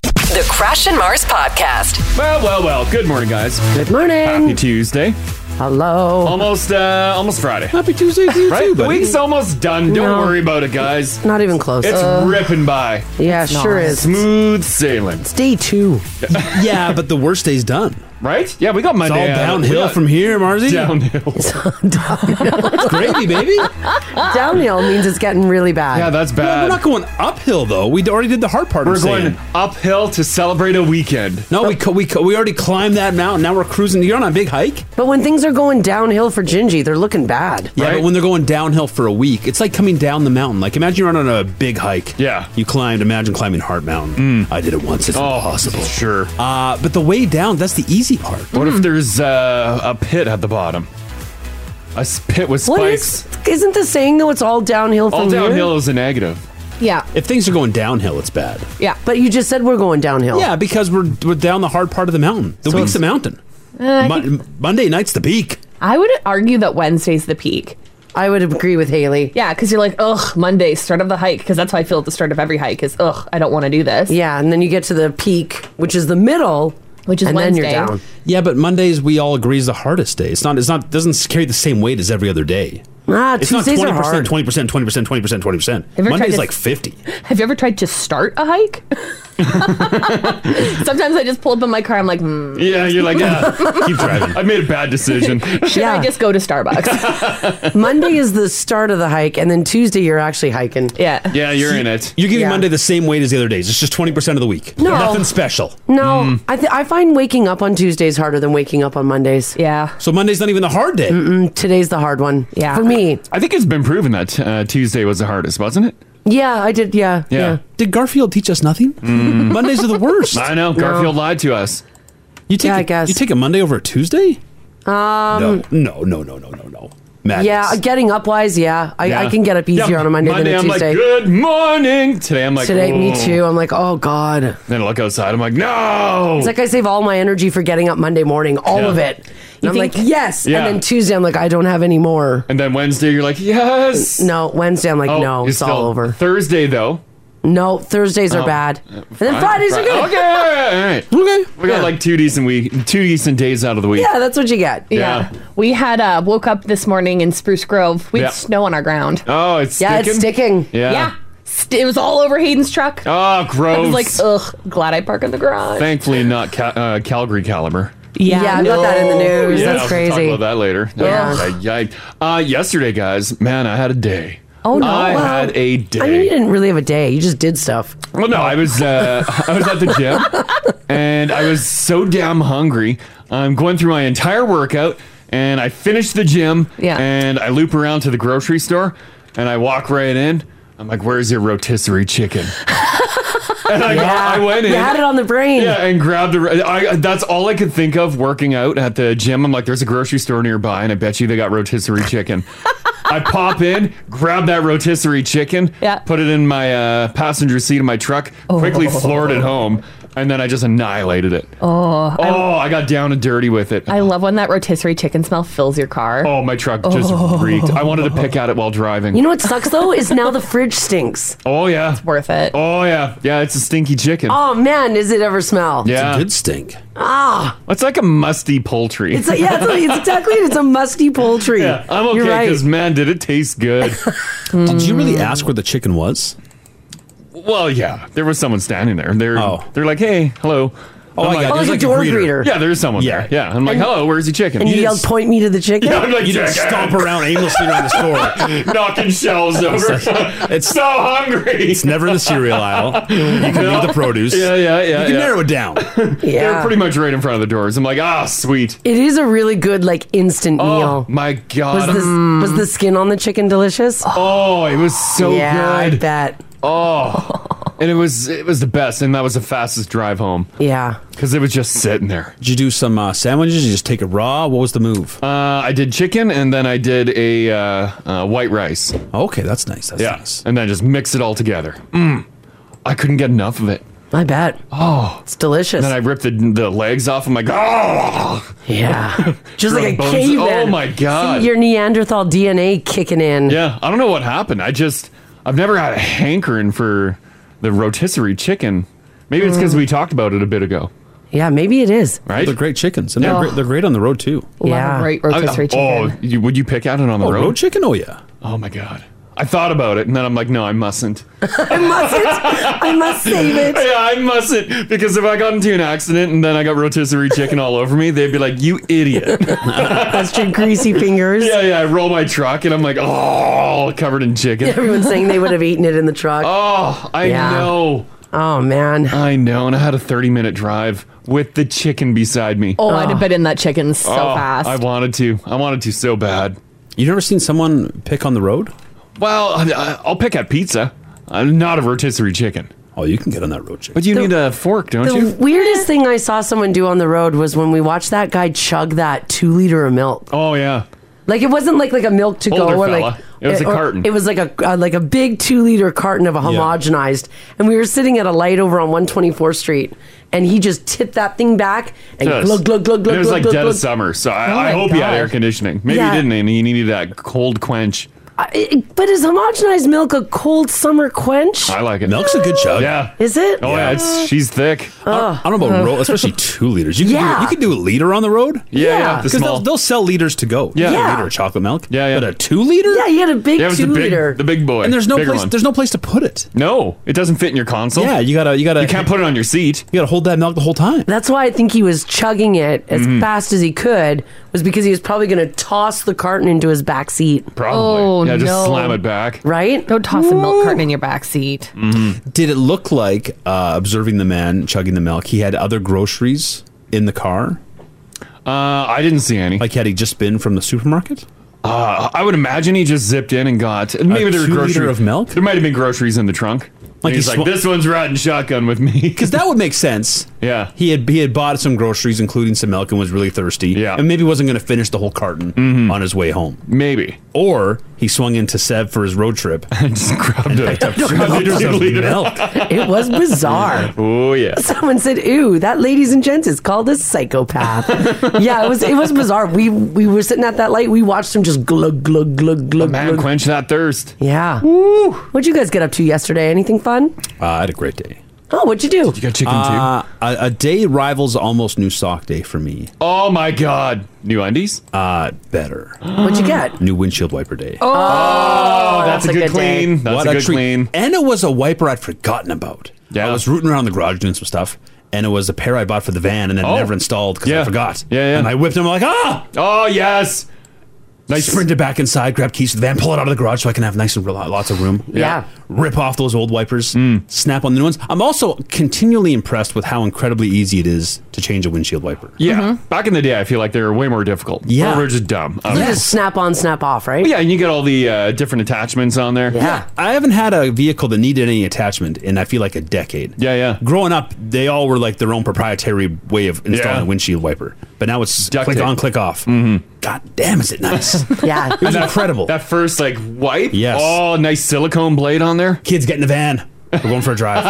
The Crash and Mars Podcast. Well, well, well. Good morning, guys. Good morning. Happy Tuesday. Hello. Almost, uh, almost Friday. Happy Tuesday to you Right? the week's almost done. Don't No. worry about it, guys. Not even close. It's Uh, ripping by. yeah, It's sure is. Smooth sailing. It's day two. yeah, but the worst day's done. Right? Yeah, we got It's all Monday. out. We downhill got from here, Marzi. Downhill. It's gravy, baby. Downhill means it's getting really bad. Yeah, that's bad. We're not going uphill though. We already did the hard part. We're I'm going saying. uphill to celebrate a weekend. No, we, co- we co- we already climbed that mountain. Now we're cruising. You're on a big hike. But when things are going downhill for Gingy, they're looking bad. Yeah, Right. but when they're going downhill for a week, it's like coming down the mountain. Like imagine you're on a big hike. Yeah. Mm. Oh, you climbed. Imagine climbing Heart Mountain. I did it once. It's impossible. Sure. Uh, but the way down, that's the easy part. What Mm-hmm. if there's uh, a pit at the bottom? A s- pit with What spikes. is? Isn't the saying though? It's all downhill from All here? downhill is a negative. Yeah, If things are going downhill, it's bad. yeah. But you just said we're going downhill. Yeah, because we're we're down the hard part of the mountain. The week's the mountain. Uh, Mon- Monday night's the peak. I would argue that Wednesday's the peak. I would agree with Haley. Yeah, because you're like, ugh, Monday, start of the hike, because that's how I feel at the start of every hike is, ugh, I don't want to do this. Yeah, and then you get to the peak, which is the middle, Which is and then you're Wednesday. down. Yeah, but Mondays we all agree is the hardest day. It's not. It's not. Doesn't carry the same weight as every other day. Ah, It's Tuesdays are not twenty percent, hard. twenty percent, twenty percent, twenty percent, twenty percent. ever tried Monday's to- like fifty. Have you ever tried to start a hike? Sometimes I just pull up in my car, I'm like, hmm, Yeah, you're like, yeah, Keep driving. I made a bad decision. should Yeah. I just go to Starbucks? Monday is the start of the hike, and then Tuesday you're actually hiking. yeah. yeah, you're in it. You're giving Yeah. Monday the same weight as the other days. It's just twenty percent of the week. No. nothing special. No, Hmm. I th- I find waking up on Tuesdays harder than waking up on Mondays. Yeah. So Monday's not even the hard day. Today's the hard one. Yeah. for me. I think it's been proven that uh, Tuesday was the hardest, wasn't it? Yeah, I did. Yeah, yeah. Did Garfield teach us nothing? Mm. Mondays are the worst. I know. Garfield lied to us. You take. Yeah, a- I guess. You take a Monday over a Tuesday. Um. No. No. No. No. No. No. Madness. Yeah, uh, getting up wise, yeah. I, I Yeah. can get up easier Yeah, on a Monday, Monday, than a I'm Tuesday. like, good morning. Today, I'm like, Today, me "Whoa." too. I'm like, oh God. Then I look outside. I'm like, no. It's like I save all my energy for getting up Monday morning, all Yeah. of it. And I'm think- like, yes. Yeah. And then Tuesday, I'm like, I don't have any more. and then Wednesday, you're like, yes. No, Wednesday, I'm like, Oh, no, you're it's still- all over. Thursday, though. Oh. No, Thursdays are bad. And then Fridays are Fri- good. Okay, all right. Okay. We got yeah. like two decent week, two decent days out of the week. yeah, that's what you get. Yeah, Yeah. We had uh, woke up this morning in Spruce Grove. We had Yeah. snow on our ground. Oh, it's it's sticking. Yeah. yeah. St- it was all over Hayden's truck. Oh, I was gross. like, ugh, glad I park in the garage. Thankfully, not Ca- uh, Calgary caliber. Yeah, I got that in the news. Oh, yeah, that's We'll talk crazy. about that later. Yeah. Yeah. Uh, yesterday, guys, man, I had a day. Oh, no. I Wow. had a day. I mean, you didn't really have a day. You just did stuff. Well, no, I was uh, I was at the gym, and I was so damn hungry. I'm going through my entire workout, and I finish the gym, Yeah. and I loop around to the grocery store, and I walk right in. I'm like, "Where's your rotisserie chicken?" and I, got, I went in. You had it on the brain. Yeah, and grabbed the. I, that's all I could think of working out at the gym. I'm like, there's a grocery store nearby, and I bet you they got rotisserie chicken. I pop in, grab that rotisserie chicken, Yeah. put it in my uh, passenger seat of my truck, Oh. quickly floored it home, and then I just annihilated it. Oh, oh I got down and dirty with it. I love when that rotisserie chicken smell fills your car. oh, my truck just reeked. I wanted to pick at it while driving. You know what sucks though is now the fridge stinks. oh, yeah. Worth it. Oh, yeah. Yeah, it's a stinky chicken. Oh man, does it ever smell? yeah. It did stink. It's like a musty poultry. Ah. It's like, yeah, it's, it's exactly. It's a musty poultry. yeah, I'm okay You're right. because, man, did it taste good. Did you really ask where the chicken was? Well, yeah, there was someone standing there. They're Oh. they're like, "Hey, hello." Oh, I'm I like, got Oh, There's like, like a a door greeter. greeter. Yeah, there is someone Yeah. there. Yeah, I'm like, "Hello, where's the chicken?" And you Yeah, yelled, point me to the chicken. I'm like, You didn't stomp around aimlessly around the store. around, knocking shelves over. it's so hungry. It's never in the cereal aisle. You can leave the produce. yeah, yeah, yeah. You can yeah. narrow it down. They're yeah. pretty much right in front of the doors. I'm like, "Ah, sweet." it is a really good like instant Oh meal. my Was god. the was the skin on the chicken delicious? oh, it was so yeah, I good. bet. Oh. And it was it was the best, and that was the fastest drive home Yeah. because it was just sitting there. Did you do some uh, sandwiches? Did you just take it raw? What was the move? Uh, I did chicken, and then I did a uh, uh, white rice. Okay, that's nice. That's Yeah. nice. And then just mix it all together. Mm. I couldn't get enough of it. I bet. Oh, it's delicious. Then I ripped the, the legs off. I'm like, oh, yeah, just like a Bones. caveman. Oh my God. See, your Neanderthal DNA kicking in. yeah. I don't know what happened. I just, I've never had a hankering for the rotisserie chicken. Maybe it's because we talked about it a bit ago. Mm. Yeah, maybe it is. Oh. Right? They're great chickens, and Yeah. they're, great, they're great on the road too. Love a great rotisserie I- I- chicken. Oh, you, would you pick out it on the Oh, road? road chicken? Oh yeah. Oh my god. I thought about it and then I'm like, no, I mustn't. I mustn't. I must save it. yeah, I mustn't because if I got into an accident and then I got rotisserie chicken all over me, they'd be like, "You idiot!" That's your greasy fingers. yeah, yeah. I roll my truck and I'm like, "Oh, covered in chicken." Everyone's saying they would have eaten it in the truck. Oh, I Yeah. know, Oh man. I know. And I had a 30 minute drive with the chicken beside me. Oh, I'd have been in that chicken so Oh, fast. I wanted to. I wanted to so bad. You never seen someone pick on the road? Well, I- I- uh, I'll pick at pizza. I'm not a rotisserie chicken, Oh, you can get on that road chicken. but you need a fork, don't The you? weirdest thing I saw someone do on the road was when we watched that guy chug that two liter of milk. Oh yeah. Like it wasn't like like a milk to go Older or fella. like It was a or- carton. It was like a uh, like a big two liter carton of a homogenized, and we were sitting at a light over on One Twenty Fourth Street, and he just tipped that thing back and Yes. glug glug glug glug. It was glug, like glug, dead glug. of summer, so I, Oh I my hope he had God. air conditioning. Maybe Yeah. he didn't, and he needed that cold quench. I- it- but is homogenized milk a cold summer quench? I like it. Milk's a good chug. Yeah. Is it? Oh yeah, it's she's thick. I don't know about road, especially two liters. You can Yeah. do, you can do a liter on the road. Yeah, yeah, the Because small- they'll, they'll sell liters to go. Yeah. a Yeah. liter of chocolate milk. Yeah, yeah. But a two liter? yeah, he had a big yeah, it was the two big, liter. the big boy. And there's no bigger place. one. There's no place to put it. no, it doesn't fit in your console. Yeah, you gotta you gotta you can't put it on your seat. you gotta hold that milk the whole time. That's why I think he was chugging it as Mm-hmm. fast as he could, was because he was probably going to toss the carton into his back seat, Probably. Oh, yeah, just no. slam it back. right? Don't toss a milk carton in your back seat. Mm-hmm. Did it look like uh, observing the man chugging the milk? He had other groceries in the car. Uh, I didn't see any. Like had he just been from the supermarket? Uh, I would imagine he just zipped in and got maybe there were two liter grocery of milk? There might have been groceries in the trunk. Like Like he's he like, swa- this one's riding shotgun with me. Because that would make sense. Yeah. he had he had bought some groceries, including some milk, and was really thirsty. Yeah. Mm-hmm. and maybe wasn't going to finish the whole carton on his way home. maybe. Or he swung into Seb for his road trip. And just grabbed it. Two grabbed liters it. of milk. It was bizarre. Oh yeah. Someone said, "Ooh, that ladies and gents is called a psychopath." yeah, it was it was bizarre. We we were sitting at that light. We watched him just glug glug glug glug. Man, glug. quench that thirst. yeah. What'd you guys get up to yesterday? Anything fun? Uh, I had a great day. Oh, what'd you do? You got chicken too. Uh, a, a day rivals almost new sock day for me. Oh my god. New undies? Uh, better What'd you get? new windshield wiper day. Oh, that's, a good, day. clean. That's What a good treat. clean. And it was a wiper I'd forgotten about. Yeah. I was rooting around the garage doing some stuff, and it was a pair I bought for the van and then Oh. never installed because Yeah. I forgot. Yeah, yeah. And I whipped them like, ah! Oh yes. I sprinted back inside, grabbed keys to the van, pull it out of the garage so I can have nice and rel- lots of room. Yeah. Rip off those old wipers, Hmm. snap on the new ones. I'm also continually impressed with how incredibly easy it is to change a windshield wiper. Yeah. Back in the day, I feel like they were way more difficult. Mm-hmm. Yeah. Or we're just dumb. Um, You just snap on, snap off, right? Oh, Yeah, and you get all the uh, different attachments on there. Yeah. I haven't had a vehicle that needed any attachment in I feel like a decade. Yeah, yeah. Growing up, they all were like their own proprietary way of installing Yeah. a windshield wiper. But now it's Duct click tape. on, click off. Mm-hmm. God damn, is it nice? it Yeah. was incredible. That first like wipe. Yes. Oh, nice silicone blade on there. Kids get in the van. We're going for a drive.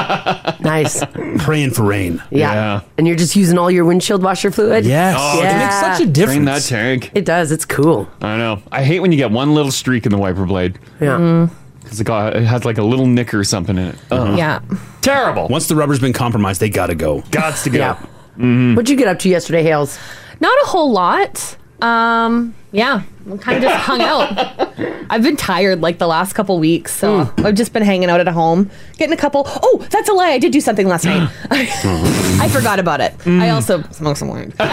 nice. praying for rain. Yeah. Yeah. And you're just using all your windshield washer fluid? Yes. Oh, It makes yeah. such a Drain that difference. tank. It does. It's cool. I know. I hate when you get one little streak in the wiper blade Yeah. because it, got- it has like a little nick or something in it. Ugh. Yeah. Terrible. Once the rubber's been compromised, they gotta go. Gots to go. Yeah. Mm-hmm. What'd you get up to yesterday, Hales? Hmm. Not a whole lot. Um, yeah. I kind of just hung out. I've been tired like the last couple weeks, so Hmm. I've just been hanging out at home, getting a couple Oh, that's a lie. I did do something last night. Mm-hmm. I forgot about it. Hmm. I also smoked some weed. There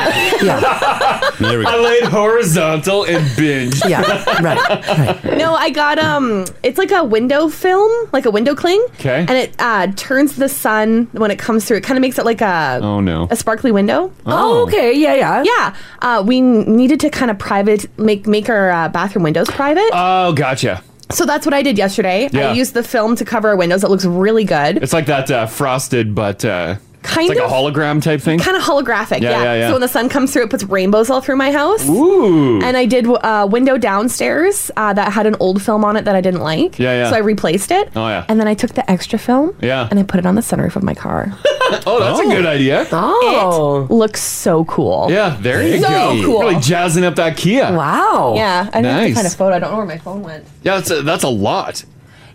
we I go. laid horizontal and binged. Yeah. right. Right. No, I got um it's like a window film, like a window cling. 'Kay. And it uh turns the sun when it comes through. It kind of makes it like a Oh, no. a sparkly window. Oh, okay. Yeah, yeah. Yeah. Uh we n- needed to kind of private make make our uh, bathroom windows private. Oh, gotcha. so that's what I did yesterday. Yeah. I used the film to cover our windows. It looks really good. It's like that uh, frosted, but uh, Kind it's like of. a hologram type thing. Kind of holographic, Yeah, yeah, yeah, yeah. So when the sun comes through, it puts rainbows all through my house. Ooh. And I did uh, window downstairs uh, that had an old film on it that I didn't like. Yeah, yeah. So I replaced it. Oh, yeah. And then I took the extra film. Yeah. And I put it on the sunroof of my car. oh, that's a good idea. Oh. It looks so cool. Yeah, there you So go. cool. Really jazzing up that Kia. Wow. Yeah. I didn't have Nice. to find a photo. I don't know where my phone went. Yeah, that's a, that's a lot.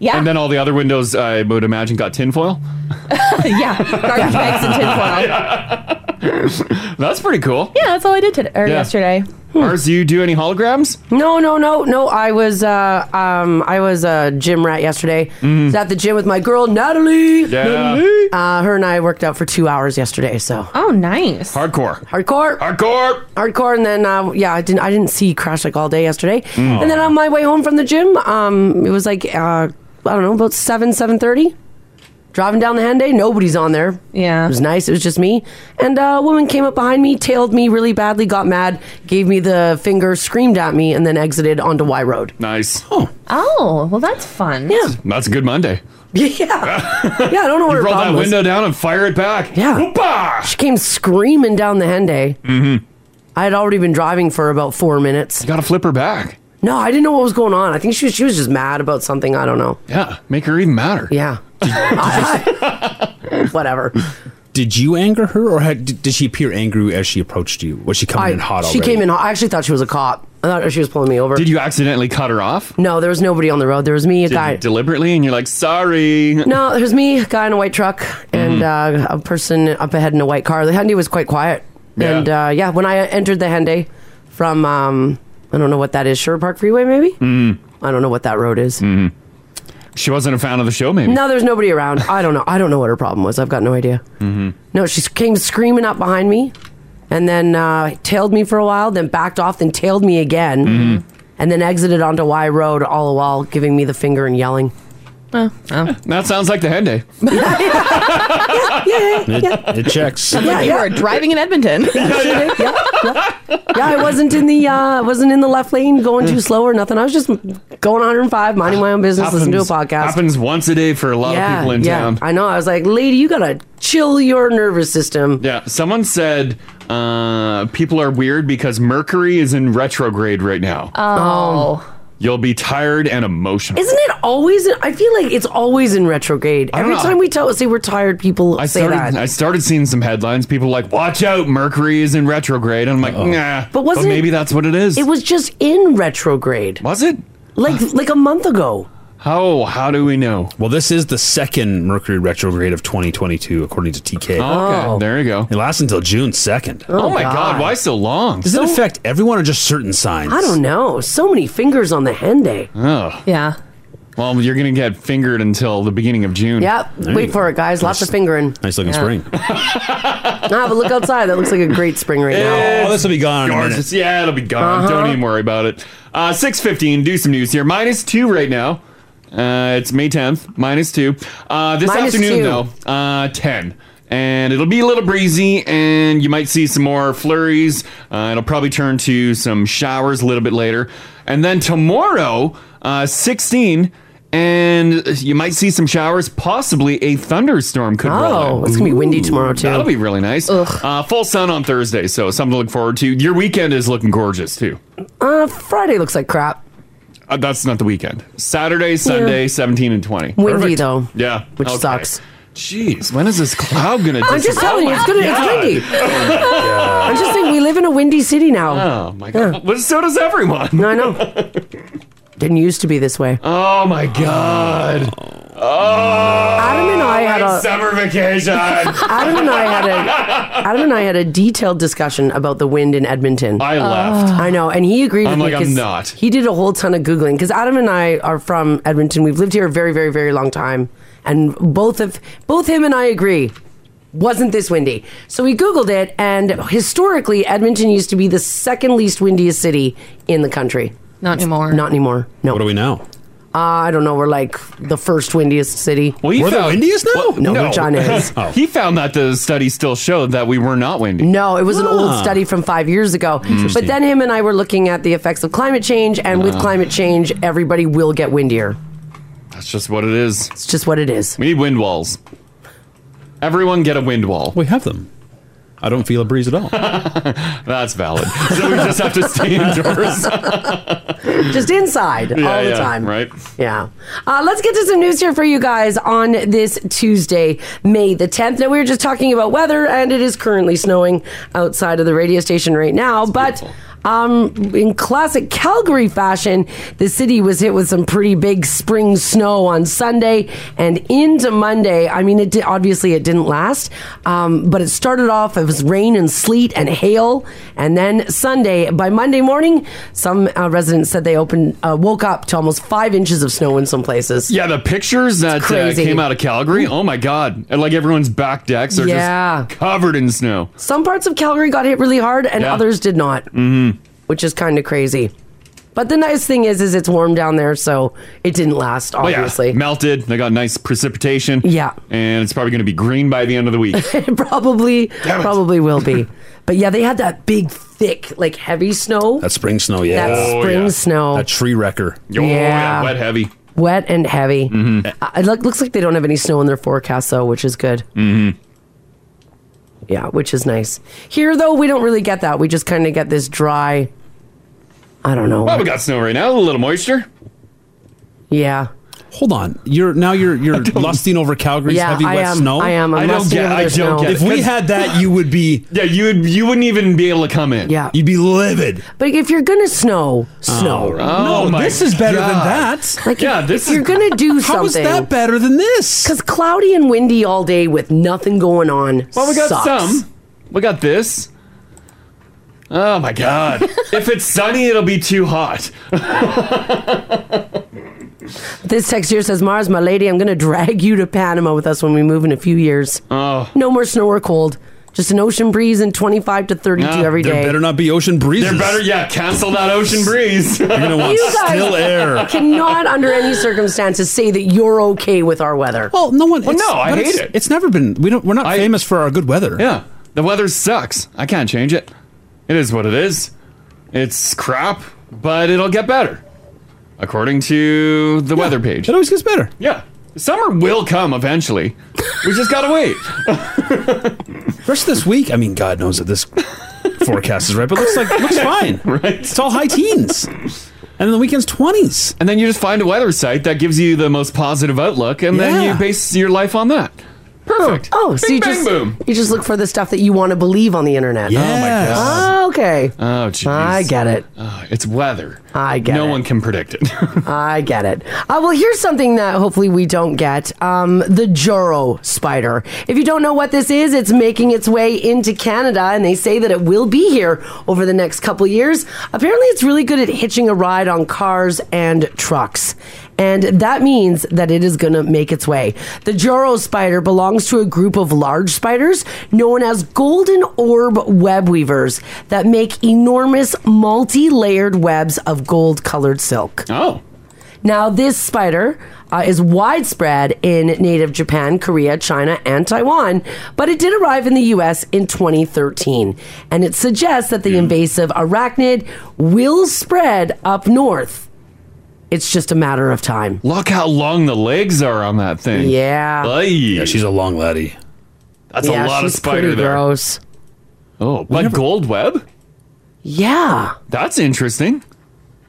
Yeah. And then all the other windows, I would imagine, got tinfoil. yeah, garbage bags and tinfoil. That's pretty cool. Yeah, that's all I did today or Yeah. yesterday. Mars, do you do any holograms? Hmm. No, no, no, no. I was uh um I was a gym rat yesterday. Was at the gym with my girl Natalie. Mm. Yeah. Natalie. Uh, her and I worked out for two hours yesterday. So. Oh, nice. Hardcore. Hardcore. Hardcore. Hardcore. And then uh, yeah, I didn't I didn't see Crash like all day yesterday. Mm. And then on my way home from the gym, um, it was like uh I don't know about seven seven thirty. Driving down the Henday, nobody's on there. Yeah. It was nice. It was just me. And uh, a woman came up behind me, tailed me really badly, got mad, gave me the finger, screamed at me, and then exited onto Y Road. Nice. Oh, Oh, well, that's fun. Yeah. that's a good Monday. Yeah. yeah, I don't know You where her roll that problem was. window down and fire it back. Yeah. Whoopah! She came screaming down the Henday. Mm-hmm. I had already been driving for about four minutes. You gotta flip her back. No, I didn't know what was going on. I think she was, she was just mad about something. I don't know. Yeah. Make her even madder. Yeah. Whatever. Did you anger her, or had, did, did she appear angry as she approached you? Was she coming I, in hot she already? came in. hot. I actually thought she was a cop. I thought she was pulling me over. Did you accidentally cut her off? no, there was nobody on the road. There was me, a Did guy. you deliberately, and you're like, sorry. No, there's me, a guy in a white truck, Mm-hmm. and uh, a person up ahead in a white car. The Hyundai was quite quiet. Yeah. And uh, yeah, when I entered the Hyundai from, um, I don't know what that is, Sherwood Park Freeway, maybe? Mm. I don't know what that road is. Mm-hmm. She wasn't a fan of the show, maybe. No, there's nobody around. I don't know. I don't know what her problem was. I've got no idea. Mm-hmm. No, she came screaming up behind me and then uh, tailed me for a while, then backed off, then tailed me again, Mm-hmm. and then exited onto Y Road all the while giving me the finger and yelling. Oh. That sounds like the Henday. Yeah, It, it checks. yeah, You are driving in Edmonton. yeah, yeah, yeah. Yeah, I wasn't in the uh, I wasn't in the left lane going too slow or nothing. I was just going 105, minding my own business, listening to a podcast. Mm. Happens once a day for a lot of people in yeah. town. I know. I was like, lady, you gotta chill your nervous system. Yeah, someone said uh, people are weird because Mercury is in retrograde right now. Oh. You'll be tired and emotional. Isn't it always? I feel like it's always in retrograde. don't Every know. time we tell say we're tired, people I say started. that. I started seeing some headlines. People like, "Watch out, Mercury is in retrograde." And I'm like, "Nah," But wasn't it- maybe that's what it is. it was just in retrograde, was it? like like a month ago. How? How do we know? Well, this is the second Mercury retrograde of 2022, according to TK. Okay, Oh, there you go. It lasts until June 2nd. Oh, my God. God. why so long? Does it affect everyone or just certain signs? I don't know. So many fingers on the henday. Oh, Yeah. well, you're gonna get fingered until the beginning of June. Yep. you Wait go. for it, guys. Lots of fingering. Nice looking spring. Ah, but look outside. That looks like a great spring right now. Oh, this will be gone. In a minute. Gorgeous. Yeah, it'll be gone. Uh-huh. Don't even worry about it. Uh, Six fifteen. Do some news here. Minus two right now. Uh, it's May tenth. Minus two. Uh, this Minus afternoon two. though, uh, ten. And it'll be a little breezy, and you might see some more flurries. Uh, it'll probably turn to some showers a little bit later. And then tomorrow, uh, 16, and you might see some showers, possibly a thunderstorm could roll in. Oh, it's gonna be windy tomorrow too. That'll be really nice. Uh, full sun on Thursday, so something to look forward to. Your weekend is looking gorgeous too. uh, Friday looks like crap. Uh, that's not the weekend. Saturday, Sunday, seventeen and twenty. Windy though. Yeah, Which sucks. Jeez, when is this cloud gonna? I'm just telling you, it's gonna it's windy. I'm just saying we live in a windy city now. Oh my god! But so does everyone. No, I know. Didn't used to be this way. Oh my god! Adam and I had a Oh, Summer vacation. Adam and I had a Adam and I had a detailed discussion about the wind in Edmonton. I, I left. know, and he agreed I'm with me like, I'm 'cause not. He did a whole ton of googling because Adam and I are from Edmonton. We've lived here a very, very, very long time, and both of both him and I agree wasn't this windy. So we googled it, and historically, Edmonton used to be the second least windiest city in the country. Not anymore. Not anymore. No, What do we know? I don't know. We're like the first windiest city. Well, you We're the found windiest now? No, John is. Oh. He found that the study still showed that we were not windy. No, Oh, it was an old Ah. study from five years ago. But then him and I were looking at the effects of climate change, and with climate change, everybody will get windier. That's just what it is. It's just what it is. We need wind walls. Everyone get a wind wall. We have them. I don't feel a breeze at all. That's valid. So we just have to stay indoors all Just inside all the time. right? Yeah. Uh, let's get to some news here for you guys on this Tuesday, May the 10th. Now, we were just talking about weather, and it is currently snowing outside of the radio station right now. but Um, in classic Calgary fashion, the city was hit with some pretty big spring snow on Sunday and into Monday. I mean, it did, obviously it didn't last, um, but it started off it was rain and sleet and hail, and then Sunday by Monday morning, some uh, residents said they opened uh, woke up to almost five inches of snow in some places. Yeah, the pictures that uh, crazy. came out of Calgary. Oh my god! And like everyone's back decks are Yeah. just covered in snow. Some parts of Calgary got hit really hard, and Yeah. others did not, mm-hmm. which is kind of crazy. But the nice thing is, is it's warm down there, so it didn't last. Oh, yeah. Obviously, melted. They got nice precipitation. Yeah. and it's probably going to be green by the end of the week. it probably probably will be. But yeah, they had that big, thick, like heavy snow. That spring snow, yeah. That Oh, spring yeah. snow. That tree wrecker. Oh, yeah, Yeah. wet heavy. Wet and heavy. Mm-hmm. it look, looks like they don't have any snow in their forecast, though, which is good. Mm-hmm. Yeah, which is nice. Here, though, we don't really get that. We just kind of get this dry. I don't know. Well, we got snow right now. A little moisture. Yeah. Hold on. You're now you're you're lusting over Calgary's Yeah, heavy I wet am. snow. I am. I'm I don't lusting get- over I their don't snow. get it. If we 'Cause- had that, you would be. Yeah, you would. You wouldn't even be able to come in. Yeah. You'd be livid. But if you're gonna snow, Oh, snow. oh my God. Like, yeah, if, this if you're is gonna do something. How is that better than this? Because cloudy and windy all day with nothing going on. Well, we got sucks. some. We got this. Oh my god! if it's sunny, it'll be too hot. This text here says, "Mars, my lady, I'm gonna drag you to Panama with us when we move in a few years. Oh, No more snow or cold. Just an ocean breeze and 25 to 32 every there day. better not be ocean breezes. There better- yeah, cancel that ocean breeze. You're gonna want You guys still air. cannot, under any circumstances, say that you're okay with our weather. Well, no one. Well, it's- no, I but hate it's, it. It's never been. We don't. We're not famous for our good weather. Yeah, the weather sucks. I can't change it. It is what it is. It's crap, but it'll get better, according to the weather page. It always gets better. Yeah, summer will come eventually. We just gotta wait. Rest of this week. I mean, God knows that this forecast is right, but looks like looks fine. Right? It's all high teens, and then the weekend's twenties. And then you just find a weather site that gives you the most positive outlook, and then you Yeah. base your life on that. Perfect. Oh, so Bing, you bang, just boom. you just look for the stuff that you want to believe on the internet. Yeah. Oh, my God. Oh, okay. Oh, jeez. I get it. Oh, it's weather. I get no it. one can predict it. I get it. Uh, well, here's something that hopefully we don't get um, the Juro spider. If you don't know what this is, it's making its way into Canada, and they say that it will be here over the next couple years. Apparently, it's really good at hitching a ride on cars and trucks. And that means that it is going to make its way. The Juro spider belongs to a group of large spiders known as golden orb web weavers that make enormous multi layered webs of gold colored silk. Oh. Now, this spider uh, is widespread in native Japan, Korea, China, and Taiwan, but it did arrive in the US in 2013. And it suggests that the invasive arachnid will spread up north. It's just a matter of time. Look how long the legs are on that thing. Yeah. Yeah, she's a long laddie. That's Yeah, a lot of she's spider pretty there. gross. Oh, but gold web? Yeah. That's interesting.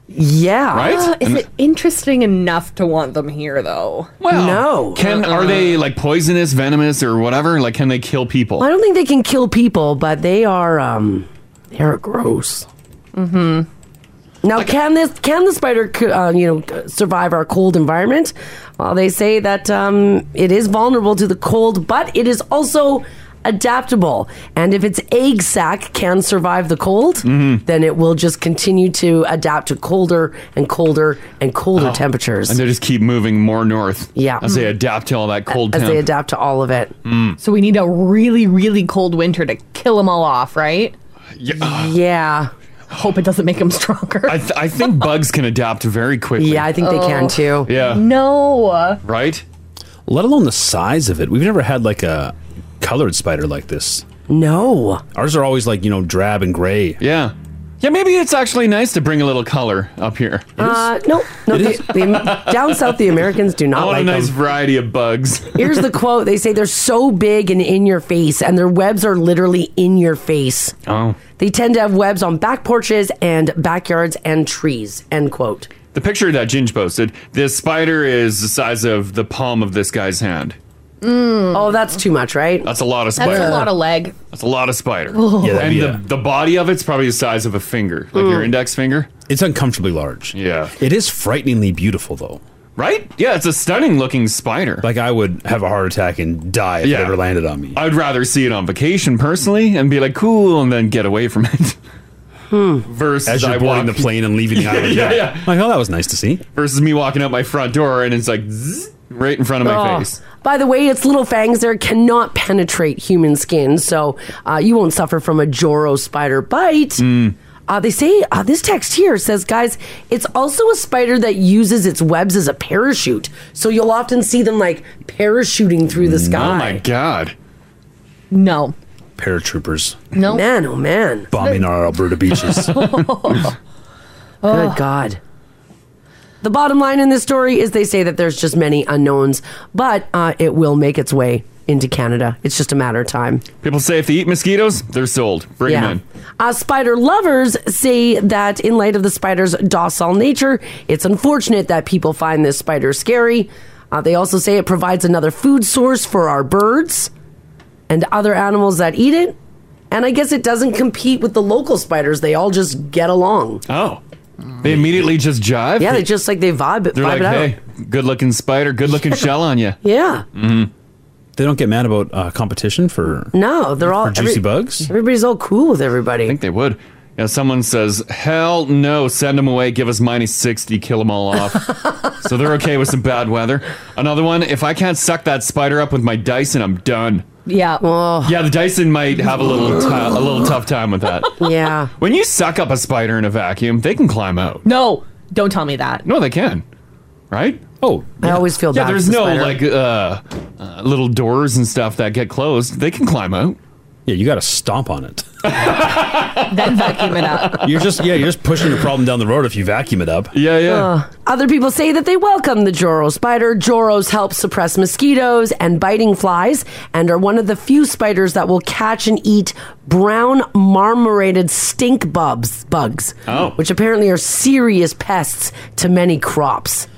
Yeah. Right? Uh, is And- it interesting enough to want them here, though? Well, No. Can are Uh-uh. they like poisonous, venomous, or whatever? Like, can they kill people? I don't think they can kill people, but they are um they are gross. Mm-hmm. Now, can this can the spider c- uh, you know survive our cold environment? Well, they say that um, it is vulnerable to the cold, but it is also adaptable. And if its egg sac can survive the cold, then it will just continue to adapt to colder and colder and colder temperatures And they just keep moving more north. Yeah. Mm-hmm. As they adapt to all that cold as temp. they adapt to all of it. Mm. So we need a really, really cold winter to kill them all off, right? Yeah. uh, yeah. Hope it doesn't make them stronger. I, th- I think bugs can adapt very quickly. Yeah, I think they can, Oh. too. Yeah. No. Right? Let alone the size of it. We've never had like a colored spider like this. No. Ours are always like you know drab and gray. Yeah. Yeah, maybe it's actually nice to bring a little color up here. Uh, no, no. The, the, down south, the Americans do I not want like a nice them. variety of bugs. Here's the quote. They say they're so big and in your face, and their webs are literally in your face. Oh. They tend to have webs on back porches and backyards and trees. End quote. The picture that Ginge posted, this spider is the size of the palm of this guy's hand. Oh, that's too much, right? That's a lot of That's a spider. lot of leg. That's a lot of spider. Ooh. Oh. Yeah, that'd and be the, the body of it's probably the size of a finger, like your Mm. index finger. It's uncomfortably large. Yeah. It is frighteningly beautiful, though. Right? Yeah, it's a stunning looking spider. Like I would have a heart attack and die if it ever landed on me. I'd rather see it on vacation personally and be like, cool, and then get away from it. Hmm. Versus As you're I boarding walk- the plane and leaving the Yeah, island. yeah, yeah. Like, oh, that was nice to see. Versus me walking out my front door and it's like zzz, right in front of my Oh. face. By the way, its little fangs there cannot penetrate human skin, so uh, you won't suffer from a Joro spider bite. Mm. Uh, they say uh, this text here says, guys, it's also a spider that uses its webs as a parachute. So you'll often see them like parachuting through the sky. Oh my Mm, god. No. Paratroopers No. Man, oh man. bombing our Alberta beaches. Oh. Good God. The bottom line in this story is they say that there's just many unknowns, but uh, it will make its way into Canada. It's just a matter of time. People say if they eat mosquitoes, they're sold. Bring Yeah. them Uh, spider lovers say that in light of the spider's docile nature, it's unfortunate that people find this spider scary. Uh, they also say it provides another food source for our birds and other animals that eat it. And I guess it doesn't compete with the local spiders. They all just get along. Oh. in. They immediately just jive. Yeah, they just like they vibe, vibe They're like, it out. hey, good looking spider, good looking shell on you. Yeah. mm-hmm. They don't get mad about uh, competition for No, they're all For juicy bugs? Everybody's all cool with everybody. I think they would. Yeah, someone says, "Hell no, send them away. Give us minus sixty, kill them all off." so they're okay with some bad weather. Another one: if I can't suck that spider up with my Dyson, I'm done. Yeah. Yeah, the Dyson might have a little ti- a little tough time with that. Yeah. When you suck up a spider in a vacuum, they can climb out. No. Don't tell me that. No, they can. Right? Oh, I always feel yeah. bad There's for the no spider. like uh, uh, little doors and stuff that get closed. They can climb out. Yeah, you got to stomp on it. then vacuum it up. You're just yeah, you're just pushing the problem down the road if you vacuum it up. Yeah, yeah. Ugh. Other people say that they welcome the Joro spider. Joros help suppress mosquitoes and biting flies and are one of the few spiders that will catch and eat brown marmorated stink bubs, bugs, Oh. which apparently are serious pests to many crops.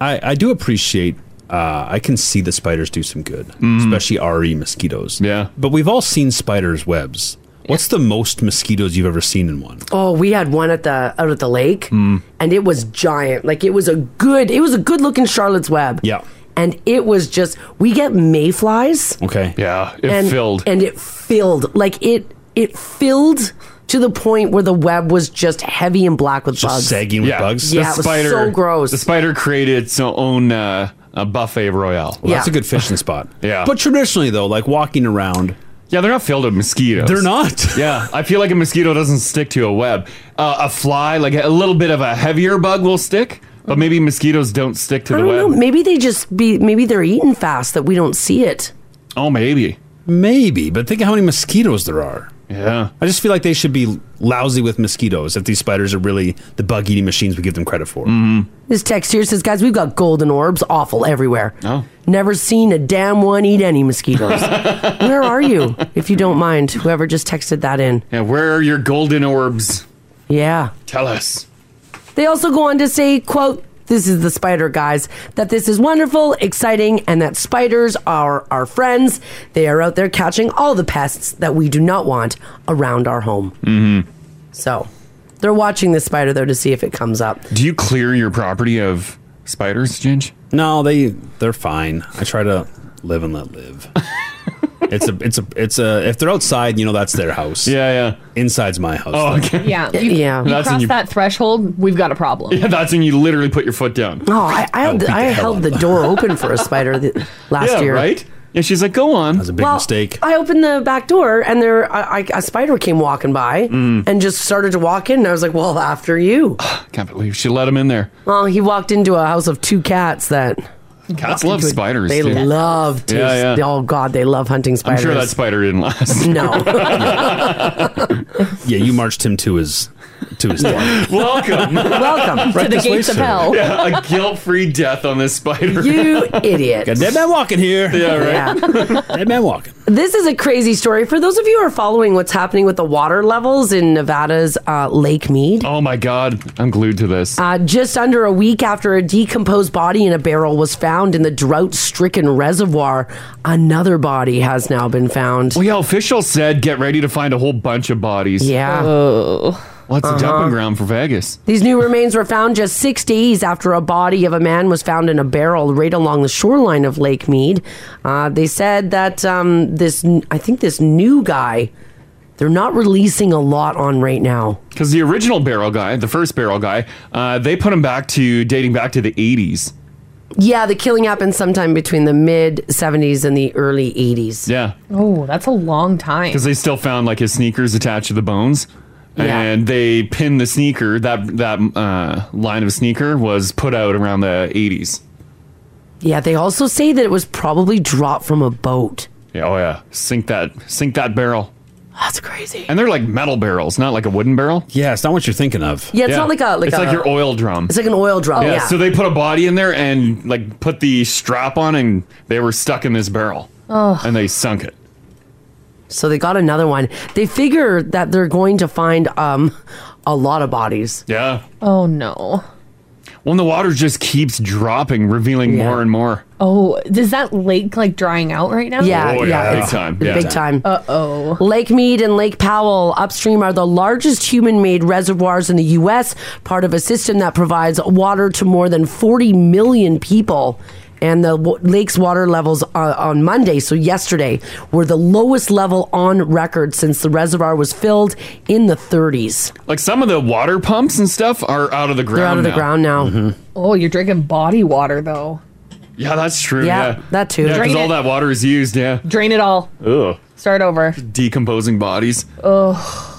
I, I do appreciate. Uh, I can see the spiders do some good, Mm-hmm. especially RE mosquitoes. Yeah, but we've all seen spiders' webs. What's the most mosquitoes you've ever seen in one? Oh, we had one at the out at the lake, Mm. and it was giant. Like it was a good, it was a good looking Charlotte's Web. Yeah, and it was just we get mayflies. Okay. Yeah, it and, filled. and it filled like it it filled to the point where the web was just heavy and black with bugs, yeah. Yeah, The it was spider, so gross. The spider created its own uh, a buffet royale. Well, that's Yeah. a good fishing spot. yeah, But traditionally, though, like walking around. Yeah, they're not filled with mosquitoes. They're not. yeah, I feel like a mosquito doesn't stick to a web. Uh, a fly, like a little bit of a heavier bug, will stick, but maybe mosquitoes don't stick to I the don't web. know. Maybe they just be maybe they're eating fast that we don't see it. Oh, maybe. Maybe, but think of how many mosquitoes there are. Yeah. I just feel like they should be lousy with mosquitoes if these spiders are really the bug eating machines we give them credit for. Mm-hmm. This text here says, guys, we've got golden orbs awful everywhere. Oh. Never seen a damn one eat any mosquitoes. Where are you, if you don't mind, whoever just texted that in? Yeah, where are your golden orbs? Yeah. Tell us. They also go on to say, quote, this is the spider guys, that this is wonderful, exciting, and that spiders are our friends. They are out there catching all the pests that we do not want around our home. Mm-hmm. So they're watching this spider though to see if it comes up. Do you clear your property of spiders, Ginge? No, they they're fine. I try to live and let live. it's a it's a it's a if they're outside, you know that's their house. Yeah, yeah. Inside's my house. Oh, though. okay. Yeah. You, Yeah. You That's when cross you- that threshold, we've got a problem. Yeah, that's when you literally put your foot down. Oh, I, I, held, I held the door open for a spider th- last yeah, year. right? Yeah, she's like, go on. That's a Well, I opened the back door and there I, I, a spider came walking by Mm. and just started to walk in. And I was like, well, after you. Can't believe she let him in there. Well, he walked into a house of two cats that. Cats love Into a- spiders, They too. love to. Yeah, yeah. Oh, God, they love hunting I'm spiders. sure that spider didn't last. No. Yeah, you marched him to his to his death. Welcome. Welcome to Right the this way, gates of sir. hell. Yeah, a guilt free death on this spider. You idiot. Got dead man walking here. Yeah, right. dead man walking. This is a crazy story. For those of you who are following what's happening with the water levels in Nevada's uh, Lake Mead, Oh my god, I'm glued to this. uh, just under a week after a decomposed body in a barrel was found in the drought stricken reservoir, another body has now been found. Well, yeah, officials said get ready to find a whole bunch of bodies. Yeah. Oh. Well, it's a Uh-huh. dumping ground for Vegas. These new remains were found just six days after a body of a man was found in a barrel right along the shoreline of Lake Mead. Uh, they said that um, this, I think this new guy, they're not releasing a lot on right now. Because the original barrel guy, the first barrel guy, uh, they put him back to dating back to the 80s. Yeah, the killing happened sometime between the mid 70s and the early 80s. Yeah. Oh, that's a long time. Because they still found like his sneakers attached to the bones. Yeah. And they pinned the sneaker, that, that uh, line of sneaker was put out around the 80s. Yeah, they also say that it was probably dropped from a boat. Yeah, oh yeah. Sink that sink that barrel. That's crazy. And they're like metal barrels, not like a wooden barrel. Yeah, it's not what you're thinking of. Yeah, it's not like a- like It's a- like your oil drum. It's like an oil drum. yeah. So they put a body in there and like put the strap on and they were stuck in this barrel. Ugh. And they sunk it. So they got another one. They figure that they're going to find um a lot of bodies. Yeah. Oh no. Well, and the water just keeps dropping, revealing more and more. Oh, is that lake like drying out right now? Yeah, Oh, yeah, yeah. Big it's- time, it's yeah. big time. Uh oh. Lake Mead and Lake Powell upstream are the largest human-made reservoirs in the U.S. Part of a system that provides water to more than 40 million people. And the w- lake's water levels uh, on Monday, so yesterday, were the lowest level on record since the reservoir was filled in the 30s. Like some of the water pumps and stuff are out of the ground. They're out of the now. ground now. Mm-hmm. Oh, you're drinking body water though. Yeah, that's true. Yeah, Yeah, that too. Yeah, because Drain all it. that water is used. Yeah. Drain it all. Ugh. Start over. Decomposing bodies. Oh.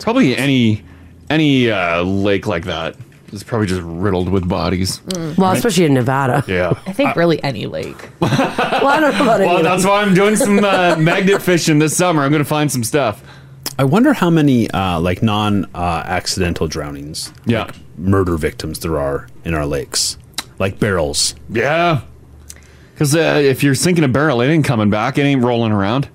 Probably any any uh, lake like that is probably just riddled with bodies. Mm. Well, especially in Nevada. Yeah. Uh, I think really any lake. Uh, well, I don't know about Well, any that's lake. why I'm doing some uh, magnet fishing this summer. I'm going to find some stuff. I wonder how many uh, like non uh, accidental drownings, yeah, murder victims there are in our lakes, like barrels. Yeah. Because uh, if you're sinking a barrel, it ain't coming back. It ain't rolling around,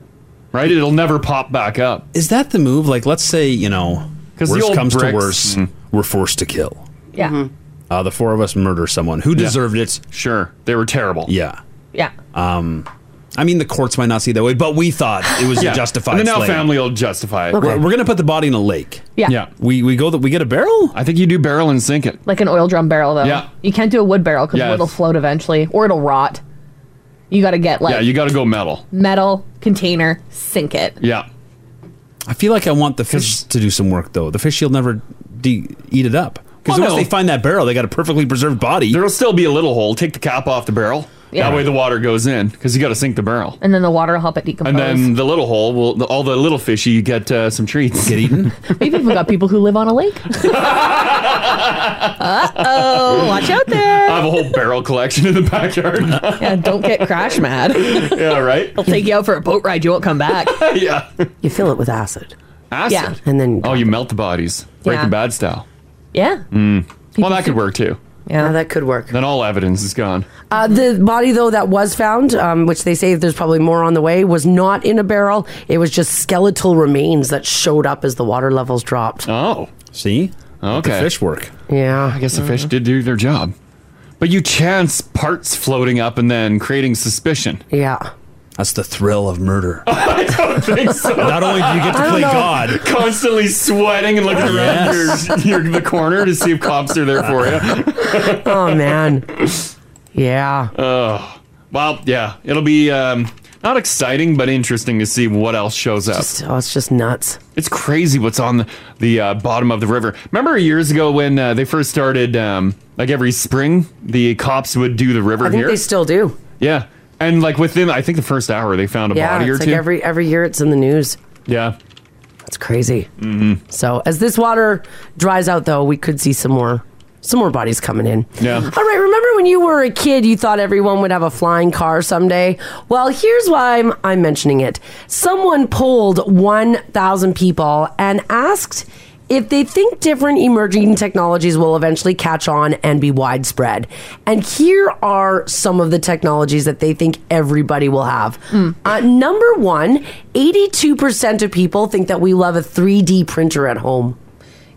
right? It'll never pop back up. Is that the move? Like, let's say you know, 'Cause the worst old comes bricks- Mm. to worst, we're forced to kill. Yeah. Mm-hmm. Uh, the four of us murder someone who deserved it. Sure, they were terrible. Yeah. Yeah. Um, I mean, the courts might not see it that way, but we thought it was Yeah. a justified. And the now slaying. family will justify it. We're, Okay. we're gonna put the body in a lake. Yeah. We we go that we get a barrel. I think you do barrel and sink it. Like an oil drum barrel though. Yeah. You can't do a wood barrel because Yeah, wood will it's- float eventually, or it'll rot. You got to get like yeah, you got to go metal. metal container, sink it. Yeah. I feel like I want the fish to do some work though. The fish will never de- eat it up because Well, once Oh, no. they find that barrel, they got a perfectly preserved body. There'll still be a little hole. Take the cap off the barrel. Yeah. That way the water goes in because you got to sink the barrel. And then the water will help it decompose. And then the little hole will the, all the little fishy you get uh, some treats. Get eaten. Maybe we've got people who live on a lake. uh oh, watch out there. I have a whole barrel collection in the backyard. Yeah, don't get crash mad. yeah, right. They'll take you out for a boat ride. You won't come back. yeah. You fill it with acid. Acid. Yeah. And then Oh, you melt the bodies. Yeah. Breaking bad style. Yeah. Mm. Well, that could work too. Yeah, that could work. Then all evidence is gone. Uh, the body, though, that was found, um, which they say there's probably more on the way, was not in a barrel. It was just skeletal remains that showed up as the water levels dropped. Oh. See? Okay. The fish work. Yeah. I guess the fish did do their job. But you chance parts floating up and then creating suspicion. Yeah. That's the thrill of murder. I don't think so. Not only do you get to I don't play know. God. constantly sweating and looking around Yes. your, your, the corner to see if cops are there for you. oh man, yeah. Oh, well, yeah. It'll be um, not exciting, but interesting to see what else shows up. oh, it's just nuts. It's crazy what's on the, the uh, bottom of the river. Remember years ago when uh, they first started, um, like every spring, the cops would do the river I think here. they still do. yeah, and like within, I think the first hour, they found a yeah, body it's or like two. every every year it's in the news. yeah, It's crazy. Mm-hmm. So as this water dries out, though, we could see some more some more bodies coming in. yeah. All right, remember when you were a kid, you thought everyone would have a flying car someday? Well, here's why I'm, I'm mentioning it. Someone polled 1,000 people and asked if they think different emerging technologies will eventually catch on and be widespread. And here are some of the technologies that they think everybody will have. Uh, number one, 82% of people think that we love a 3D printer at home.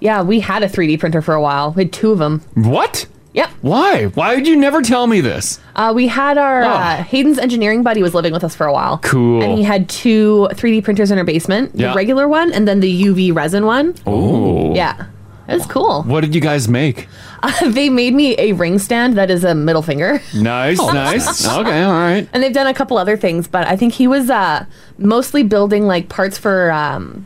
Yeah, we had a 3D printer for a while. We had two of them. What? Yep. Why? Why would you never tell me this? Uh, we had our uh, Hayden's engineering buddy was living with us for a while. Oh. Cool. And he had two 3D printers in our basement, Yeah. the regular one and then the UV resin one. Oh. Yeah. It was cool. What did you guys make? Uh, they made me a ring stand that is a middle finger. Nice, nice. Okay, all right. And they've done a couple other things, but I think he was uh, mostly building like parts for um,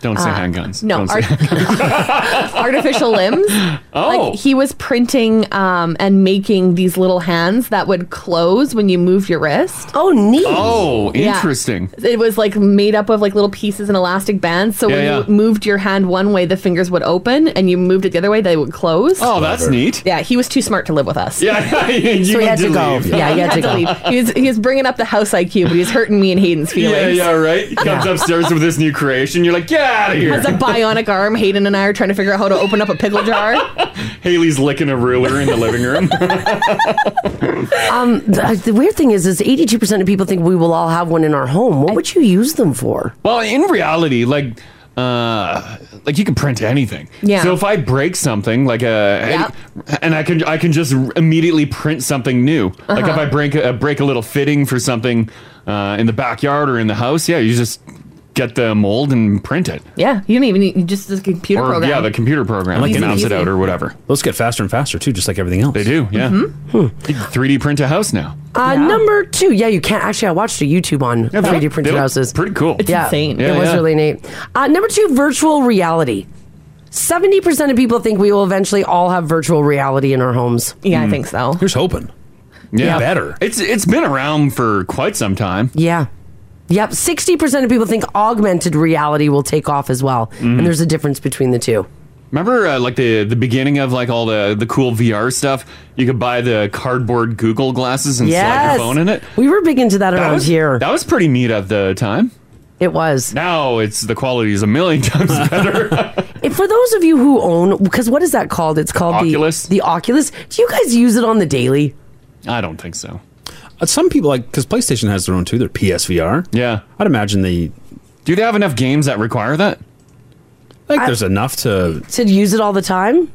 Don't say Uh, handguns. no, Don't say artificial limbs. Oh. Like he was printing um, and making these little hands that would close when you moved your wrist. Oh, neat. Oh, Yeah. interesting. It was like made up of like little pieces and elastic bands. So Yeah, when yeah. you moved your hand one way, the fingers would open, and you moved it the other way, they would close. Oh, that's Clever. neat. Yeah, he was too smart to live with us. Yeah, you so he had need to, to go. leave. Yeah, he had to go. He was, he was bringing up the house IQ, but he's hurting me and Hayden's Yeah, feelings. yeah, right. He comes upstairs with this new creation. You're like, get out of Has a here. bionic arm. Hayden and I are trying to figure out how to open up a pickle jar. Haley's licking a ruler in the living room. Um, the, the weird thing is, is 82% of people think we will all have one in our home. What would you use them for? Well, in reality, like, uh, like you can print anything. Yeah. So if I break something, like a, and I can I can just immediately print something new. Like if Uh-huh. I break a break a little fitting for something uh, in the backyard or in the house, yeah, you just get the mold and print it. Yeah, you don't even need you just the computer or program. yeah, the computer program Easy, can mouse it easy. out or whatever. Those get faster and faster too, just like everything else. They do, yeah. Mm-hmm. You can 3D print a house now. Uh, Number two, yeah, you can't. Actually, I watched a YouTube on 3D printed houses. Pretty cool. yeah, it was really neat. Uh, number two, virtual reality. 70% of people think we will eventually all have virtual reality in our homes. Yeah, I Hmm. think so. Here's hoping. Yeah. Yeah. Better. It's it's been around for quite some time. Yeah. Yep. 60% of people think augmented reality will take off as well. Hmm. And there's a difference between the two. Remember, uh, like the the beginning of like all the the cool VR stuff. You could buy the cardboard Google glasses and slide Yes. your phone in it. We were big into that, around was, here. That was pretty neat at the time. It was. Now it's the quality is a million times better. If for those of you who own, because what is that called? It's called Oculus. The, the Oculus. Do you guys use it on the daily? I don't think so. Uh, some people like because PlayStation has their own too. Their PSVR. Yeah, I'd imagine they. Do they have enough games that require that? I think I- there's enough to. To use it all the time?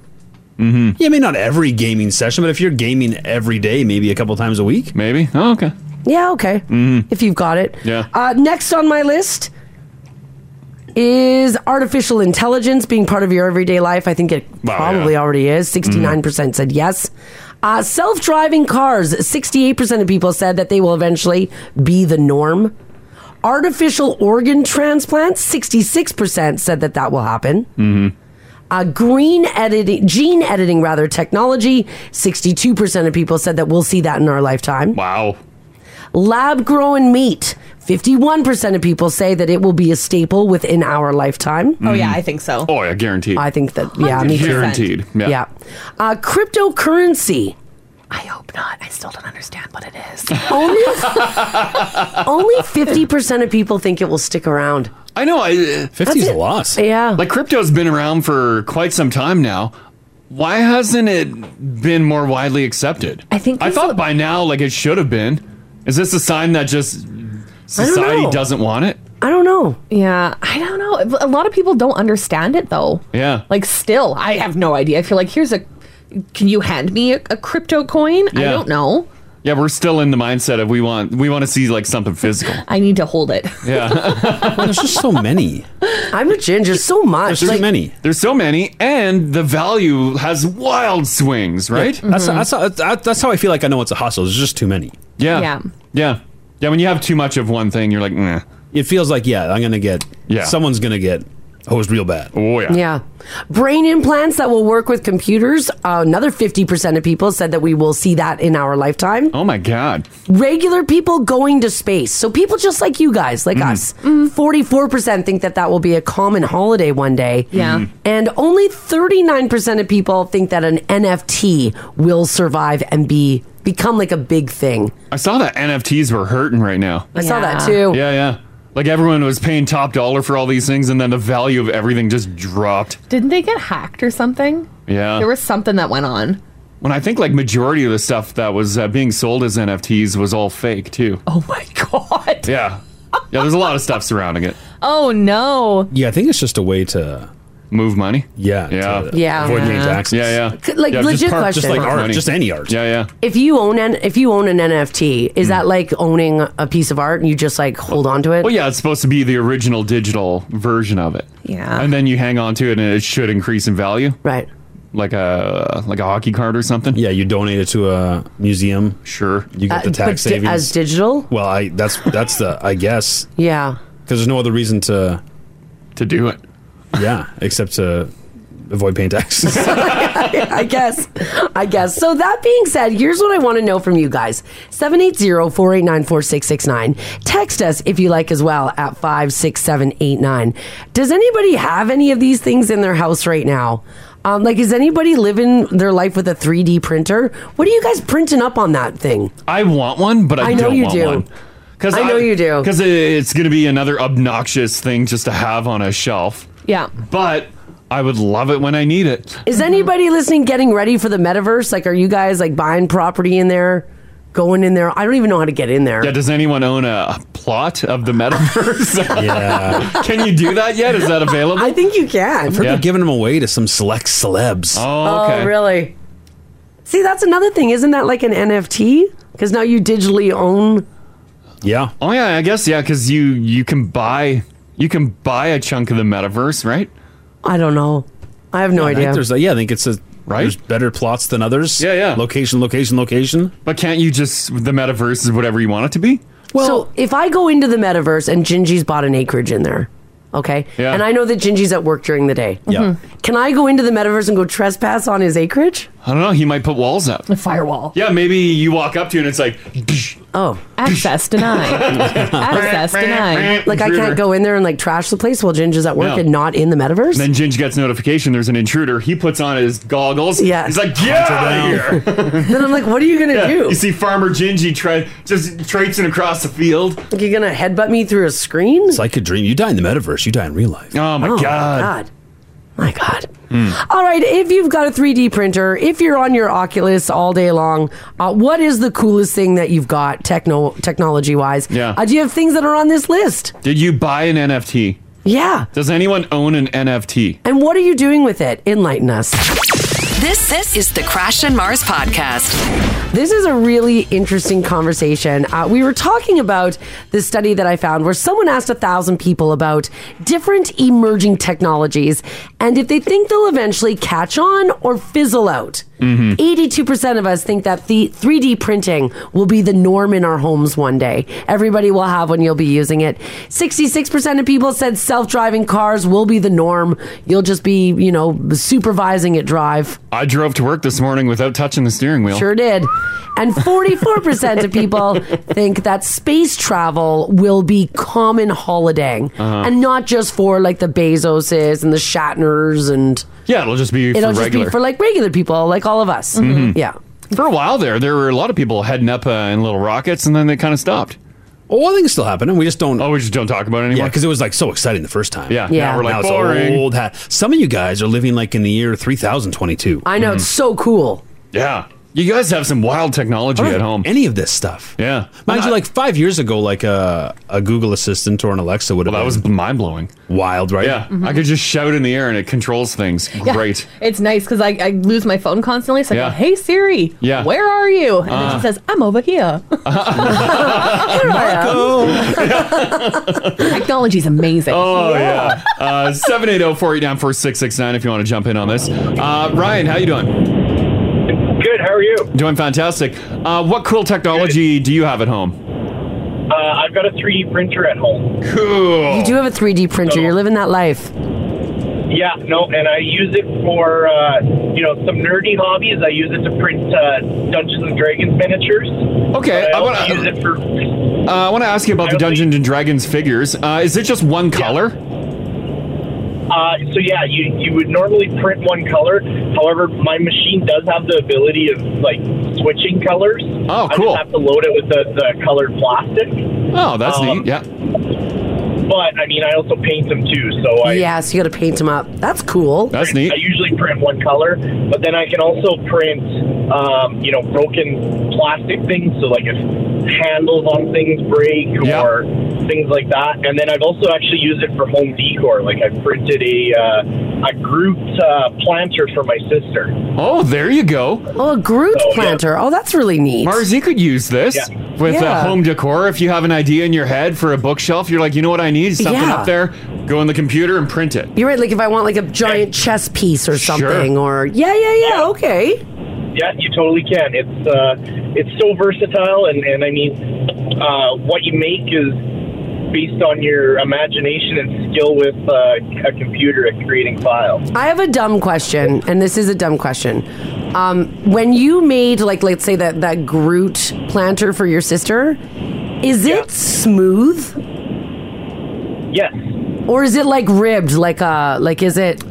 Mm-hmm. Yeah, I mean, not every gaming session, but if you're gaming every day, maybe a couple times a week, maybe. Oh, okay. Mm-hmm. Yeah, okay. If you've got it. Yeah. Uh, next on my list is artificial intelligence being part of your everyday life. I think it probably already is. 69% said yes. Uh, Self driving cars, 68% of people said that they will eventually be the norm. Artificial organ transplants, 66% said that that will happen. Mm-hmm. Uh, green editing, gene editing, rather, technology. 62% of people said that we'll see that in our lifetime. Wow. Lab grown meat. 51% of people say that it will be a staple within our lifetime. Oh yeah, I think so. Oh yeah, guaranteed. I think that, yeah, me too. guaranteed. Yeah. Yeah. Uh, cryptocurrency. Not. I still don't understand what it is. Only, only 50% of people think it will stick around. I know. I That's is a it. lot. Yeah. Like crypto's been around for quite some time now. Why hasn't it been more widely accepted? I think I thought by now, like it should have been. Is this a sign that just society know. doesn't want it? I don't know. Yeah, I don't know. A lot of people don't understand it though. Yeah. Like, still, I have no idea. I feel like here's a. Can you hand me a, a crypto coin? I Yeah. don't know. Yeah, we're still in the mindset of we want we want to see like something physical. I need to hold it. Yeah. there's just so many. I'm a ginger. So much. There's so Like- many. There's so many, and the value has wild swings, right? Yeah, That's that's how- Uh, that- that's how I feel like I know it's a hustle. There's just too many. Yeah. Yeah. Yeah. Yeah. When you have too much of one thing, you're like, nah. It feels like yeah, I'm gonna get yeah. Someone's gonna get hosed real bad. Oh Yeah. Brain implants that will work with computers. Uh, another 50% of people said that we will see that in our lifetime. Oh my God. Regular people going to space. So people just like you guys, like us. 44% think that that will be a common holiday one day. Yeah. Mhm. And only 39% of people think that an NFT will survive and be become like a big thing. I saw that NFTs were hurting right now. I saw that Yeah. too. Yeah, yeah. Like everyone was paying top dollar for all these things, and then the value of everything just dropped. Didn't they get hacked or something? Yeah. There was something that went on. when I think like majority of the stuff that was uh, being sold as NFTs was all fake too. Oh my god. Yeah. Yeah, there's a lot of stuff surrounding it. Oh no. Yeah, I think it's just a way to move money. Yeah, Yeah. Yeah. Avoid paying Yeah. taxes. Yeah, C- like, Yeah, just legit park- just question. like art, just any art. Yeah, yeah. If you own an if you own an NFT, is that like owning a piece of art and you just like hold on to it? Well, yeah, it's supposed to be the original digital version of it. Yeah. And then you hang on to it, and it should increase in value. Right. Like a like a hockey card or something. Yeah, you donate it to a museum. Sure, you get Uh, the tax but di- savings as digital. Well, I that's that's the I guess Yeah. because there's no other reason to to do it. Yeah, except to avoid paying taxes. I guess. I guess. So that being said, here's what I want to know from you guys. 780-489-4669. Text us if you like as well at 56789. Does anybody have any of these things in their house right now? Um, like, is anybody living their life with a 3D printer? What are you guys printing up on that thing? I want one, but I, I know don't you want do. one. I know you do. Because it's going to be another obnoxious thing just to have on a shelf. Yeah. But I would love it when I need it. Is anybody listening getting ready for the metaverse? Like, are you guys like buying property in there, going in there? I don't even know how to get in there. Yeah, does anyone own a plot of the metaverse? Yeah. Can you do that yet? Is that available? I think you can. I've heard they're giving them away to some select celebs. Oh, really? See, that's another thing. Isn't that like an NFT? Because now you digitally own. Yeah. Oh yeah, I guess yeah, because you you can buy you can buy a chunk of the metaverse, right? I don't know. I have no I think idea. there's a, yeah, I think it's a right. There's better plots than others. Yeah, yeah. Location, location, location. But can't you just the metaverse is whatever you want it to be? so if I go into the metaverse and Gingy's bought an acreage in there, okay, Yeah. and I know that Gingy's at work during the day, Yeah. Mhm. can I go into the metaverse and go trespass on his acreage? I don't know. He might put walls up. A firewall. Yeah, maybe you walk up to it and it's like Oh, access denied. Access denied. Like I can't go in there and like trash the place while Ginger's at work No. and not in the metaverse. Then Ginge gets notification there's an intruder. He puts on his goggles. Yeah. He's like, get out of here. then I'm like, what are you gonna Yeah. do? You see Farmer Gingy tra- just traipsing across the field. Like you're gonna headbutt me through a screen? It's like a dream. You die in the metaverse. You die in real life. Oh Hmm. my Oh, my God. God. My God. All right, if you've got a 3D printer, if you're on your Oculus all day long, uh, what is the coolest thing that you've got techno technology wise? Yeah. Uh, do you have things that are on this list? Did you buy an NFT? Yeah. Does anyone own an NFT? And what are you doing with it? Enlighten us. This this is the Crash and Mars podcast. This is a really interesting conversation. Uh, we were talking about the study that I found where someone asked a thousand people about different emerging technologies and if they think they'll eventually catch on or fizzle out. Mm-hmm. 82% of us think that the 3D printing will be the norm in our homes one day. Everybody will have one, you'll be using it. 66% of people said self driving cars will be the norm. You'll just be, you know, supervising it drive. I drove to work this morning without touching the steering wheel. Sure did. And 44% of people think that space travel will be common holidaying Uh-huh. and not just for like the Bezoses and the Shatners and Yeah, it'll just be it'll for just regular. be for like regular people, like all of us. Mhm. Yeah. For a while there, there were a lot of people heading up uh, in little rockets, and then they kind of stopped. Oh, I think it's still happening. We just don't. Oh, we just don't talk about it anymore. Yeah, because it was like so exciting the first time. Yeah. Yeah. Now we're like, it's boring. old hat. Some of you guys are living like in the year 3022. I know. It's so cool. Yeah. You guys have some wild technology at home. Any of this stuff. Yeah. Mind you, like five years ago, like a, a Google Assistant or an Alexa would have well, That was mind blowing. Wild, right? Yeah. I could just shout in the air and it controls things. Yeah. Great. It's nice because I, I lose my phone constantly. So I Yeah. go, hey Siri, Yeah. where are you? And then Uh. she says, I'm over here. Here I uh, am. Technology's amazing. Oh yeah. Uh seven eight zero four eight nine four six six nine. If you want to jump in on this, uh, Ryan, how you doing? Good. How are you? Doing fantastic. Uh, what cool technology do you have at home? Uh, I've got a 3D printer at home. Cool. You do have a 3D printer. You're living that life. Yeah, no, and I use it for uh, you know some nerdy hobbies. I use it to print uh, Dungeons and Dragons miniatures. Okay, But I, I also wanna- use it for. Uh, I want to ask you about the Dungeons and Dragons figures. Uh, is it just one color? Uh, so yeah, you you would normally print one color. However, my machine does have the ability of like switching colors. Oh, I cool. just have to load it with the, the colored plastic. Oh, that's Um, neat. Yeah. But I mean, I also paint them too, so Oh, I yeah, so you got to paint them up. That's cool. That's I usually print one color, but then I can also print, um, you know, broken plastic things. So like if handles on things break or things like that. And then I've also actually used it for home decor. Like I printed a uh, a Groot uh, planter for my sister. Oh, there you go. Oh, a Groot planter. Oh, that's really neat. Mars, you could use this Yeah. with Yeah. uh, home decor. If you have an idea in your head for a bookshelf, you're like, you know what I need? Something Yeah. up there. Go in the computer and print it. You're right. Like if I want like a giant chess piece or something, or yeah, yeah, yeah. Okay. Yeah, you totally can. It's uh, it's so versatile, and and I mean, uh, what you make is based on your imagination and skill with uh, a computer at creating files. I have a dumb question, and this is a dumb question. Um, when you made like let's say that that Groot planter for your sister, is it smooth? Yes. Or is it like ribbed? Like uh, like is it?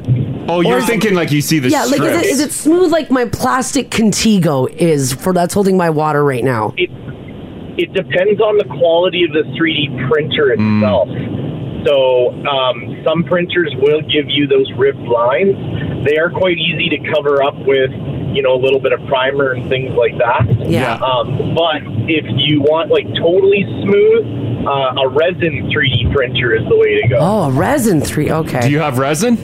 Oh, or you're is it- thinking like you see the yeah, like is it, strips. is it smooth like my plastic Contigo is for that's holding my water right now? It depends on the quality of the 3D printer Mm. itself. So um, some printers will give you those ribbed lines. They are quite easy to cover up with, you know, a little bit of primer and things like that. Yeah. Um, but if you want like totally smooth, uh, a resin 3D printer is the way to go. Oh, a resin three. Okay. Do you have resin?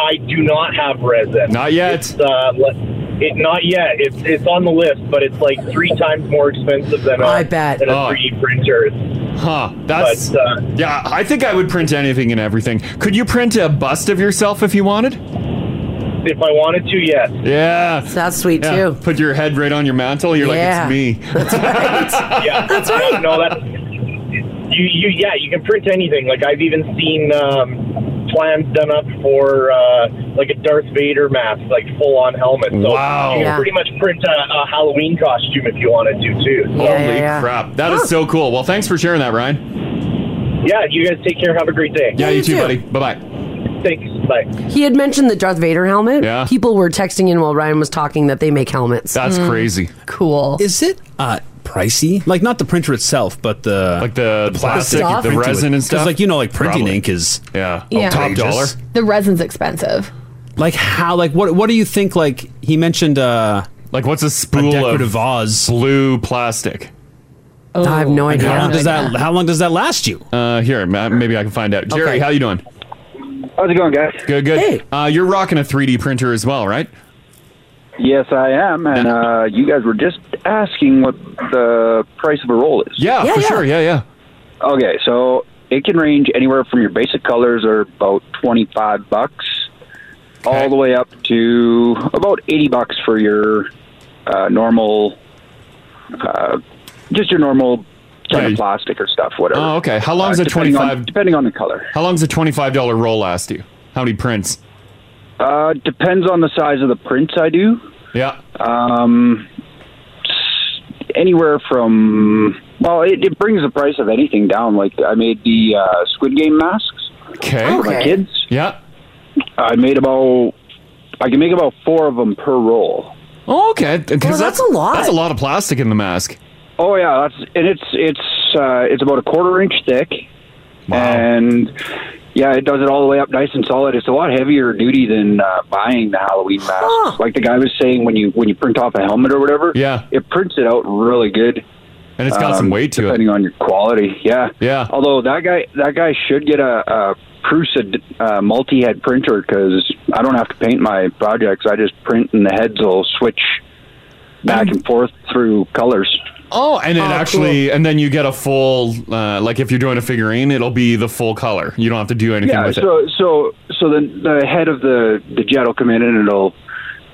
I do not have resin. Not yet. It's, uh, le- it, not yet. It's it's on the list, but it's like three times more expensive than a, I bet. than a Oh. 3D printer. Huh? That's But, uh, yeah. I think I would print anything and everything. Could you print a bust of yourself if you wanted? If I wanted to, yes. Yeah. That's sweet too. Put your head right on your mantle. You're Yeah. like, it's me. yeah, that's right. No, that's you. You yeah, you can print anything. Like I've even seen um, plans done up for uh, like a Darth Vader mask, like full on helmet. So Wow. you can Yeah. pretty much print a, a Halloween costume if you wanted to too. Holy crap. That is so cool. Well, thanks for sharing that, Ryan. Yeah, you guys take care. Have a great day. Yeah, you, too, buddy. Bye bye. Thanks. Bye. He had mentioned the Darth Vader helmet. Yeah. People were texting in while Ryan was talking that they make helmets. That's Mm. crazy. Mm-hmm. Cool. Is it uh, pricey? Like not the printer itself, but the like the, plastic, Stuff? the resin and stuff? Like you know, like printing Probably. ink is Oh, yeah, The resin's expensive. Like how? Like what? What do you think? Like he mentioned. uh Like what's a spool decorative of vase? Blue plastic. I have Oh. no Like, idea. How long does that? How long does that last you? Uh, here, ma- maybe I can find out. Jerry, Okay. how you doing? How's it going, guys? Good, good. Uh, you're rocking a 3D printer as well, right? Yes, I am. And uh, you guys were just asking what the price of a roll is. Yeah, for sure. Yeah, yeah. Okay, so it can range anywhere from your basic colors are about 25 bucks all the way up to about 80 bucks for your uh, normal uh, just your normal kind of plastic or stuff whatever. Oh, okay. How long is Uh, a depending on- 25 depending on the color. How long's a $25 roll last you? How many prints? Uh, depends on the size of the prints I do. Yeah. Um, anywhere from well, it, it brings the price of anything down. Like I made the uh, Squid Game masks okay. for my kids. Yeah. I made about I can make about four of them per roll. Oh, okay. 'Cause Well, that's a lot. That's a lot of plastic in the mask. Oh yeah, that's and it's it's uh, it's about a quarter inch thick, and yeah, it does it all the way up nice and solid. It's a lot heavier duty than uh, buying the Halloween mask. Like the guy was saying, when you when you print off a helmet or whatever, yeah, it prints it out really good. Um, And it's got some weight to it. depending on your quality. Yeah, yeah. Although that guy that guy should get a. a Prusa d- uh, multi-head printer because I don't have to paint my projects. I just print and the heads will switch back and forth through colors. Oh, and it actually, and then you get a full, uh, like if you're doing a figurine, it'll be the full color. You don't have to do anything yeah, with so, So, so then the head of the, the jet will come in and it'll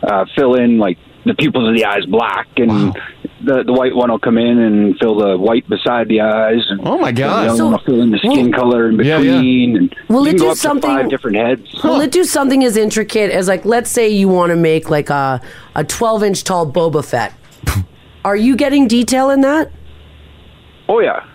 uh, fill in like the pupils of the eyes black, and the the white one will come in and fill the white beside the eyes. And oh my The God. yellow So- one will fill in the skin color in Yeah, between. yeah. And Will it you can do go up something- To five different heads. Will it do something as intricate as like let's say you want to make like a a 12 inch tall Boba Fett? Are you getting detail in that? Oh yeah,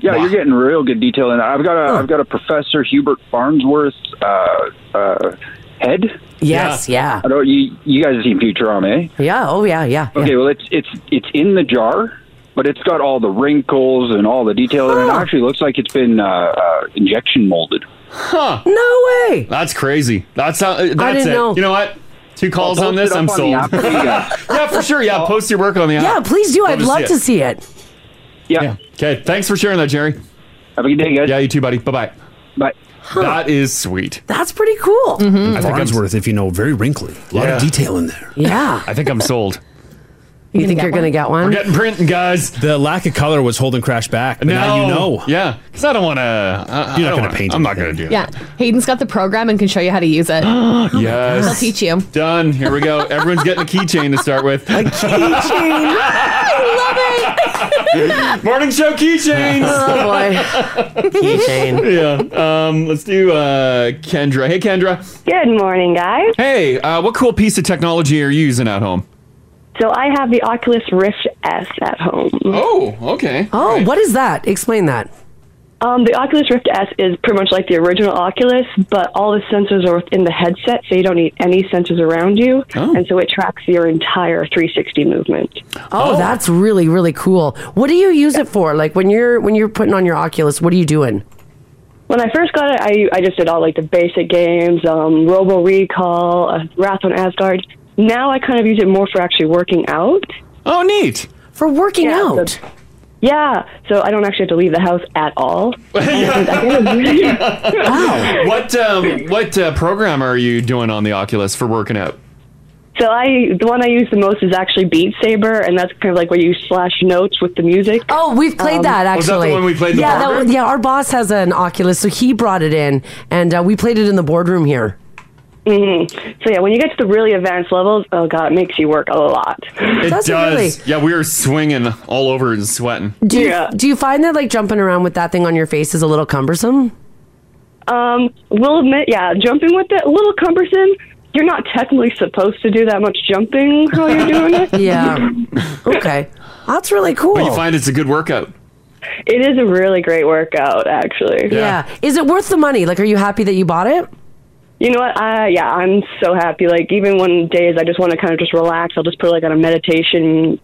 yeah. You're getting real good detail in. it. I've got a have got a Professor Hubert Farnsworth uh, uh, head. Yes, yeah. I don't. You you guys have seen Futurama, eh? Yeah. Oh yeah. Yeah. Okay, well it's it's it's in the jar, but it's got all the wrinkles and all the detail, and it actually looks like it's been uh, uh, injection molded. Huh. No way. That's crazy. That's how, that's didn't it. know. You know what? Two calls I'll on post this, it I'm up on sold. the app for you guys. yeah, for sure. Yeah, post your work on the app. Yeah, please do. I'd love to it. see it. Yeah. Okay. Thanks for sharing that, Jerry. Have a good day, guys. Yeah, you too, buddy. Bye bye. Bye. That is sweet. That's pretty cool. I think that's worth if you know very wrinkly. A lot Yeah. of detail in there. Yeah. I think I'm sold. You, think you're going to get one? We're getting printing, guys. The lack of color was holding Crash back. But Now you know. Yeah, because Uh, I don't want to. You're not going to paint. I'm not going to do Yeah, Hayden's got the program and can show you how to use it. Oh that. Yes. He'll teach you. Done. Here we go. Everyone's getting a keychain to start with. Morning show keychains. Oh, boy. Keychain. Yeah. Um, let's do uh, Kendra. Hey, Kendra. Good morning, guys. Hey, uh, what cool piece of technology are you using at home? So I have the Oculus Rift S at home. Oh, okay. Oh, what is that? Explain that. Um, the Oculus Rift S is pretty much like the original Oculus, but all the sensors are within the headset, so you don't need any sensors around you, Oh. and so it tracks your entire 360 movement. Oh, that's really really cool. What do you use it for? Like when you're when you're putting on your Oculus, what are you doing? When I first got it, I, I just did all like the basic games, um, Robo Recall, uh, Wrath on Asgard. Now I kind of use it more for actually working out. Oh, neat! For working out. yeah, so I don't actually have to leave the house at all. what um, what uh, program are you doing on the Oculus for working out? So I, the one I use the most is actually Beat Saber, and that's kind of like where you slash notes with the music. Um, Oh, we've played that actually. Um, Was that the one we played in the yeah, boardroom? was- yeah. Our boss has an Oculus, so he brought it in, and uh, we played it in the boardroom here. hmm So yeah, when you get to the really advanced levels, oh god, it makes you work a lot. It Does it really? Yeah, we were swinging all over and sweating. Do you, do you find that like jumping around with that thing on your face is a little cumbersome? Um, we'll admit, yeah, jumping with it a little cumbersome. You're not technically supposed to do that much jumping while you're doing it. Yeah. okay. That's really cool. But you find it's a good workout. It is a really great workout, Uh, actually. Yeah. Is it worth the money? Like, are you happy that you bought it? You know what? I yeah, I'm so happy. Like even when days I just want to kind of just relax, I'll just put like on a meditation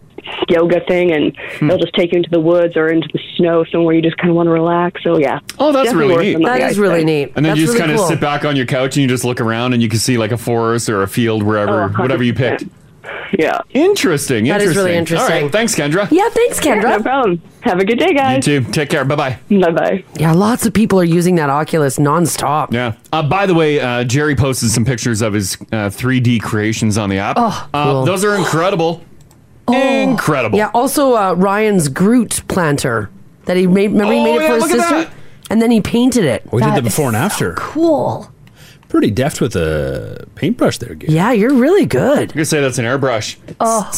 yoga thing, and it'll just take you into the woods or into the snow somewhere you just kind of want to relax. So yeah. Oh, that's Definitely really worth the neat. money, I'd say. And then you just kind of sit back on your couch and you just look around and you can see like a forest or a field, wherever, whatever you picked. Oh, Yeah. Interesting. That is really All interesting. right. Thanks, Kendra. Yeah, thanks, Kendra. no problem. Have a good day, You guys. too. Take care. Bye bye. Bye bye. Yeah, lots of people are using that Oculus nonstop. Yeah. Uh, by the way, uh, Jerry posted some pictures of his uh, 3D creations on the app. Oh, Uh, cool. Oh. Those are incredible. Incredible. Yeah. Also, uh, Ryan's Groot planter that he made. Remember, he Oh, made it yeah, for his look at sister, that. and then he painted it. We did the before and after. Cool. Pretty deft with a paintbrush there, Gabe. Yeah, you're really good. You could say that's an airbrush. Oh,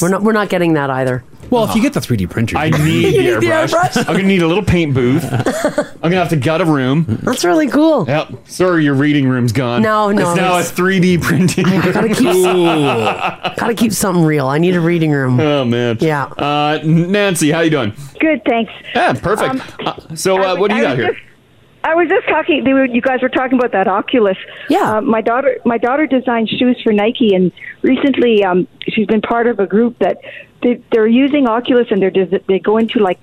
we're not. We're not getting that either. Well, if you get the 3D printer, I need the You need the airbrush. airbrush? I'm going to need a little paint booth. I'm going to have to gut a room. That's really cool. Yep. Sorry, your reading room's gone. No, no, It's now a it's- 3D printing. I gotta keep. gotta keep something real. I need a reading room. Oh man. Yeah. Uh, Nancy, how you doing? Good, thanks. Um, Yeah, perfect. Uh, so, I uh, was- what do you I got was here? just- I was just talking. They were, you guys were talking about that Oculus. Yeah. Uh, my daughter, my daughter designs shoes for Nike, and recently um, she's been part of a group that they, they're using Oculus, and they're des- they go into like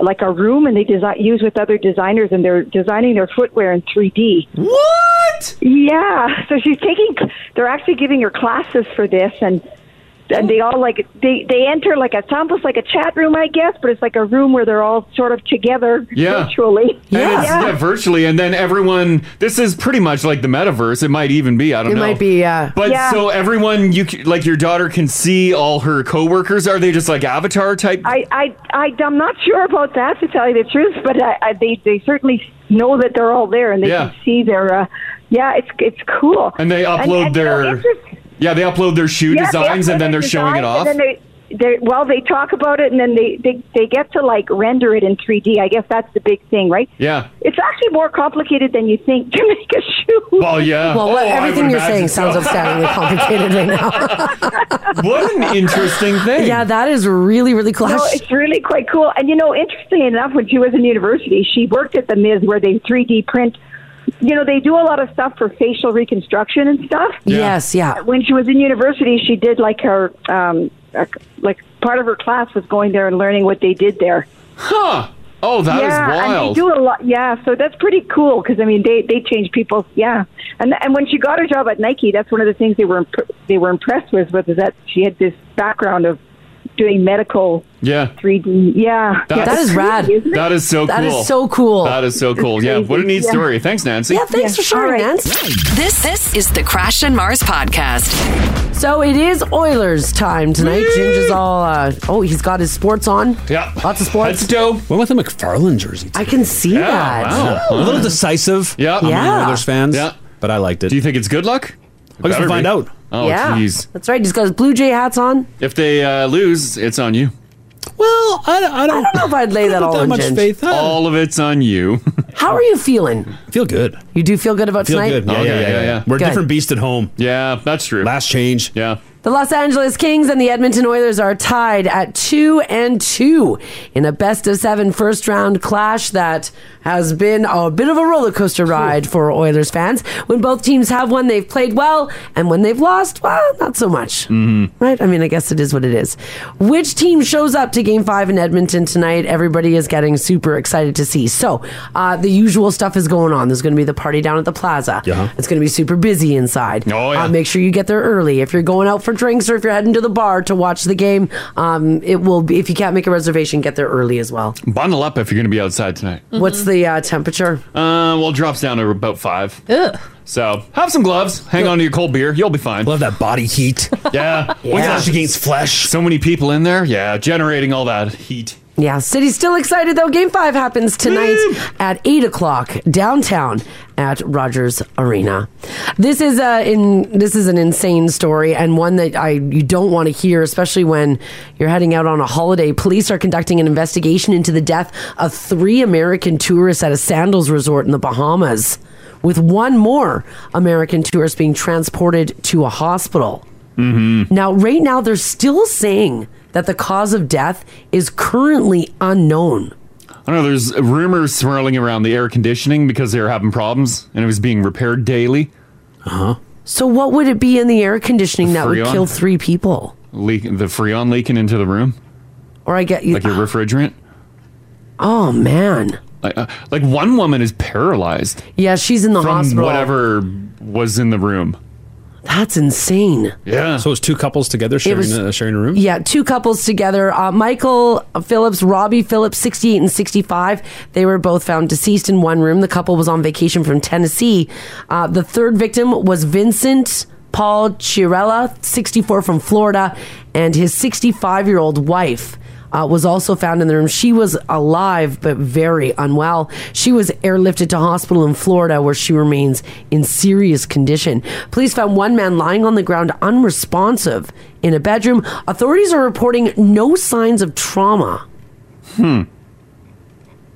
like a room and they design use with other designers, and they're designing their footwear in 3D. What? Yeah. So she's taking. They're actually giving her classes for this, and and they all like they they enter like a, it's almost like a chat room, I guess, but it's like a room where they're all sort of together Yeah. virtually. And it's, yeah, virtually, and then everyone. This is pretty much like the metaverse. It might even be. I don't It know. might be. Uh, But Yeah. so everyone, you c- like your daughter can see all her coworkers. Are they just like avatar type? I, I, I, I'm not sure about that to tell you the truth, but I, I, they, they certainly know that they're all there and they Yeah. can see their. Uh, yeah, it's it's cool. and they upload and so their. it's just- yeah, they upload their shoe yeah, they designs, upload and then their they're showing it designs, off. And then they, they, well, they talk about it, and then they, they, they get to like render it in 3D. I guess that's the big thing, right? yeah. It's actually more complicated than you think to make a shoe. Well, yeah. well, Oh, I what, would everything you're saying imagine so. sounds upsettingly complicated right now. What an interesting thing. yeah, that is really really cool. How No, sh- it's really quite cool. And you know, interestingly enough, when she was in university, she worked at the Miz where they 3D print. You know, they do a lot of stuff for facial reconstruction and stuff. Yes. Yeah. When she was in university, she did like her um, uh, like part of her class was going there and learning what they did there. Huh. Oh, that is yeah, And they wild. do a lot. Yeah, so that's pretty cool because I mean they they change people. Yeah, and and when she got her job at Nike, that's one of the things they were imp- they were impressed with was that she had this background of doing medical Yeah. 3D. Yeah, yeah, That's- crazy, isn't it? That is so cool. That is so cool. That is so cool. Yeah. What a neat Yeah. story. Thanks, Nancy. Yeah, thanks for sharing, Nance. This this is the Crash and Mars podcast. So it is Oilers time tonight. Ginge is all, uh, oh, he's got his sports on. Yeah. Lots of sports. Let's go. Went with a McFarland jersey. I can see that. A little decisive. Yeah. Yeah. Oilers fans. Yeah. But I liked it. Do you think it's good I luck? guess Better we'll find be. out. Oh, yeah. jeez. That's right. He's got his Blue Jay hats on. If they uh, lose, it's on you. Well, I, I, don't, I don't know if I'd lay that all on Ginge. All of it's on you. How are you feeling? Feel good. You do feel good about Feel tonight? good. Oh, Yeah, yeah, yeah, yeah, We're a Good. different beast at home. Yeah, that's true. Last change. Yeah. The Los Angeles Kings and the Edmonton Oilers are tied at two and two in a best of seven first round clash that has been a bit of a roller coaster ride for Oilers fans. When both teams have won, they've played well, and when they've lost, well, not so much. Mm-hmm. Right? I mean, I guess it is what it is. Which team shows up to game five in Edmonton tonight? Everybody is getting super excited to see. So, uh, the usual stuff is going on. There's going to be the party down at the plaza. Yeah. It's going to be super busy inside. Oh, yeah. Uh, make sure you get there early. If you're going out for drinks or if you're heading to the bar to watch the game, um, it will be, if you can't make a reservation, get there early as well. Bundle up if you're going to be outside tonight. What's the uh, temperature? Uh, well, it drops down to about five. Ugh. So have some gloves. Hang on to your cold beer. You'll be fine. Love that body heat. Yeah. Yeah. Flesh against flesh. So many people in there. Yeah, generating all that heat. Yeah, City's still excited though. Game five happens tonight at eight o'clock downtown at Rogers Arena. This is a in this is an insane story and one that I you don't want to hear, especially when you're heading out on a holiday. Police are conducting an investigation into the death of three American tourists at a sandals resort in the Bahamas, with one more American tourist being transported to a hospital. Now, right now, they're still saying that the cause of death is currently unknown. I don't know. There's rumors swirling around the air conditioning because they were having problems and it was being repaired daily. Uh huh. Uh-huh. So, what would it be in the air conditioning that would Freon? kill three people? Leak the freon leaking into the room, Or I get you. like your refrigerant. Oh man. Like, uh, like one woman is paralyzed yeah, she's in the from hospital. whatever was in the room. That's insane. Yeah. So it's two couples together sharing, was- a, sharing a room? Yeah, two couples together. Uh, Michael Phillips, Robbie Phillips, 68 and 65. They were both found deceased in one room. The couple was on vacation from Tennessee. Uh, the third victim was Vincent Paul Chirella, 64 from Florida, and his 65 year old wife. Uh, was also found in the room. She was alive but very unwell. She was airlifted to hospital in Florida where she remains in serious condition. Police found one man lying on the ground unresponsive in a bedroom. Authorities are reporting no signs of trauma. Hmm.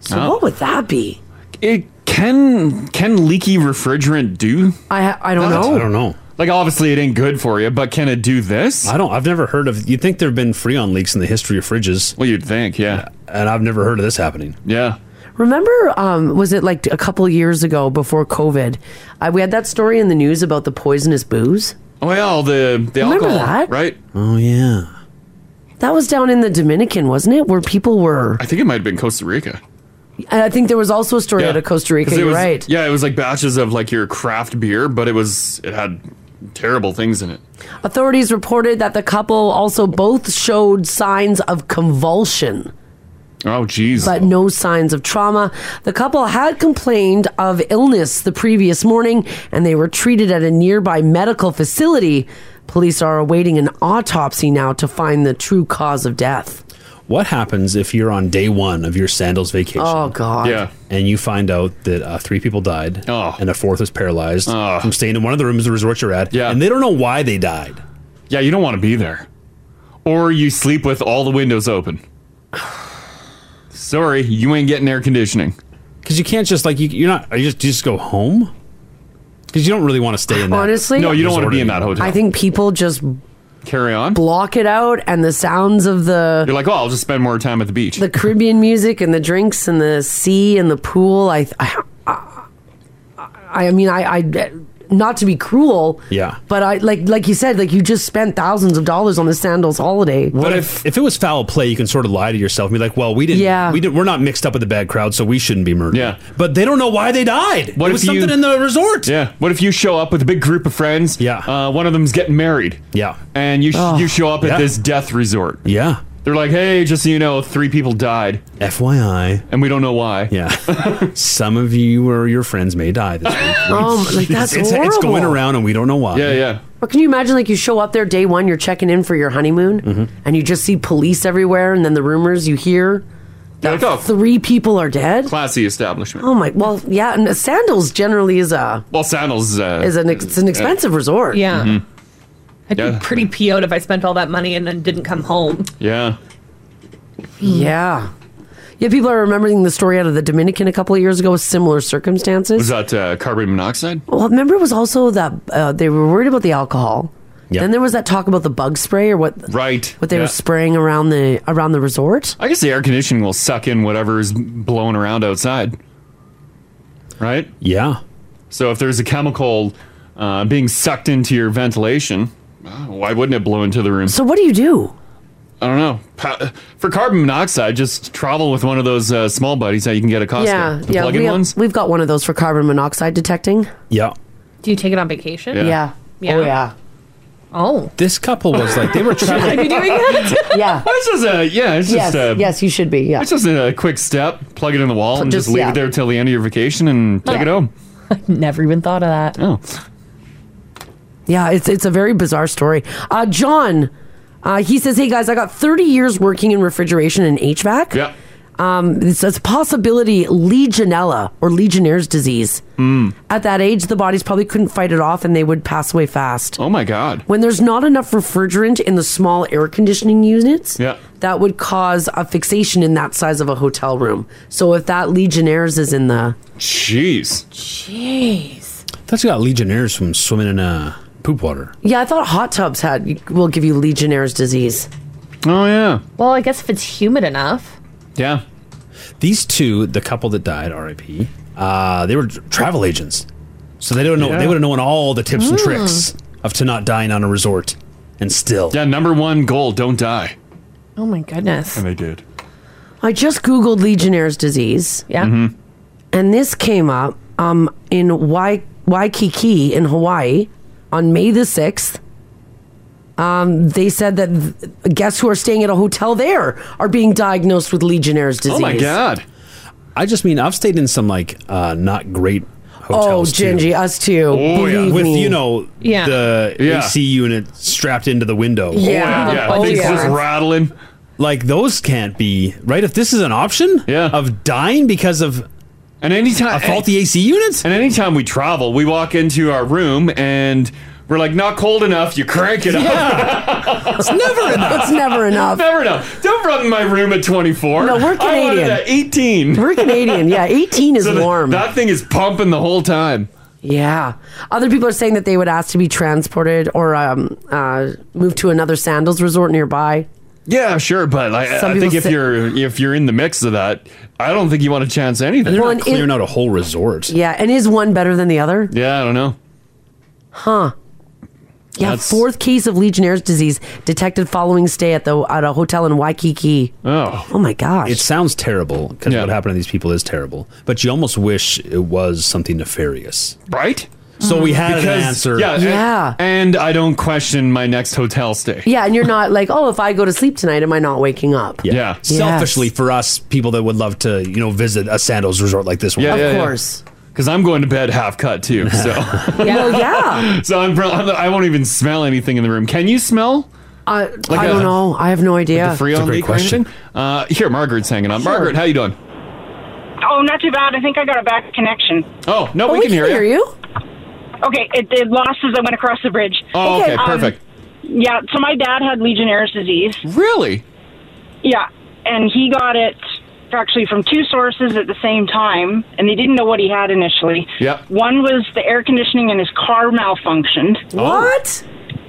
So what would that be? It can can leaky refrigerant do? I I don't know. I don't know. Like obviously it ain't good for you, but can it do this? I don't. I've never heard of. You'd think there have been freon leaks in the history of fridges. Well, you'd think, yeah. And I've never heard of this happening. Yeah. Remember, um, was it like a couple years ago before COVID? Uh, we had that story in the news about the poisonous booze. Oh yeah, all the the Remember alcohol, that? right? Oh yeah. That was down in the Dominican, wasn't it? Where people were. I think it might have been Costa Rica. And I think there was also a story Yeah. out of Costa Rica. 'Cause it You're was, right. Yeah, it was like batches of like your craft beer, but it was it had terrible things in it. Authorities reported that the couple also both showed signs of convulsion. Oh jeez. But no signs of trauma. The couple had complained of illness the previous morning and they were treated at a nearby medical facility. Police are awaiting an autopsy now to find the true cause of death. What happens if you're on day one of your sandals vacation? Oh, God. Yeah. Oh. And you find out that uh, three people died, and a fourth is paralyzed from staying in one of the rooms of the resort you're at. Yeah. And they don't know why they died. Yeah, you don't want to be there. Or you sleep with all the windows open. Sorry, you ain't getting air conditioning. Because you can't just like you, you're not. You just you just go home. Because you don't really want to stay in. That Honestly, no, you don't want to be in that hotel. I think people just Carry on. block it out and the sounds of the You're like, oh, I'll just spend more time at the beach. the Caribbean music and the drinks and the sea and the pool. I, I, I, I mean, I, I, not to be cruel, Yeah. but I like like you said, like you just spent thousands of dollars on the sandals holiday. But if if it was foul play, you can sort of lie to yourself and be like, "Well, we didn't. Yeah. we didn't. We're not mixed up with the bad crowd, so we shouldn't be murdered." Yeah. But they don't know why they died. What it if was you- something in the resort? Yeah. What if you show up with a big group of friends? Yeah. Uh, one of them's getting married. Yeah. And you sh- Oh. you show up at Yeah. this death resort. Yeah. They're like, hey, just so you know, three people died. FYI, and we don't know why. Yeah. Some of you or your friends may die this week. Oh, like, that's it's, it's going horrible. around, and we don't know why. Yeah, yeah. Or can you imagine like you show up there day one, you're checking in for your honeymoon, Mm-hmm. and you just see police everywhere, and then the rumors you hear that "Oh, three people are dead. Classy establishment. Oh my! Well, yeah, and sandals generally is a Well, Sandals uh, is an ex- it's an expensive resort. Yeah. Mhm. I'd Yeah. be pretty PO'd if I spent all that money and then didn't come home. Yeah. Mm-hmm. Mm-hmm. Yeah. Yeah, people are remembering the story out of the Dominican a couple of years ago with similar circumstances. Was that uh, carbon monoxide? Well, remember it was also that uh, they were worried about the alcohol. Then there was that talk about the bug spray or what Right. what they Yeah. were spraying around the around the resort. I guess the air conditioning will suck in whatever is blowing around outside. Right? Yeah. So if there's a chemical uh, being sucked into your ventilation, uh, why wouldn't it blow into the room? So what do you do? I don't know. Pa- For carbon monoxide, just travel with one of those uh, small buddies that you can get at Costco. yeah, The yeah. plug-in We have, ones. We've got one of those for carbon monoxide detecting. Yeah. Do you take it on vacation? Yeah. Yeah. Oh yeah. Oh. This couple was like they were traveling. Should I be doing that? yeah. It's just a yeah. It's yes, just a yes, you should be. Yeah. It's just a quick step. Plug it in the wall and just, Just- leave yeah. it there till the end of your vacation and Mm, take it home. Never even thought of that. Oh. Yeah, it's it's a very bizarre story. Uh, John, uh, he says, "Hey guys, I got 30 years working in refrigeration and HVAC. Yeah, um, it's, it's a possibility Legionella or Legionnaire's disease. Mm. At that age, the bodies probably couldn't fight it off, and they would pass away fast. Oh my God! When there's not enough refrigerant in the small air conditioning units, Yeah. that would cause a fixation in that size of a hotel room. So if that Legionnaires is in the Jeez. Jeez. That's got Legionnaires from swimming in uh, poop water. Yeah, I thought hot tubs had will give you Legionnaire's disease. Oh yeah. Well, I guess if it's humid enough. Yeah. These two, the couple that died, RIP, uh, they were tr- travel agents. So they don't know. They Yeah. would have known all the tips and Hmm. Mm. tricks of to not dying on a resort, and still. Yeah. Number one goal: don't die. Oh my goodness. And they did. I just googled Legionnaire's disease. Yeah. Mm-hmm. And this came up um, in Wai- Waikiki in Hawaii on May the 6th. Um, they said that th- guests who are staying at a hotel there are being diagnosed with Legionnaire's disease. Oh, Oh I just mean I've stayed in some like uh, not great hotels. oh, Gingy, too. us too. Oh yeah, Believe with me. you know Yeah. the Yeah. AC unit strapped into the window. Yeah. Oh, yeah. Yeah, Oh, things yeah. just rattling. Like those can't be right. If this is an option, yeah. of dying because of and anytime a faulty AC units. And anytime we travel, we walk into our room and we're like, not cold enough. You crank it up. It's never enough. It's never enough. Never enough. Don't run in my room at 24. No, we're I wanted Canadian. a 18. We're Canadian. Yeah, 18 is So the- warm. that thing is pumping the whole time. Yeah. Other people are saying that they would ask to be transported or um, uh, moved to another sandals resort nearby. Yeah, sure, but like, Some I people think if say- you're if you're in the mix of that, I don't think you want to chance anything. They're not Well, and it- clearing out a whole resort. Yeah, and is one better than the other? Yeah, I don't know. Huh. Yeah, That's- fourth case of Legionnaire's disease detected following stay at the at a hotel in Waikiki. Oh. Oh my gosh. It sounds terrible because what happened to these people is terrible. But you almost wish it was something nefarious, right? So we had Because- an answer. Yeah, and- Yeah. And, I don't question my next hotel stay. Yeah, and you're not like, oh, if I go to sleep tonight, am I not waking up? Yeah. Yes. Selfishly for us people that would love to, you know, visit a Sandals resort like this one. Yeah, Because I'm going to bed half cut too. So Well, yeah. So I'm, pro- I'm I won't even smell anything in the room. Can you smell? I, Like I a- don't know. I have no idea. The Freon leak or anything? Uh, here, Margaret's hanging on. Margaret, how you doing? Oh, not too bad. I think I got a bad connection. Oh no, we, can, hear, you. Okay, it, it lost as I went across the bridge. Oh, okay, Um, perfect. yeah, so my dad had Legionnaire's disease. Really? Yeah, and he got it actually from two sources at the same time, and they didn't know what he had initially. Yep. One was the air conditioning in his car malfunctioned. Oh. What?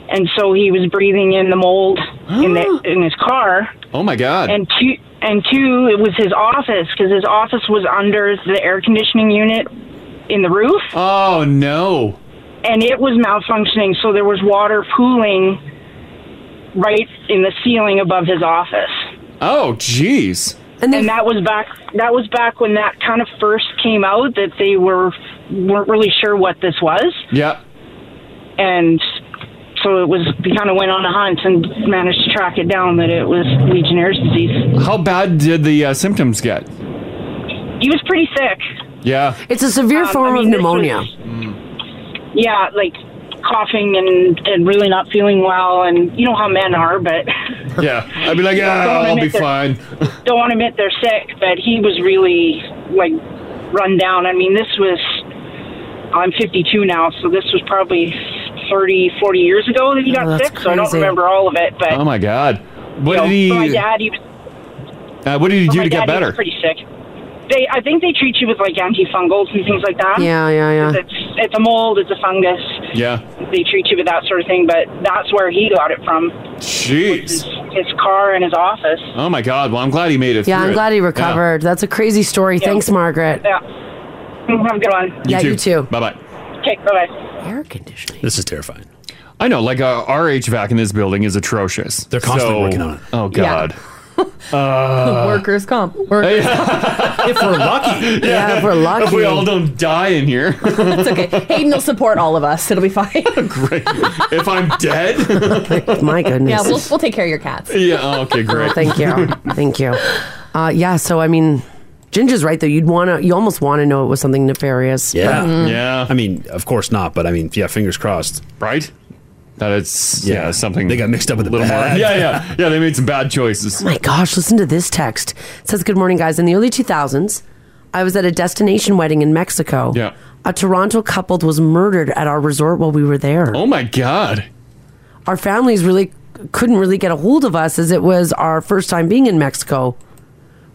And so he was breathing in the mold in the in his car. Oh my God. And two, and two, it was his office because his office was under the air conditioning unit in the roof. Oh no. and it was malfunctioning, so there was water pooling right in the ceiling above his office. Oh, jeez. And, that was back. That was back when that kind of first came out that they were weren't really sure what this was, Yeah. and so it was. We kind of went on a hunt and managed to track it down that it was Legionnaire's disease. How bad did the uh, symptoms get? He was pretty sick. Yeah. It's a severe Um, I form mean, of this pneumonia. Yeah, like coughing and and really not feeling well, and you know how men are, but Yeah. I'd be like, Don't yeah, wanna I'll be miss it. fine. don't want to admit they're sick, but he was really like run down. I mean, this was I'm 52 now, so this was probably 30, 40 years ago that he got Oh, that's sick. So I don't crazy. remember all of it, but Oh my God. What you know, did for my he? dad, he was, Uh, what did he for do my to get dad, he was better? pretty sick. They, I think they treat you with like antifungals and things like that. Yeah, yeah, yeah. 'Cause It's, it's a mold, it's a fungus. Yeah. They treat you with that sort of thing, but that's where he got it from. Jeez. His car and his office. Oh my God. Well, I'm glad he made it. Yeah, through I'm it. glad he Yeah. recovered. That's a crazy story. Thanks, Margaret. Yeah. Have a good one. You yeah, too. you too. Bye bye. Okay, bye bye. Air conditioning. This is terrifying. I know, like uh, our HVAC in this building is atrocious. They're constantly working on it. Oh Yeah. God. Uh, workers comp. Workers if we're lucky. Yeah, if we're lucky. If we all don't die in here. That's okay. Hayden will support all of us. It'll be fine. Great. If I'm dead. My goodness. Yeah, we'll, we'll take care of your cats. Yeah. Okay. Oh, Great. thank you. Thank you. Uh, yeah, so I mean, Ginger's right though. You'd want to, you almost want to know it was something nefarious. Yeah. but- Mm. Yeah. I mean, of course not, but I mean, yeah, fingers crossed. Right? That it's yeah, something they got mixed up with the Little more. bad. Yeah, yeah, yeah. They made some bad choices. Oh my gosh, listen to this text. It says, Good morning, guys. In the early 2000s, I was at a destination wedding in Mexico. Yeah. A Toronto couple was murdered at our resort while we were there. Oh my God. Our families really couldn't really get a hold of us as it was our first time being in Mexico.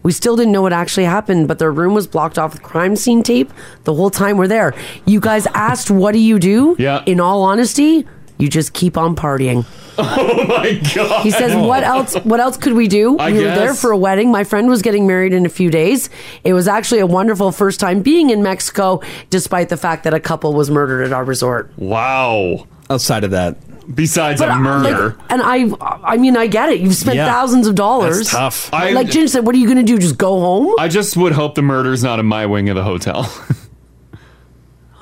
We still didn't know what actually happened, but their room was blocked off with crime scene tape the whole time we're there. You guys asked, What do you do? Yeah. In all honesty, you just keep on partying. Oh my God. He says, "What else? What else could we do? I we were there guess. for a wedding. My friend was getting married in a few days. It was actually a wonderful first time being in Mexico, despite the fact that a couple was murdered at our resort. Wow. Outside of that, besides But, a uh, murder, like, and I, I mean, I get it. You've spent Yeah. thousands of dollars. That's tough. I- like Jim said, what are you going to do? Just go home? I just would hope the murder's not in my wing of the hotel.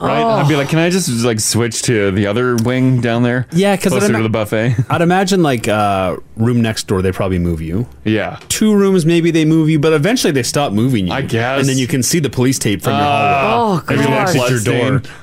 right? Oh. I'd be like, can I just like switch to the other wing down there? Yeah, 'cause I'd closer ima- to the buffet. I'd imagine like uh, room next door, they probably move you. Yeah. Two rooms, maybe they move you, but eventually they stop moving you. I guess. Ah. And then you can see the police tape from your Oh, hallway. Maybe If you God. exit your door. Bloodstain.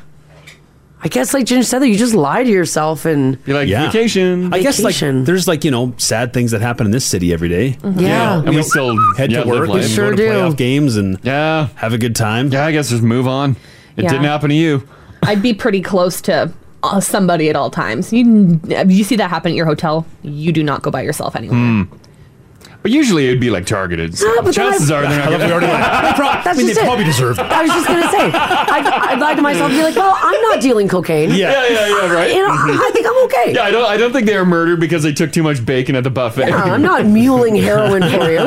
I guess, like Jim said, that you just lie to yourself and you're like Yeah. vacation. I guess like there's like you know sad things that happen in this city every day. Mhm. Yeah. Yeah. And we all still- head yeah, to live work. life. We We sure sure go to do. playoff games and yeah, have a good time. Yeah, I guess just move on. It Yeah. didn't happen to you. I'd be pretty close to uh, somebody at all times. You uh, you see that happen at your hotel, you do not go by yourself anywhere. Hmm. But usually it'd be like targeted. So Ah, but then chances I- are they're not. I love gonna- we already went- They prob- That's I mean, just they it. probably deserve it. I was just gonna say, I, I'd lie to myself and be like, "Well, I'm not dealing cocaine." Yeah, yeah, yeah, yeah, right. You know, I I think I'm okay. Yeah, I don't. I don't think they were murdered because they took too much bacon at the buffet. Yeah, I'm not muling heroin for you.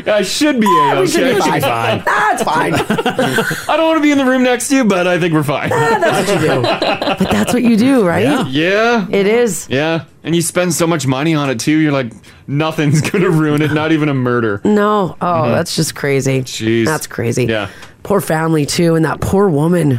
I should be. Ah, we should be fine. That's fine. I don't want to be in the room next to you, but I think we're fine. Ah, that's what you do. But that's what you do, right? Yeah. yeah. It is. Yeah. And you spend so much money on it too. You're like, nothing's going to ruin it. Not even a murder. No. Oh, Mhm. that's just crazy. Jeez. That's crazy. Yeah. Mm-hmm. Poor family too, and that poor woman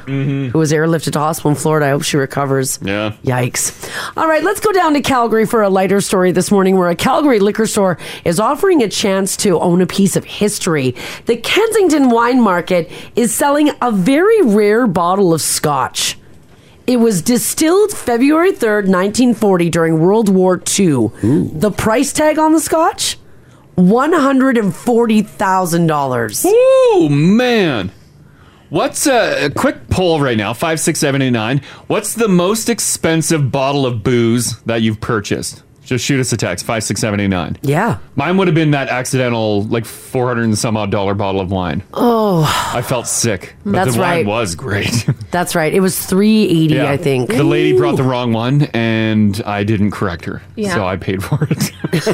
who was airlifted to hospital in Florida. I hope she recovers. Yeah. Yikes. All right, let's go down to Calgary for a lighter story this morning where a Calgary liquor store is offering a chance to own a piece of history. The Kensington Wine Market is selling a very rare bottle of scotch. It was distilled February 3rd, 1940, during World War II. The price tag on the scotch? $140,000. Oh, man. What's a, a quick poll right now? 56789. What's the most expensive bottle of booze that you've purchased? Just shoot us a text 56789. Yeah. Mine would have been that accidental, like 400 and some odd dollar bottle of wine. Oh, I felt sick. But That's the wine right. was great. that's right. It was 380, Yeah. I think. The lady brought the wrong one and I didn't correct her. Yeah. So I paid for it.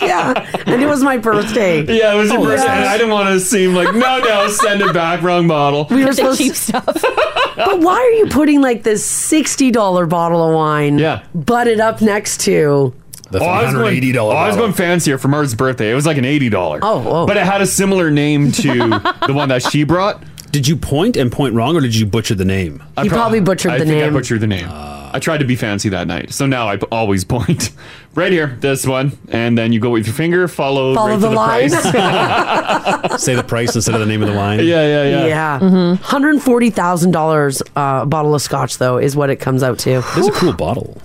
yeah. And it was my birthday. yeah, it was your Oh, birthday. yeah. I didn't want to seem like, no, no, send it back, wrong bottle. We were supposed to, but why are you putting like this sixty dollar bottle of wine? Yeah. Butted up next to. oh, I was going- $380 oh, I was going fancier for Mara's birthday. It was like an eighty dollar. Oh, oh. but it had a similar name to the one that she brought. Did you point and point wrong, or did you butcher the name? I prob- I think I butchered the name. I tried to be fancy that night, so now I p- always point right here, this one, and then you go with your finger, follow, Follow right the to line. price. Say the price instead of the name of the wine. Yeah, yeah, yeah. Yeah. Mm-hmm. $140,000 uh, a bottle of scotch, though, is what it comes out to. It's a cool bottle.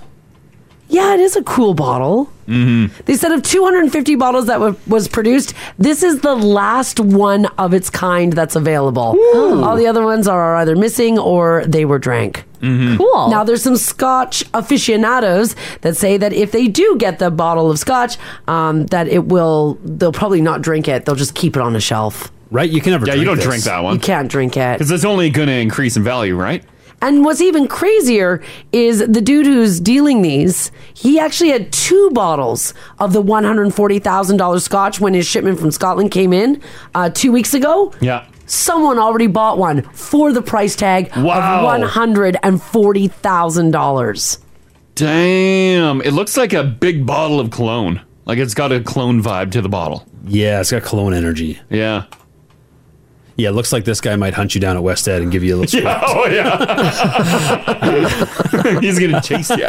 Yeah, it is a cool bottle. Mm-hmm. They said of 250 bottles that wa- was produced, this is the last one of its kind that's available. All the other ones are either missing or they were drank. Mm-hmm. Now, there's some Scotch aficionados that say that if they do get the bottle of Scotch, um, that it will, they'll probably not drink it. They'll just keep it on a shelf. Right? You can never. Yeah, you drink don't this. drink that one. You can't drink it because it's only going to increase in value, right? And what's even crazier is the dude who's dealing these, he actually had two bottles of the $140,000 scotch when his shipment from Scotland came in uh, two weeks ago. Yeah. Someone already bought one for the price tag Wow. of $140,000. Damn, it looks like a big bottle of cologne. Like it's got a cologne vibe to the bottle. Yeah, it's got cologne energy. Yeah. Yeah, it looks like this guy might hunt you down at West Ed and give you a little. Yeah, oh, yeah. He's going to chase you.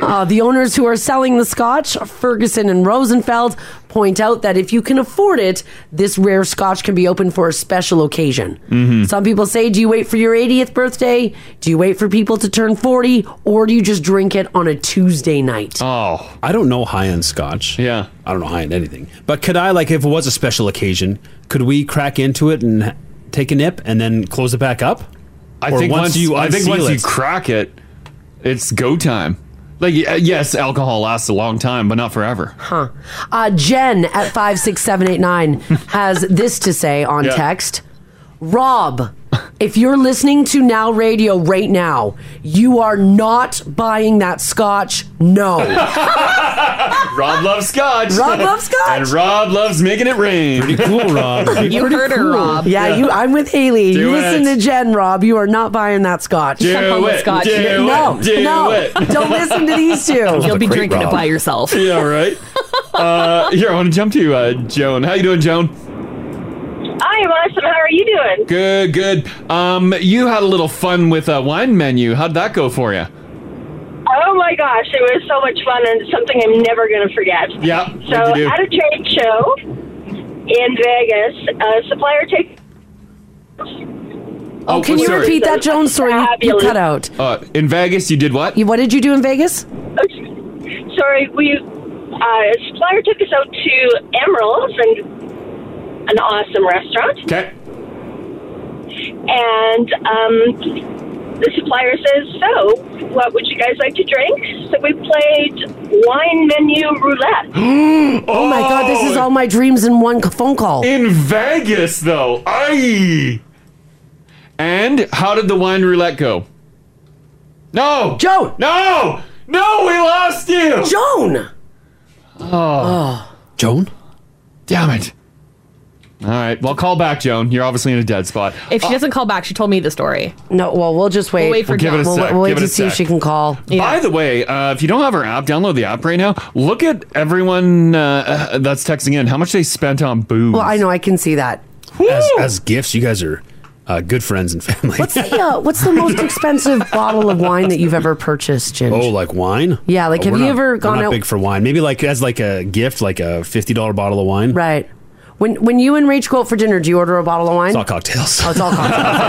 Uh, the owners who are selling the scotch, Ferguson and Rosenfeld, point out that if you can afford it, this rare scotch can be opened for a special occasion. Hmm. Mhm. Some people say, do you wait for your 80th birthday? Do you wait for people to turn 40? Or do you just drink it on a Tuesday night? Oh, I don't know high end scotch. Yeah, I don't know high end anything. But could I like if it was a special occasion? Could we crack into it and h- take a nip and then close it back up? I Or think once, you, I think unseal once you it- crack it, it's go time. Like y- uh, yes, alcohol lasts a long time, but not forever. Huh. Uh, Jen at 56789 has this to say on Yeah. text Rob, if you're listening to Now Radio right now, you are not buying that scotch. No. Rob loves scotch. Rob loves scotch. And Rob loves making it rain. Pretty cool, Rob. You Pretty heard her, cool. Rob. Yeah, you- I'm with Haley. Do you it. listen to Jen, Rob. You are not buying that scotch. Do Except on the it. scotch. Do no, it. Do no. it. Don't listen to these two. That was a great Rob. Yeah, right. uh, here, I want to jump to you, uh, Joan. How you doing, Joan? Hi, Marshall. How are you doing? Good, good. Um, you had a little fun with a wine menu. How'd that go for you? Oh my gosh, it was so much fun and something I'm never going to forget. Yeah. So what'd you do? at a trade show in Vegas, a supplier take. Oh, can you sorry. repeat that, Joan? Sorry, you- you cut out. Uh, in Vegas, you did what? You, what did you do in Vegas? Sorry, we uh, a supplier took us out to Emeralds and an awesome restaurant. Okay. And um, the supplier says, "So, what would you guys like to drink?" So we played wine menu roulette. oh, my God, this is all my dreams in one c- phone call. In Vegas, though. Aye. And how did the wine roulette go? No. Joan. No. No, we lost you. Joan. Oh. Joan? Damn it. All right. Well, call back, Joan. You're obviously in a dead spot. Uh, If she doesn't call back, she told me the story. No, well, we'll just wait. We'll wait for We'll give it a John. sec. We'll wait Give it to a see if sec. she can call. By the way, uh, if you don't have our app, download the app right now. Look at everyone uh, uh, that's texting in, how much they spent on booze. Well, I know I can see that. as, as gifts, you guys are uh, good friends and family. What's the uh, What's the most expensive bottle of wine that you've ever purchased, Jim? Oh, like wine? Yeah, like, Oh, have we're you not- ever we're gone not out- big for wine? Maybe like as like a gift, like a fifty dollar bottle of wine. Right. When When you and Rach go out for dinner, do you order a bottle of wine? It's all cocktails. Oh, it's all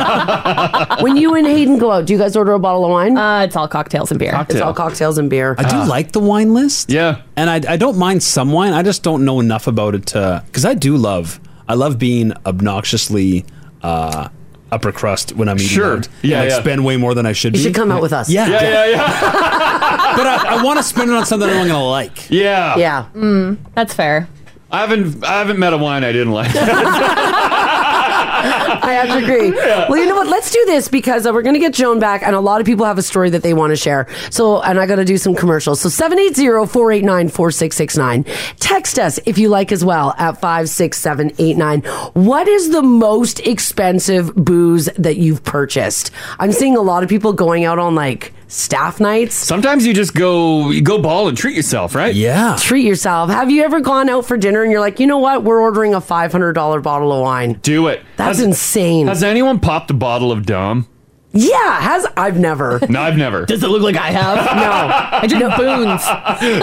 cocktails. when you and Hayden go out, do you guys order a bottle of wine? Uh, it's all cocktails and beer. It's all cocktails and beer. Uh, I do like the wine list. Ah. Yeah. And I, I don't mind some wine. I just don't know enough about it to because I do love I love being obnoxiously uh upper crust when I'm eating. Sure. out. Yeah, And, Like yeah. spend way more than I should You be. should come out with us. Yeah. Yeah, yeah, but I, I want to spend it on something I'm gonna like. Yeah. Yeah. Mm, that's fair. I haven't I haven't met a wine I didn't like. I have to agree. Yeah. Well, you know what? Let's do this because uh, we're going to get Joan back, and a lot of people have a story that they want to share. So, and I got to do some commercials. So, 780 489 4669. Text us if you like as well at 56789. What is the most expensive booze that you've purchased? I'm seeing a lot of people going out on like staff nights. Sometimes you just go you go ball and treat yourself, right? Yeah. Treat yourself. Have you ever gone out for dinner and you're like, you know what? We're ordering a $500 bottle of wine. Do it. That's Has- insane. Has anyone popped a bottle of Dom? yeah, has I've never. No, I've never. Does it look like I have? No. I drink boons.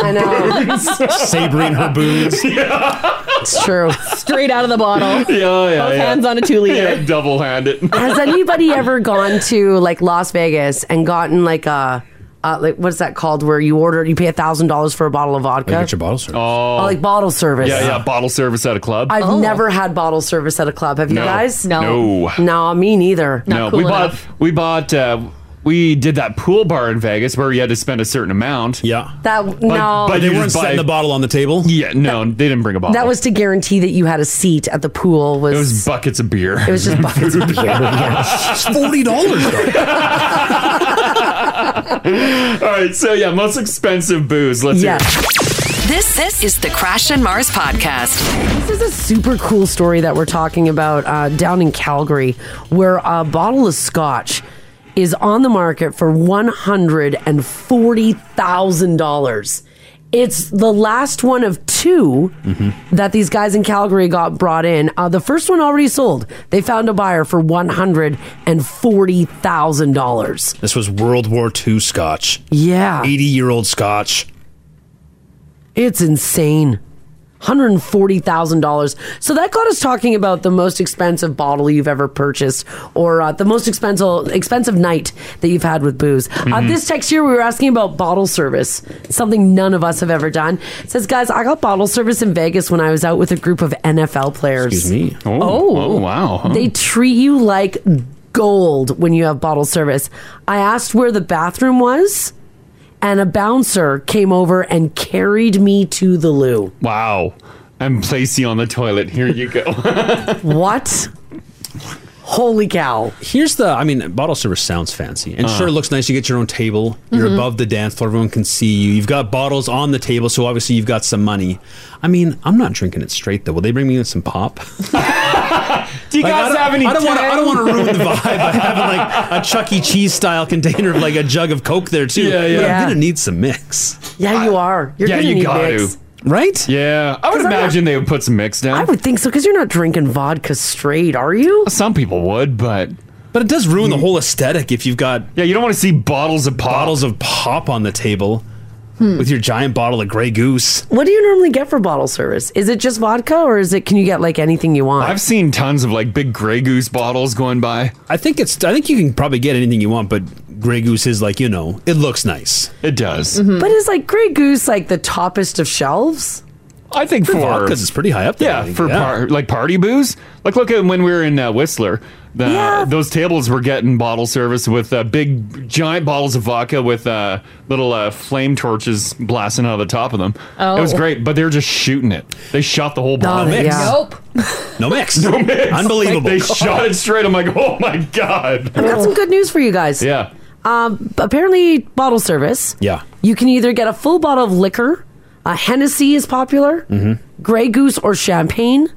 I know. Sabering her boobs. It's true. Straight out of the bottle. Yeah, yeah. yeah. Both hands on a two liter. Yeah, double handed. Has anybody ever gone to like Las Vegas and gotten like a uh, like what's that called where you order you pay a thousand dollars for a bottle of vodka? Like at your bottle service. Oh. Oh, like bottle service. Yeah, yeah, bottle service at a club. I've never had bottle service at a club. Have you Oh. No. guys? No. Oh. No, me neither. no, we bought we bought uh, we did that pool bar in Vegas where you had to spend a certain amount. Yeah. That no. bottle on the table. Yeah, no, they didn't bring a bottle. That was to guarantee that you had a seat at the pool. Was it was buckets of beer. It was just buckets of beer. It's forty dollars. All right, so yeah, most expensive booze. Let's hear. it. This this is the Crash and Mars podcast. This is a super cool story that we're talking about uh, down in Calgary, where a bottle of scotch is on the market for $140,000. It's the last one of 2 that these guys in Calgary got brought in. Uh, the first one already sold. They found a buyer for $140,000. This was World War II scotch. Yeah. 80 year old scotch. It's insane. $140,000. So that got us talking about the most expensive bottle you've ever purchased or uh, the most expensive expensive night that you've had with booze. Uh, Mm-hmm. Mhm. this text here, we were asking about bottle service, something none of us have ever done. It says, guys, I got bottle service in Vegas when I was out with a group of NFL players. Excuse me. Oh, oh, wow. huh? They treat you like gold when you have bottle service. I asked where the bathroom was, and a bouncer came over and carried me to the loo. Wow. And place you on the toilet. Here you go. what? Holy cow. Here's the I mean, bottle service sounds fancy. And Uh. sure it looks nice. You get your own table. You're Mhm. above the dance floor, everyone can see you. You've got bottles on the table, so obviously you've got some money. I mean, I'm not drinking it straight though. Will they bring me in some pop? Do you Like, I guys don't- have any? I don't wanna- I don't wanna ruin the vibe. I have like a Chuck E. Cheese style container of like a jug of Coke there too. Yeah, yeah. But Yeah. I'm gonna need some mix. Yeah, you are. You're yeah, gonna you need got mix. to. Right? Yeah. I would 'Cause I'm not- imagine they would put some mix down. I would think so because you're not drinking vodka straight, are you? Some people would, but but it does ruin the whole aesthetic if you've got yeah. You don't want to see bottles of pop. Hmm. bottles of pop on the table with your giant bottle of Grey Goose. What do you normally get for bottle service? Is it just vodka or is it can you get like anything you want? I've seen tons of like big Grey Goose bottles going by. I think it's. I think you can probably get anything you want, but Grey Goose is like you know, it looks nice. It does. Mm-hmm. But is like Grey Goose like the toppest of shelves? I think for, vodkas, it's pretty high up there, I Yeah, think, for yeah. Par, like party booze. Like look at when we were in uh, Whistler, the, those tables were getting bottle service with uh, big giant bottles of vodka with uh, little uh, flame torches blasting out of the top of them. it was Oh. great, but they were just shooting it. They shot the whole bottle. No mix. No mix. Unbelievable. They shot it straight. I'm like, oh my god. I've got some good news for you guys. Yeah. Um, apparently, bottle service. Yeah. You can either get a full bottle of liquor, uh, Hennessy is popular, Mm-hmm. Grey Goose, or champagne.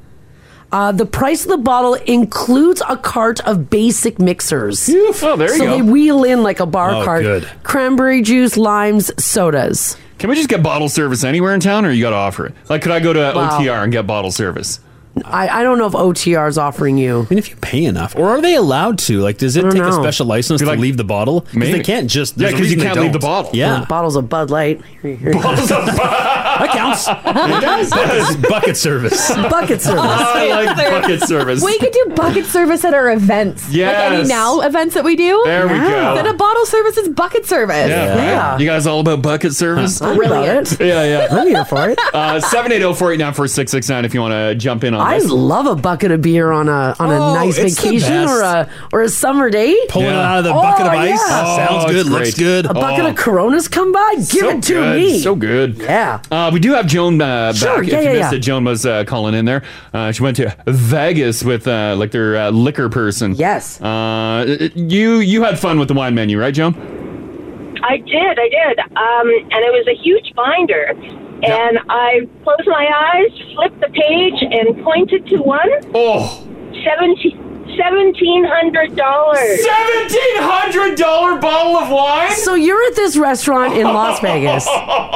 Uh, the price of the bottle includes a cart of basic mixers. Oh, there you so go. they wheel in like a bar Oh, cart. good. Cranberry juice, limes, sodas. Can we just get bottle service anywhere in town, or you got to offer it? Like, could I go to Wow. OTR and get bottle service? I, I don't know if OTR is offering you. I mean, if you pay enough, or are they allowed to? Like, does it I don't take a know. special license to leave the bottle? Because maybe. they can't just. Yeah, there's a 'cause you reason they can't leave the don't. bottle. Yeah. Well, bottles of Bud Light. Here- here- Bottles of that counts. That is bucket service. Bucket service. I like bucket service. We could do bucket service at our events. Like any Yes. now events that we do. There we go. Then a bottle service is bucket service. Yeah. right? You guys all about bucket service? I'm about it. Yeah, yeah. I'm here for it. Uh, 780-489-4669 if you want to jump in on I this. love a bucket of beer on a on a Oh, nice it's the vacation best. or a or a summer day. Pulling it Yeah. out of the bucket of ice. Sounds it's good, looks Oh, A good. bucket Oh. of Coronas come by. Give So it to good, me. So good. Yeah. Uh, we do have Joan uh, Sure, back. yeah, if yeah, you missed yeah. it, Joan was uh, calling in there. Uh, she went to Vegas with uh, like their uh, liquor person. Yes. Uh, it- it- you you had fun with the wine menu, right, Joan? I did, I did. Um, and it was a huge binder. And I closed my eyes, flipped the page, and pointed to one. Oh. Seventeen hundred dollars. Seventeen hundred dollar bottle of wine. So you're at this restaurant in Las Vegas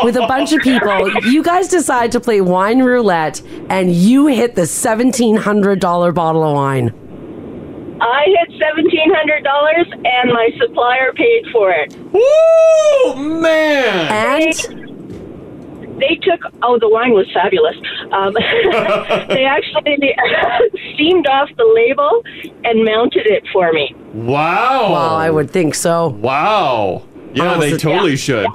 with a bunch of people. You guys decide to play wine roulette, and you hit the seventeen hundred dollar bottle of wine. I hit seventeen hundred dollars, and my supplier paid for it. Woo, man! And they took. Oh, the wine was fabulous. Um, they actually steamed off the label and mounted it for me. Wow. Wow, I would think so. Wow. Yeah, Oh, they so- totally yeah. should.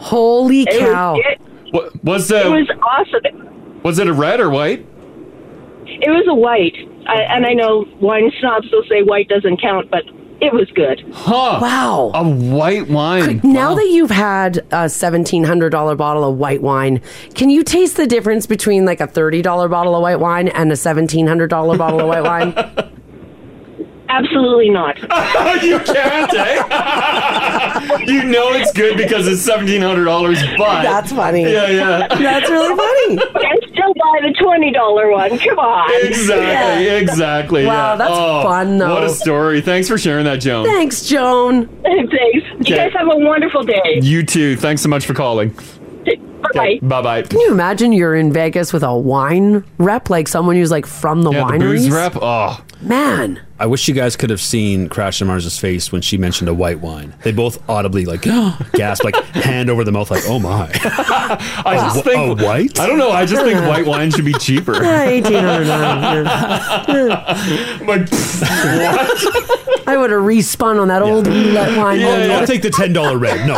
Holy It was- cow! it- What was it the was awesome. was it a red or white? It was a white, I, and I know wine snobs will say white doesn't count, but it was good. Huh. Wow. A white wine. Now that you've had a seventeen hundred dollar bottle of white wine, can you taste the difference between like a thirty dollar bottle of white wine and a seventeen hundred dollar bottle of white wine? Absolutely not. you can't, you know it's good because it's seventeen hundred dollars, but That's funny. Yeah, yeah. That's really funny. And still buy the twenty dollar one. Come on. Exactly, exactly. Wow, yeah. Oh, that's fun, though. What a story. Thanks for sharing that, Joan. Thanks, Joan. Thanks. Okay. You guys have a wonderful day. You too. Thanks so much for calling. Bye bye. Can you imagine you're in Vegas with a wine rep, like someone who's like from the wineries? Oh man, I wish you guys could have seen Crash and Mars's face when she mentioned a white wine. They both audibly like gasped, like hand over the mouth, like "Oh my!" I just wh- think a white. I don't know. I just think white wine should be cheaper. Yeah, 1809, But what? I would have respun on that old roulette wine. Oh, I'll take the ten dollar red.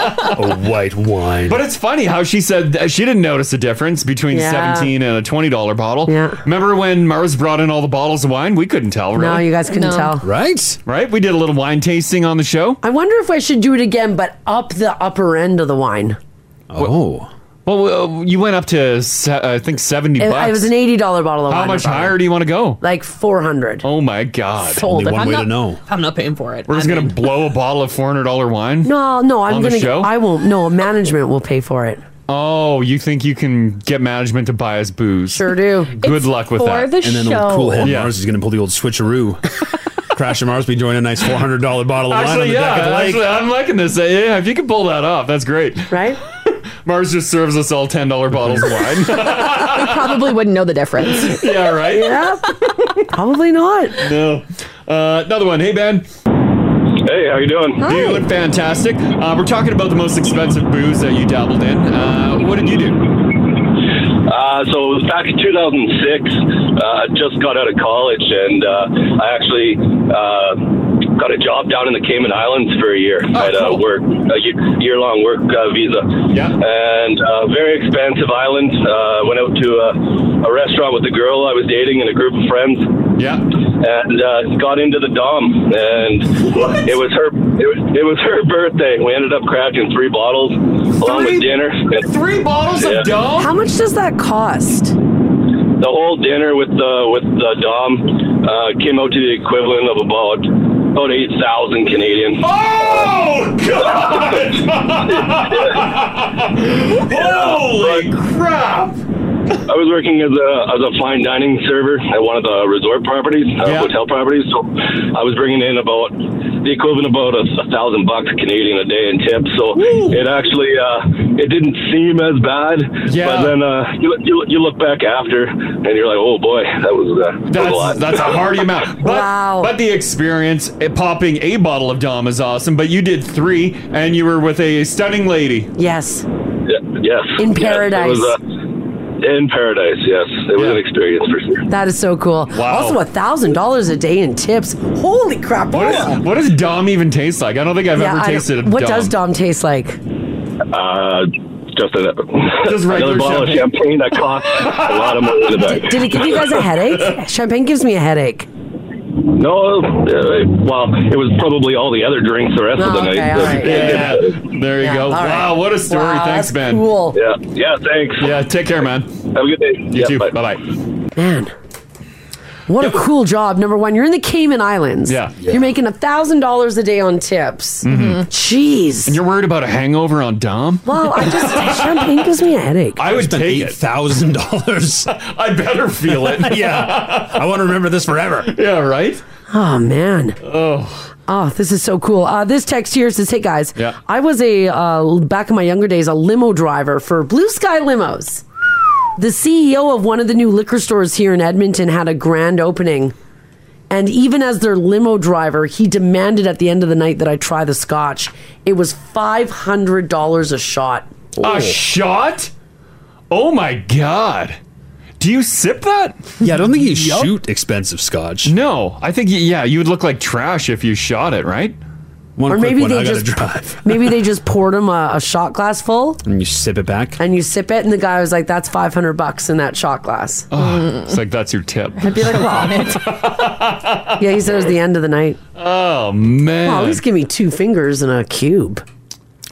No, a white wine. But it's funny how she said that she didn't notice the difference between Yeah. seventeen and a twenty dollar bottle. Yeah. Remember when Mars brought in all the bottles of wine? We couldn't tell. Really. No, you guys couldn't No. tell. Right. Right. We did a little wine tasting on the show. I wonder if I should do it again, but up the upper end of the wine. Oh. Well, uh, you went up to se- uh, I think seventy It, bucks. it was an eighty dollar bottle of How wine. much I bought. higher do you want to go? Like four hundred. Oh my god! Sold. If I'm not- If I'm not paying for it. We're just gonna blow a bottle of four hundred dollar wine. No, no, I'm On the gonna. show? I won't. No, management will pay for it. Oh, you think you can get management to buy us booze? Sure do. Good luck with that. and then old cool head Yeah. Mars is going to pull the old switcheroo. Crash and Mars be joining a nice four hundred dollar bottle of wine on Actually, the yeah. deck of the lake. Actually, I'm liking this. Uh, Yeah, if you can pull that off, that's great. Right? Mars just serves us all ten dollar bottles of wine. we probably wouldn't know the difference. yeah, right. Yeah. Probably not. No. Uh, another one. Hey, Ben. Hey, how you doing? You look fantastic. Uh, we're talking about the most expensive booze that you dabbled in. Uh, what did you do? Uh, so it was back in 2006. Uh, just got out of college, and uh, I actually uh, got a job down in the Cayman Islands for a year. Oh, I had a work a year long work uh, visa. Yeah. And uh, very expensive island. Uh, went out to a, a restaurant with a girl I was dating and a group of friends. Yeah. And uh, got into the dom, and it was her. It was, it was her birthday. We ended up cracking three bottles along with dinner. Three bottles Yeah. How much does that cost? the whole dinner with the with the dom uh, came out to the equivalent of about about eight thousand Canadian. Oh Holy crap! Uh, I was working as a as a fine dining server at one of the resort properties, uh, hotel properties. So I was bringing in about the equivalent of about a, a thousand bucks Canadian a day in tips. So it actually uh, it didn't seem as bad. Yeah. But then uh, you, you you look back after and you're like, oh boy, that was, uh, that was a lot. That's, that's a hearty amount. But, wow. But the experience eh, popping a bottle of Dom is awesome. But you did three, and you were with a stunning lady. Yes. Yeah, yes. In Yes, it paradise. was, uh, in paradise, yes. It was an experience for sure. That is so cool. Also, a thousand dollars a day in tips. Holy crap! What, is, what does Dom even taste like? I don't think I've Yeah, ever I don't- tasted a What Dom. does Dom taste like? Uh, just a, Just regular another bottle of champagne that costs a lot of money in the back. Did it give you guys a headache? Champagne gives me a headache. No, uh, well, it was probably all the other drinks the rest of the night. Yeah, there you go. all right. Wow, what a story. Wow, thanks, that's Ben. cool. Yeah, yeah, thanks. Yeah, take care, man. Have a good day. You too. Bye bye. Man. What a cool job. Number one, you're in the Cayman Islands. Yeah. You're making a thousand dollars a day on tips. Jeez. Mm-hmm. And you're worried about a hangover on Dom? Well, I just champagne gives me a headache. I would spend take eight thousand dollars. I better feel it. yeah, I want to remember this forever. Yeah, right. Oh man. Oh. Oh, this is so cool. Uh, this text here says, "Hey guys, Yeah. I was a uh, back in my younger days a limo driver for Blue Sky Limos. The CEO of one of the new liquor stores here in Edmonton had a grand opening, and even as their limo driver, he demanded at the end of the night that I try the scotch. It was five hundred dollars a shot. A shot? Oh my god. Do you sip that? Yeah, I don't think you shoot expensive scotch. No, I think y- yeah, you would look like trash if you shot it, right? One Or quick maybe one, they I gotta just- Maybe they just poured him a, a shot glass full, and you sip it back, and you sip it, and the guy was like, "That's five hundred bucks in that shot glass." Ah, Oh, it's like that's your tip. I'd be like, well, yeah, he said it was the end of the night. Oh man! Well, at least give me two fingers and a cube.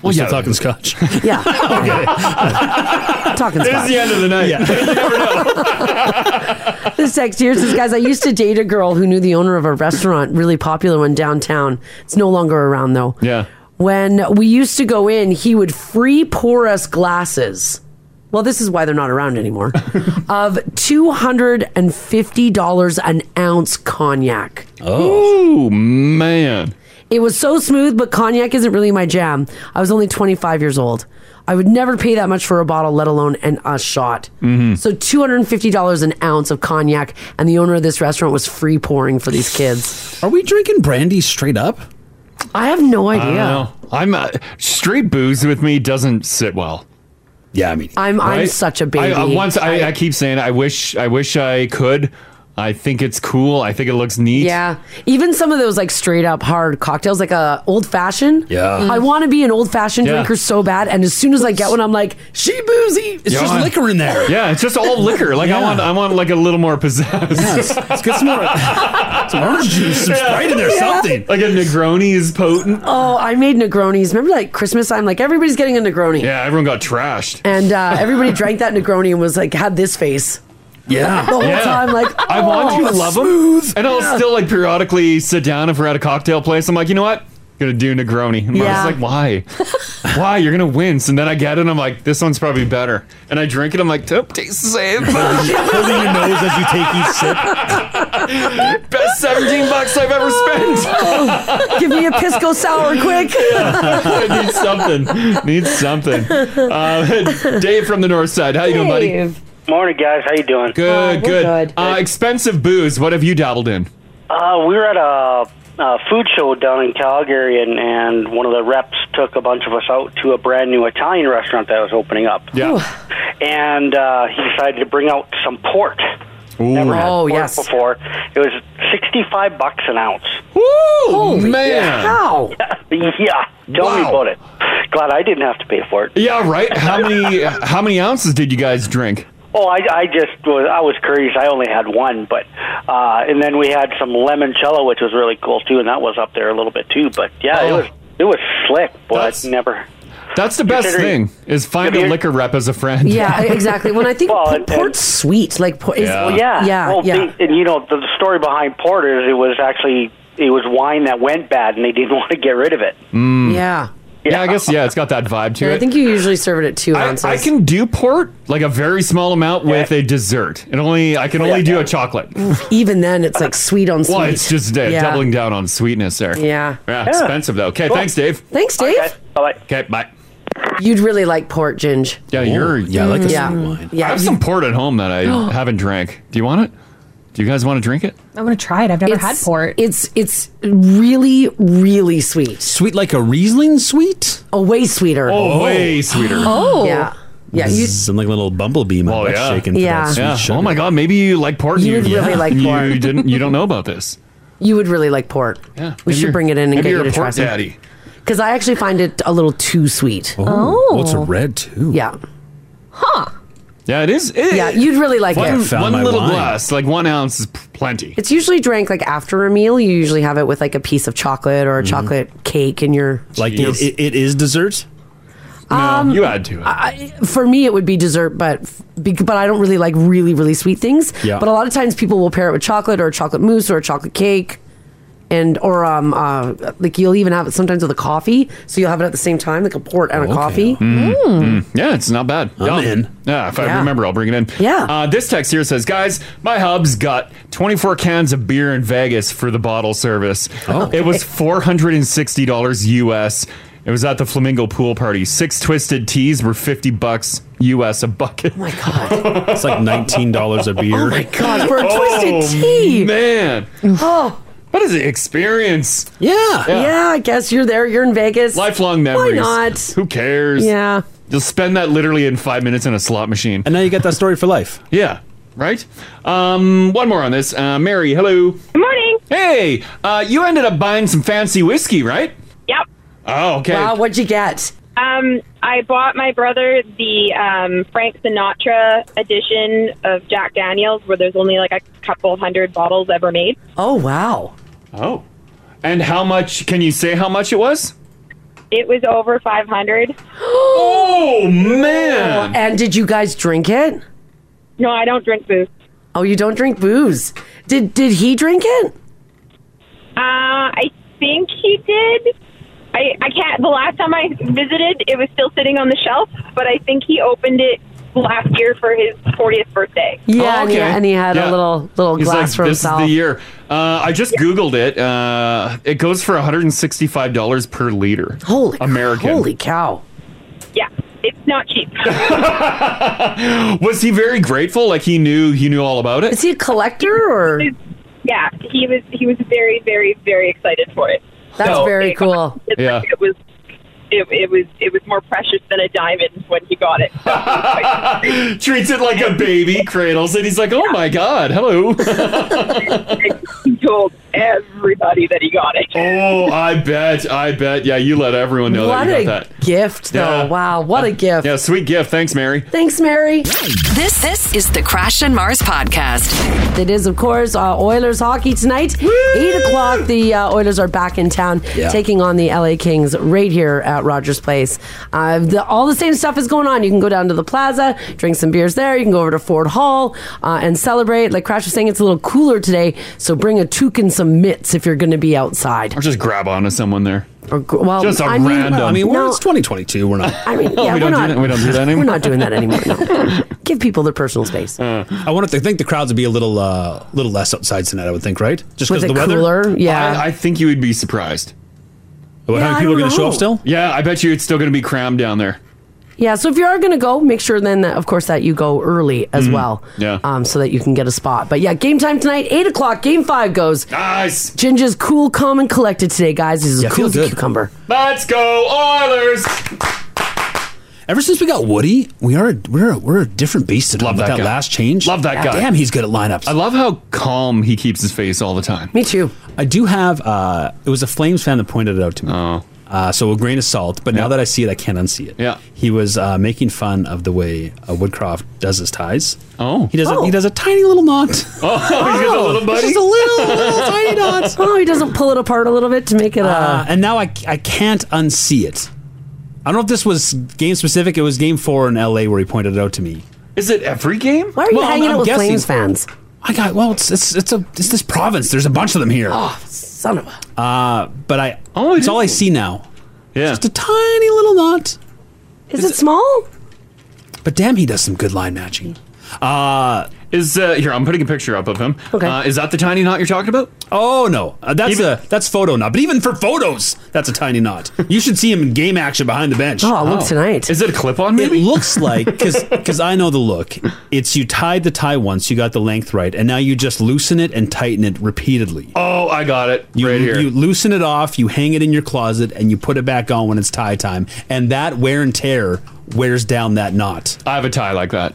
We're still talking scotch. Yeah. Talking It is Scotch. the end of the night. This text here says, guys, I used to date a girl who knew the owner of a restaurant, really popular one downtown. It's no longer around though. Yeah. When we used to go in, he would free pour us glasses. Well, this is why they're not around anymore. of $250 an ounce cognac. Oh man. It was so smooth, but cognac isn't really my jam. I was only 25 years old. I would never pay that much for a bottle, let alone an, a shot. Mm-hmm. So $250 an ounce of cognac, and the owner of this restaurant was free pouring for these kids. Are we drinking brandy straight up? I have no I don't idea. know. I'm uh, straight booze with me doesn't sit well. Yeah, I mean, I'm- I'm such a baby. I, uh, once I, I, keep saying, I wish, I wish I could. I think it's cool. I think it looks neat. Yeah. Even some of those like straight up hard cocktails, like a old fashioned. Yeah. I want to be an old fashioned Yeah. drinker so bad. And as soon as I get one, I'm like, she boozy. It's just liquor in there. Yeah, it's just all liquor. Like I Yeah. want, I want like a little more pizzazz. Yes, let's get some more, some orange juice, some Yeah. Sprite in there, Yeah. something. Like a Negroni is potent. Oh, I made Negronis. Remember like Christmas time? Like everybody's getting a Negroni. Yeah, everyone got trashed. And uh, everybody drank that Negroni and was like, had this face. Yeah. The whole Yeah. time, like, I want oh, to love smooth. them, and I'll Yeah. still like periodically sit down if we're at a cocktail place. I'm like, you know what? Gonna do Negroni. And Yeah. Mark's like, why? why? You're gonna wince. And then I get it. and I'm like, this one's probably better. And I drink it. I'm like, nope, tastes the same. Holding your nose as you take each sip. Best 17 bucks I've ever spent. Give me a pisco sour quick. I need something. Need something. Uh, Dave from the north side. How you doing, buddy? Dave. Morning, guys. How you doing? Good, good. Uh, expensive booze. What have you dabbled in? Uh, we were at a, a food show down in Calgary, and, and one of the reps took a bunch of us out to a brand new Italian restaurant that was opening up. Yeah. And uh, he decided to bring out some port. Never had Oh, port yes. Before it was sixty-five bucks an ounce. Woo! Holy man. cow. yeah. Tell me Wow. about it. Glad I didn't have to pay for it. Yeah, right. How many how many ounces did you guys drink? Oh, I, I just was I was curious. I only had one, but uh, and then we had some limoncello, which was really cool too, and that was up there a little bit too. But yeah, it Oh. was it was slick, but never. That's the best Considering- thing is find a liquor rep as a friend. Yeah, e, exactly. When I think Well, po- and- port's sweet, like port is, Yeah. Well, Yeah, yeah, Well, yeah. They, and you know the, the story behind porter is it was actually it was wine that went bad, and they didn't want to get rid of it. Mm. Yeah. Yeah, I guess yeah, it's got that vibe to And it. I think you usually serve it at two I, ounces. I can do port like a very small amount with a dessert, and only I Oh, can only do a chocolate. Even then, it's like sweet on sweet. Well, it's just uh, doubling down on sweetness there. Yeah. yeah, Yeah. expensive though. Okay, Cool. thanks, Dave. Thanks, Dave. Bye. Okay, bye. You'd really like port, Ginge. Yeah, you're yeah, I like the Yeah. sweet wine. Yeah, I have you- some port at home that I haven't drank. Do you want it? Do you guys want to drink it? I want to try it. I've never had port. It's it's really really sweet. Sweet like a Riesling sweet? Oh, way sweeter. Oh, way sweeter. Oh. Yeah. Yeah, you- Some like a little bumblebee. My Oh butt yeah, shaking for that sweet sugar. Oh my god, maybe you like port. and You would really like You port. didn't. You don't know about this. You would really like port. Yeah. We should bring it in and maybe get you're you to a try port some. daddy. Because I actually find it a little too sweet. Oh. Oh. Well, it's a red too. Yeah. Huh. Yeah, it is. it- Yeah, you'd really like one, it. Found One my little wine. glass, like one ounce, is p- plenty. It's usually drank like after a meal. You usually have it with like a piece of chocolate or a Mm-hmm. chocolate cake in your Like you know. it, it, it is dessert. Uh, Um, you add to it. I, for me, it would be dessert, but f- bec- but I don't really like really really sweet things. Yeah. But a lot of times people will pair it with chocolate or a chocolate mousse or a chocolate cake, and or um uh, like you'll even have it sometimes with a coffee. So you'll have it at the same time, like a port and a coffee. Mm-hmm. Mm, mm. Yeah, it's not bad. I'm in. Yeah, if I Yeah. remember, I'll bring it in. Yeah. Uh, this text here says, guys, my hub's got 24 cans of beer in Vegas for the bottle service. It was $460 US. It was at the Flamingo pool party. Six twisted teas were 50 bucks US a bucket. Oh my God. it's like $19 a beer. Oh my God, for a twisted tea. Oh, Man. Oh. What is the experience? Yeah. yeah, I guess you're there. You're in Vegas. Lifelong memories. not? Who cares? Yeah. You'll spend that literally in five minutes in a slot machine. And now you get that story for life. Yeah. Right? Um, one more on this. Uh, Mary, hello. Good morning. Hey, uh, you ended up buying some fancy whiskey, right? Yep. Oh, okay. Wow, what'd you get? Um, I bought my brother the um, Frank Sinatra edition of Jack Daniels, where there's only like a couple hundred bottles ever made. Oh, wow. Oh. And how much, can you say how much it was? It was over 500. oh man! And did you guys drink it? No, I don't drink booze. Oh, you don't drink booze. Did did he drink Oh, it? Uh, I think he did. I, I can't. The last time I visited, it was still sitting on the shelf, but I think he opened it last year for his 40th birthday. Yeah, and he- and he had a little- little He's glass like, for this himself." Is the year. Uh, I just googled it. Uh, it goes for 165 dollars per liter. Holy American. holy cow! Yeah, it's not cheap. Was he very grateful? Like he knew he knew all about it. Is he a collector or? Yeah, he was. He was very, very, very excited for it. That's very cool. It's Yeah. like it was. It, it was it was more precious than a diamond when he got it. So he was like, Treats it like a baby, cradles it. He's like, oh my god, hello. he told everybody that he got it. oh, I bet, I bet. Yeah, you let everyone know What that a you got that gift, though. Wow, what a gift. Yeah, sweet gift. Thanks, Mary. Thanks, Mary. This this is the Crash and Mars podcast. It is, of course, uh, Oilers hockey tonight. Eight o'clock. The uh, Oilers are back in town, Yeah. taking on the LA Kings right here at Rogers Place. Uh, the, all the same stuff is going on. You can go down to the plaza, drink some beers there. You can go over to Ford Hall uh, and celebrate. Like Crash was saying, it's a little cooler today, so bring a toque and some mitts if you're going to be outside. Or just grab onto someone there. Or, gr- well, just a I mean- random. I mean, we're- No. it's 2022. We're not. I mean, No, yeah, Oh, we are don't do not. that- we don't do that anymore. Uh. We're not doing that anymore. no. Give people their personal space. I want to think the crowds would be a little, uh, little less outside tonight. I would think, right? Just Was because it the weather. cooler? Yeah. I, I think you would be surprised. What, how many Yeah, I people are gonna don't show up know. still? Yeah, I bet you it's still going to be crammed down there. Yeah, so if you are going to go, make sure then, that, of course, that you go early as Mhm. well. Yeah. Um, so that you can get a spot. But yeah, game time tonight, 8 o'clock, game five goes. Nice. Ginger's cool, calm, and collected today, guys. He's as Yeah, cool feel as a good. cucumber. Let's go Oilers! Ever since we got Woody, we are we're we're a different beast today. Love that that, guy. last change. Love that guy. Damn, he's good at lineups. I love how calm he keeps his face all the time. Me too. I do have. Uh, it was a Flames fan that pointed it out to me. Oh. Uh, so a grain of salt, but now that I see it, I can't unsee it. Yeah, he was uh, making fun of the way uh, Woodcroft does his ties. Oh, he does. A, he does a tiny little knot. Oh, he's got a little buddy? Just a little, little tiny dots. Oh, he doesn't pull it apart a little bit to make it a. Uh, and now I, I can't unsee it. I don't know if this was game specific. It was game four in LA where he pointed it out to me. Is it every game? Why are you hanging out with Flames fans? I got well. It's it's it's a it's this province. There's a bunch of them here. Oh, son of a. Uh, but I oh, it's all I see now. Yeah, just a tiny little knot. Is, it small? But damn, he does some good line matching. Uh, is uh, here? I'm putting a picture up of him. Okay. Uh, is that the tiny knot you're talking about? Oh no, uh, that's a that's photo knot. But even for photos, that's a tiny knot. You should see him in game action behind the bench. Oh, look Oh. tonight. Is it a clip on? Maybe it looks like because because I know the look. It's you tied the tie once, you got the length right, and now you just loosen it and tighten it repeatedly. Oh, I got it You, right here. you loosen it off, you hang it in your closet, and you put it back on when it's tie time. And that wear and tear wears down that knot. I have a tie like that.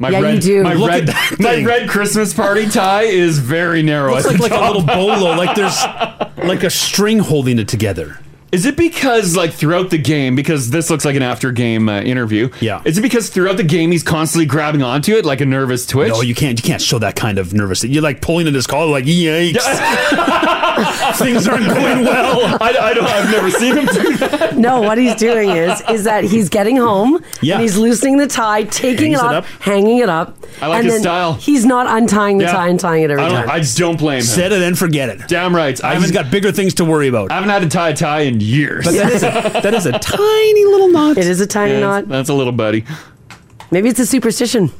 My Yeah, you red, do. My Look at red, that my thing. red Christmas party tie is very narrow. Looks at like, like a the top. little bolo, like there's like a string holding it together. Is it because like throughout the game? Because this looks like an after game uh, interview. Yeah. Is it because throughout the game he's constantly grabbing onto it like a nervous twitch? No, you can't. You can't show that kind of nervous. You're like pulling at his collar, like yikes. Things aren't going well. I, I don't. I've never seen him do that. no, what he's doing is is that he's getting home Yeah. and he's loosening the tie, taking Hangs it it up, up. hanging it up. I like and his then style. He's not untying the tie and tying it every I don't, time. I just don't blame him. Set it and forget it. Damn right. I He's got bigger things to worry about. I haven't had to tie a tie in years. But that is a- that is a tiny little knot. It is a tiny Yeah, knot. That's a little buddy. Maybe it's a superstition.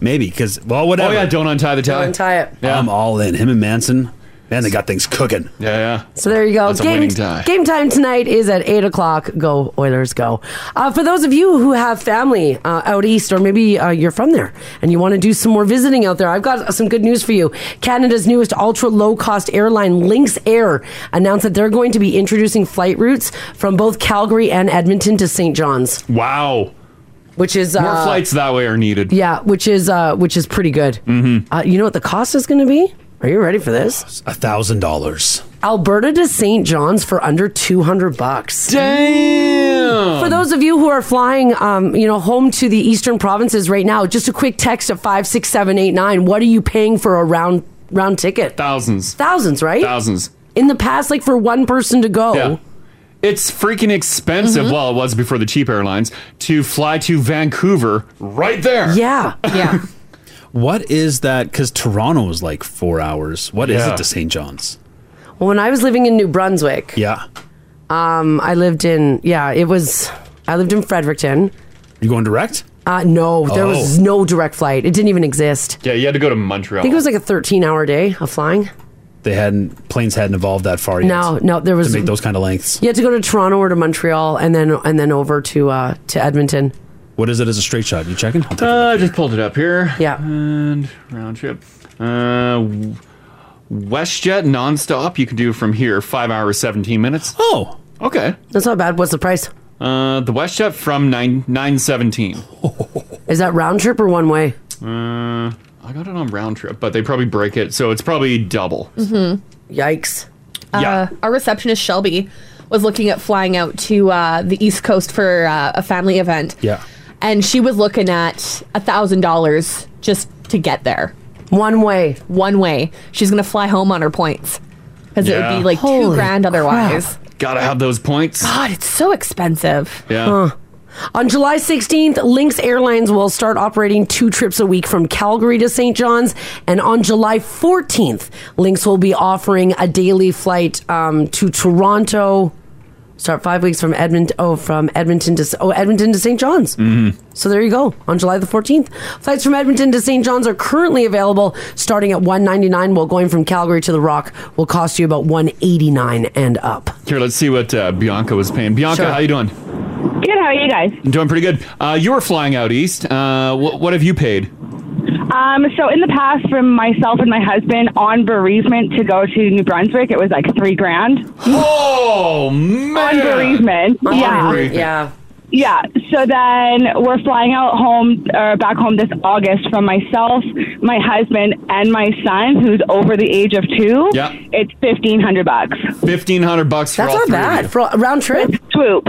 Maybe because well, whatever. Oh yeah, don't untie the tie. Don't untie it. I'm all in. Him and Manson, man, they got things cooking. Yeah, yeah. So there you go. That's a game, winning tie. game time tonight is at 8 o'clock. Go, Oilers, go. Uh, for those of you who have family uh, out east, or maybe uh, you're from there and you want to do some more visiting out there, I've got some good news for you. Canada's newest ultra low cost airline, Lynx Air, announced that they're going to be introducing flight routes from both Calgary and Edmonton to St. John's. Wow. Which is. Uh, More flights that way are needed. Yeah, which is uh, which is pretty good. Mm-hmm. Uh, you know what the cost is going to be? Are you ready for this? A thousand dollars. Alberta to St. John's for under 200 bucks. Damn. For those of you who are flying, um, you know, home to the eastern provinces right now, just a quick text at 56789. What are you paying for a round round ticket? Thousands. Thousands, right? Oh. Thousands. In the past like for one person to go. Yeah. It's freaking expensive. Mhm. Well, it was before the cheap airlines to fly to Vancouver right there. Yeah. Yeah. What is that? Because Toronto is like four hours. What is Yeah. it to St. John's? Well, when I was living in New Brunswick, Yeah. um, I lived in yeah, it was I lived in Fredericton. You going direct? Uh, no, there was Oh. no direct flight. It didn't even exist. Yeah, you had to go to I Montreal. think it was like a 13 hour day of flying. They hadn't planes hadn't evolved that far yet. No, no, there was- to make those kind of lengths. You had to go to Toronto or to Montreal and then and then over to uh, to Edmonton. What is it as a straight shot? You checking? I'll take Uh, I just pulled it up here. Yeah. And round trip. Uh, w- WestJet nonstop. You can do from here five hours, seventeen minutes. Oh, okay. That's not bad. What's the price? Uh, the WestJet from nine nine seventeen. Is that round trip or one way? Uh, I got it on round trip, but they probably break it, so it's probably double. Mm-hmm. Yikes. Uh, our receptionist Shelby was looking at flying out to uh, the East Coast for uh, a family event, Yeah. and she was looking at a thousand dollars just to get there, one way. One way. She's gonna fly home on her points because it would Yeah. be like two Holy grand otherwise. Gotta have those points. God, it's so expensive. Yeah. On July 16th, Lynx Airlines will start operating two trips a week from Calgary to St. John's. And on July 14th, Lynx will be offering a daily flight um, to Toronto. Start five weeks from Edmonton. Oh, from Edmonton to oh Edmonton to St. John's. So there you go. On July the 14th, flights from Edmonton to St. John's are currently available, starting at 199. While going from Calgary to the Rock will cost you about 189 and up. Here, let's see what uh, Bianca was paying. Bianca, Sure. how you doing? Good. How are you guys? I'm doing pretty good. Uh, you were flying out east. Uh, wh- what have you paid? Um, so in the past, from myself and my husband on bereavement to go to New Brunswick, it was like three grand. Oh man! On bereavement, On yeah, bereavement. Yeah. yeah. So then we're flying out home or back home this August from myself, my husband, and my son, who's over the age of two. Yeah. it's fifteen hundred bucks. Fifteen hundred bucks for That's all not three of bad you. for a round trip. Swoop.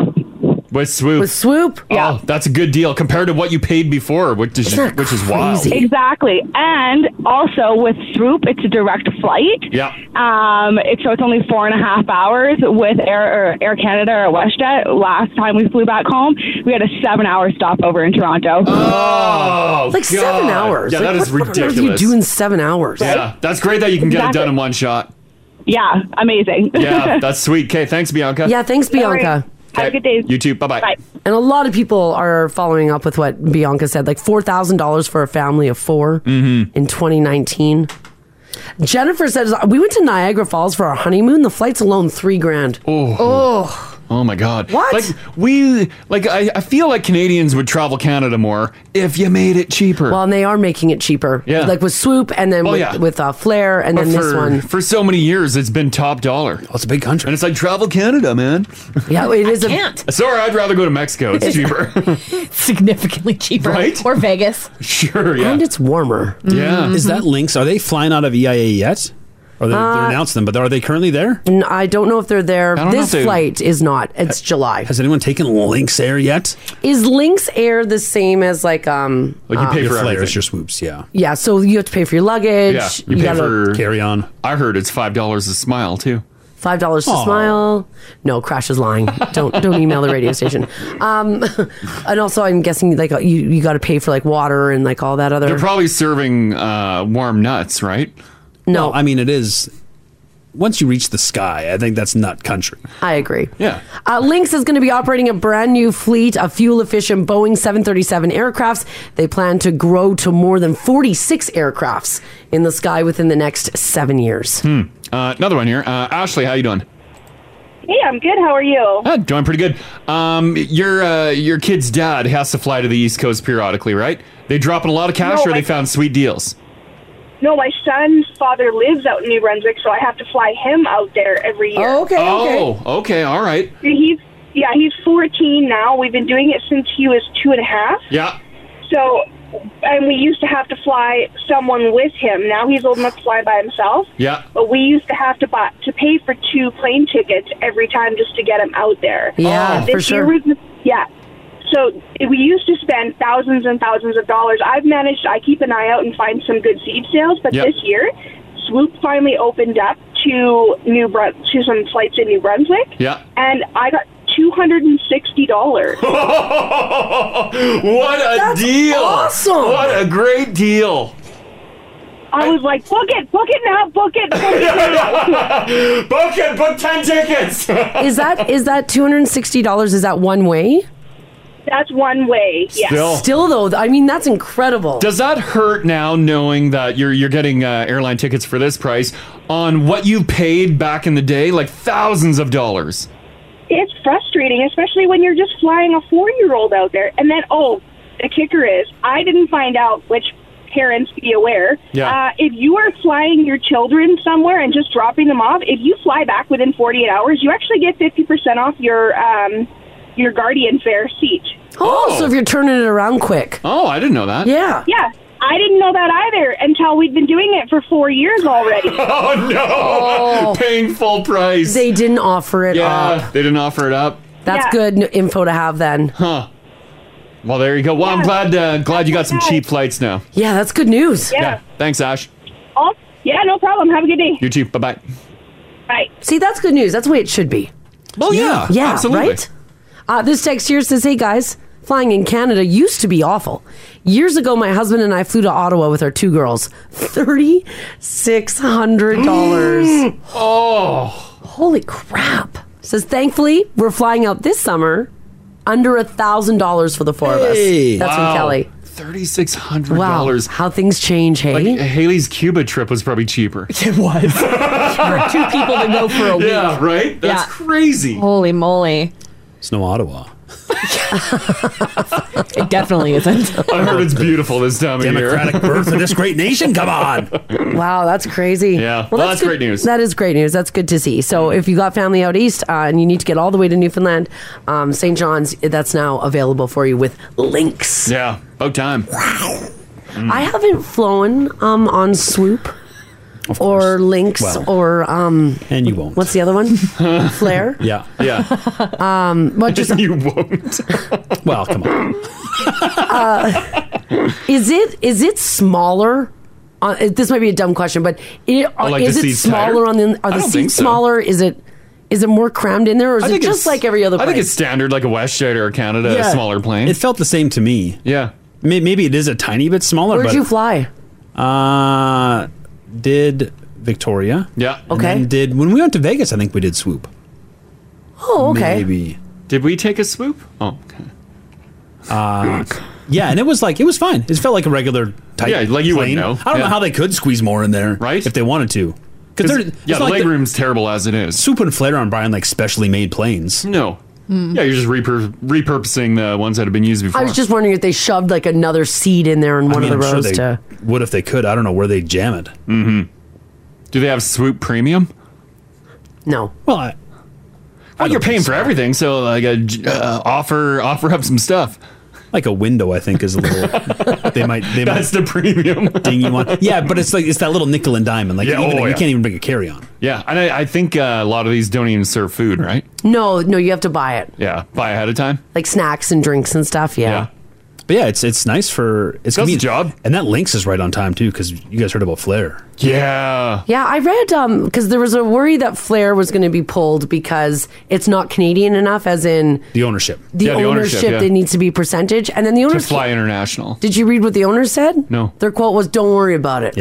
With swoop. With swoop. Yeah. Oh, that's a good deal compared to what you paid before, which is Isn't that which is wild. Exactly. And also with Swoop, it's a direct flight. Yeah. Um, it, so it's only four and a half hours with Air, or Air Canada or WestJet. Last time we flew back home, we had a seven hour stopover in Toronto. Oh, like seven God. hours. Yeah, Like, that is what, ridiculous. What are you doing seven hours? Yeah, that's great that you can get Exactly. it done in one shot. Yeah, amazing. Yeah, that's sweet. Okay, thanks, Bianca. Yeah, thanks, Bianca. Have a good day. You too. Bye-bye. And a lot of people are following up with what Bianca said, like four thousand dollars for a family of 4 Mm-hmm. in 2019. Jennifer says we went to Niagara Falls for our honeymoon. The flights alone three grand. Oh, oh, Oh my God! What? Like we like I, I feel like Canadians would travel Canada more if you made it cheaper. Well, and they are making it cheaper. Yeah. like with Swoop, and then Oh, with, yeah. with uh, Flair, and But then for, this one. for so many years, it's been top dollar. it's a big country, and it's like travel Canada, man. Yeah, it is. can't. Sorry, I'd rather go to Mexico. It's cheaper. Significantly cheaper, Right? Or Vegas. sure, yeah. And it's warmer. Yeah. Is that Lynx? Are they flying out of EIA E yet? Or they, Uh, they're announcing them, but are they currently there? N- I don't know if they're there. I don't know This if they- flight is not. It's July. Has anyone taken Lynx Air yet? Is Lynx Air the same as like um? uh, Ah, your flares, your swoops, yeah. Yeah, so you have to pay for your luggage. Yeah, you, pay gotta- for carry on. I heard it's five dollars a smile too. Five dollars to Aw. smile. No, Crash is lying. Don't don't email the radio station. Um, and also, I'm guessing like uh, you you got to pay for like water and like all that other. They're probably serving uh, warm nuts, right? No. I mean, it is. Once you reach the sky, I think that's nut country. I agree. Yeah. Uh, Lynx is going to be operating a brand new fleet of fuel efficient Boeing 737 aircrafts. They plan to grow to more than 46 aircrafts in the sky within the next seven years. Hmm. Uh, another one here. Uh, Ashley, how you doing? Hey, I'm good. How are you? Uh, doing pretty good. Um, your uh, your kid's dad has to fly to the East Coast periodically, right? They dropping a lot of cash, No, or my- they found sweet deals. No, my son's father lives out in New Brunswick, so I have to fly him out there every year. Oh, okay. All right. He's yeah, he's 14 now. We've been doing it since he was two and a half. Yeah. So, and we used to have to fly someone with him. Now he's old enough to fly by himself. Yeah. But we used to have to buy to pay for two plane tickets every time just to get him out there. Yeah, And for this sure. Year was, yeah. So we used to spend thousands and thousands of dollars. I've managed. I keep an eye out and find some good seed sales. But Yep. this year, Swoop finally opened up to New Brun to some flights in New Brunswick, Yeah. and I got two hundred and sixty dollars. What a deal! What a great deal! I was like, book it, book it now, book it, book it. now." book it, book ten tickets. is that is that two hundred and sixty dollars? Is that one way? That's one way. yes. Still. Still though, I mean that's incredible. Does that hurt now, knowing that you're you're getting uh, airline tickets for this price on what you paid back in the day, like thousands of dollars? It's frustrating, especially when you're just flying a four year old out there. And then, oh, the kicker is I didn't find out which parents be aware. Yeah. Uh, if you are flying your children somewhere and just dropping them off, if you fly back within 48 hours, you actually get 50% off your, um, your guardian fare seat. Oh, so if you're turning it around quick. Oh, I didn't know that. Yeah. Yeah. I didn't know that either until we'd been doing it for four years already. oh, no. Paying full price. They didn't offer it yeah, up. they didn't offer it up. That's good n- info to have then. Huh. Well, there you go. Well, I'm glad uh, glad you got some cheap flights now. Yeah, that's good news. Thanks, Ash. Oh, yeah, no problem. Have a good day. You too. Bye bye. Right. See, that's good news. That's the way it should be. Well, yeah, Oh, Yeah, absolutely. right? Uh, this text here says, Hey guys, flying in Canada used to be awful. Years ago, my husband and I flew to Ottawa with our two girls. $3,600. oh. Holy crap. Says, Thankfully, we're flying out this summer under a $1,000 for the four of us. That's from Kelly. Thirty six hundred dollars. How things change, hey. Haley's Cuba trip was probably cheaper. It was for two people to go for a week. Yeah, right? That's crazy. Holy moly! It's no Ottawa. It definitely isn't. I heard it's beautiful this time of year. Democratic birth of this great nation. Come on. Wow, that's crazy. Yeah, well, that's good- great news. Mm. That is great news. That's good to see. So, if you got family out east uh, and you need to get all the way to Newfoundland, um, St. John's, that's now available for you with links. Yeah, about time. I haven't flown um, on Swoop or Lynx Well. or. Um, and you won't. What's the other one? Flare? Yeah. Yeah. Um, but just, you won't. well, come on. uh, is it is it smaller? Uh, it- this might be a dumb question, but it, Oh, like is the it seats tighter? smaller on the I are the don't think seats so. smaller? Is it is it more crammed in there, or is it just like every other? I think place? it's standard, like a WestJet or a Canada, a smaller plane. It felt the same to me. Yeah. May- Maybe it is a tiny bit smaller. Where'd but you fly? Uh, did Victoria. Yeah. And Okay. then did when we went to Vegas, I think we did swoop. Oh, okay. Maybe. Did we take a swoop? Oh, okay. Uh, yeah, and it was like it was fine. It felt like a regular type. Yeah, like you plane. wouldn't know. I don't know Yeah. how they could squeeze more in there, right? If they wanted to, because they're yeah, the leg room's terrible as it is. Swoop and Flair aren't buying like specially made planes. No. Hmm. Yeah, you're just repur- repurposing the ones that have been used before. I was just wondering if they shoved like another seat in there in one of the rows they to. would if they could. I don't know where they jam it. Mm-hmm. Do they have swoop premium? No. Well, I, well you're paying for everything, so like, uh, j- uh, offer offer up some stuff. like a window. I think is a little. they might. They That's the premium thing you want. Yeah, but it's like it's that little nickel and diamond. Like Yeah, even- oh, you yeah. can't even bring a carry on. Yeah, and I, I think uh, a lot of these don't even serve food, right? No, no, you have to buy it. Yeah, buy ahead of time. Like snacks and drinks and stuff. Yeah. But yeah, it's it's nice for it's a job, and that Lynx is right on time too because you guys heard about Flair. Yeah, Yeah, I read um because there was a worry that Flair was going to be pulled because it's not Canadian enough, as in the ownership, the, ownership, that needs to be percentage, and then the to owners. fly international. Did you read what the owners said? No. Their quote was, "Don't worry about it."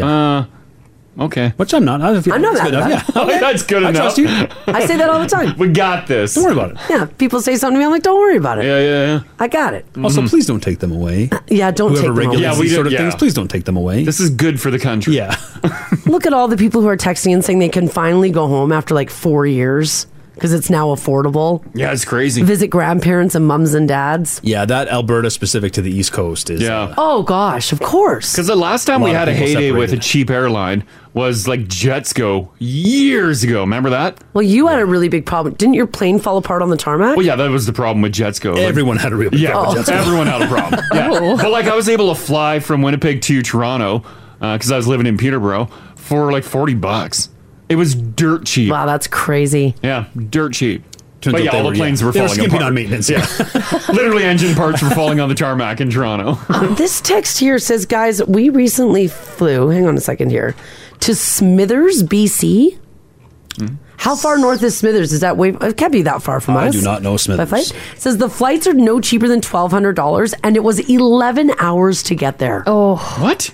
Uh, okay. Which I'm not. I don't feel I'm not that's mad good about enough. it. Yeah. Okay. That's good I enough. trust you. I say that all the time. We got this. Don't worry about it. Yeah, people say something to me. I'm like, "Don't worry about it." Yeah, yeah, yeah. I got it. Also, Mm-hmm. please don't take them away. Uh, Yeah, don't Whoever take them regulates away. these sort of things, please don't take them away. This is good for the country. Yeah. Look at all the people who are texting and saying they can finally go home after like four years because it's now affordable. Yeah, it's crazy. Visit grandparents and mums and dads. Yeah, that Alberta specific to the East Coast is. uh, Yeah. Oh gosh, of course. Because the last time A we lot of had a people heyday with a separated. cheap airline was like Jetsco years ago. Remember that? Well, you had a really big problem. Didn't your plane fall apart on the tarmac? Well, yeah, that was the problem with Jetsco. Everyone had a real yeah, problem with Jetsco. everyone had a problem. Yeah. Oh. But like, I was able to fly from Winnipeg to Toronto because I was living in Peterborough for like forty bucks. It was dirt cheap. Wow, that's crazy. Yeah, dirt cheap. Turns but out yeah, they all were- the planes yeah. were They were falling skimping apart. on maintenance, literally engine parts were falling on the tarmac in Toronto. Uh, this text here says, guys, we recently flew, hang on a second here, to Smithers, BC. How far north is Smithers? Is that way? It can't be that far from Hmm? I us. do not know Smithers. By flight. Says the flights are no cheaper than twelve hundred dollars, and it was eleven hours to get there. Oh, what?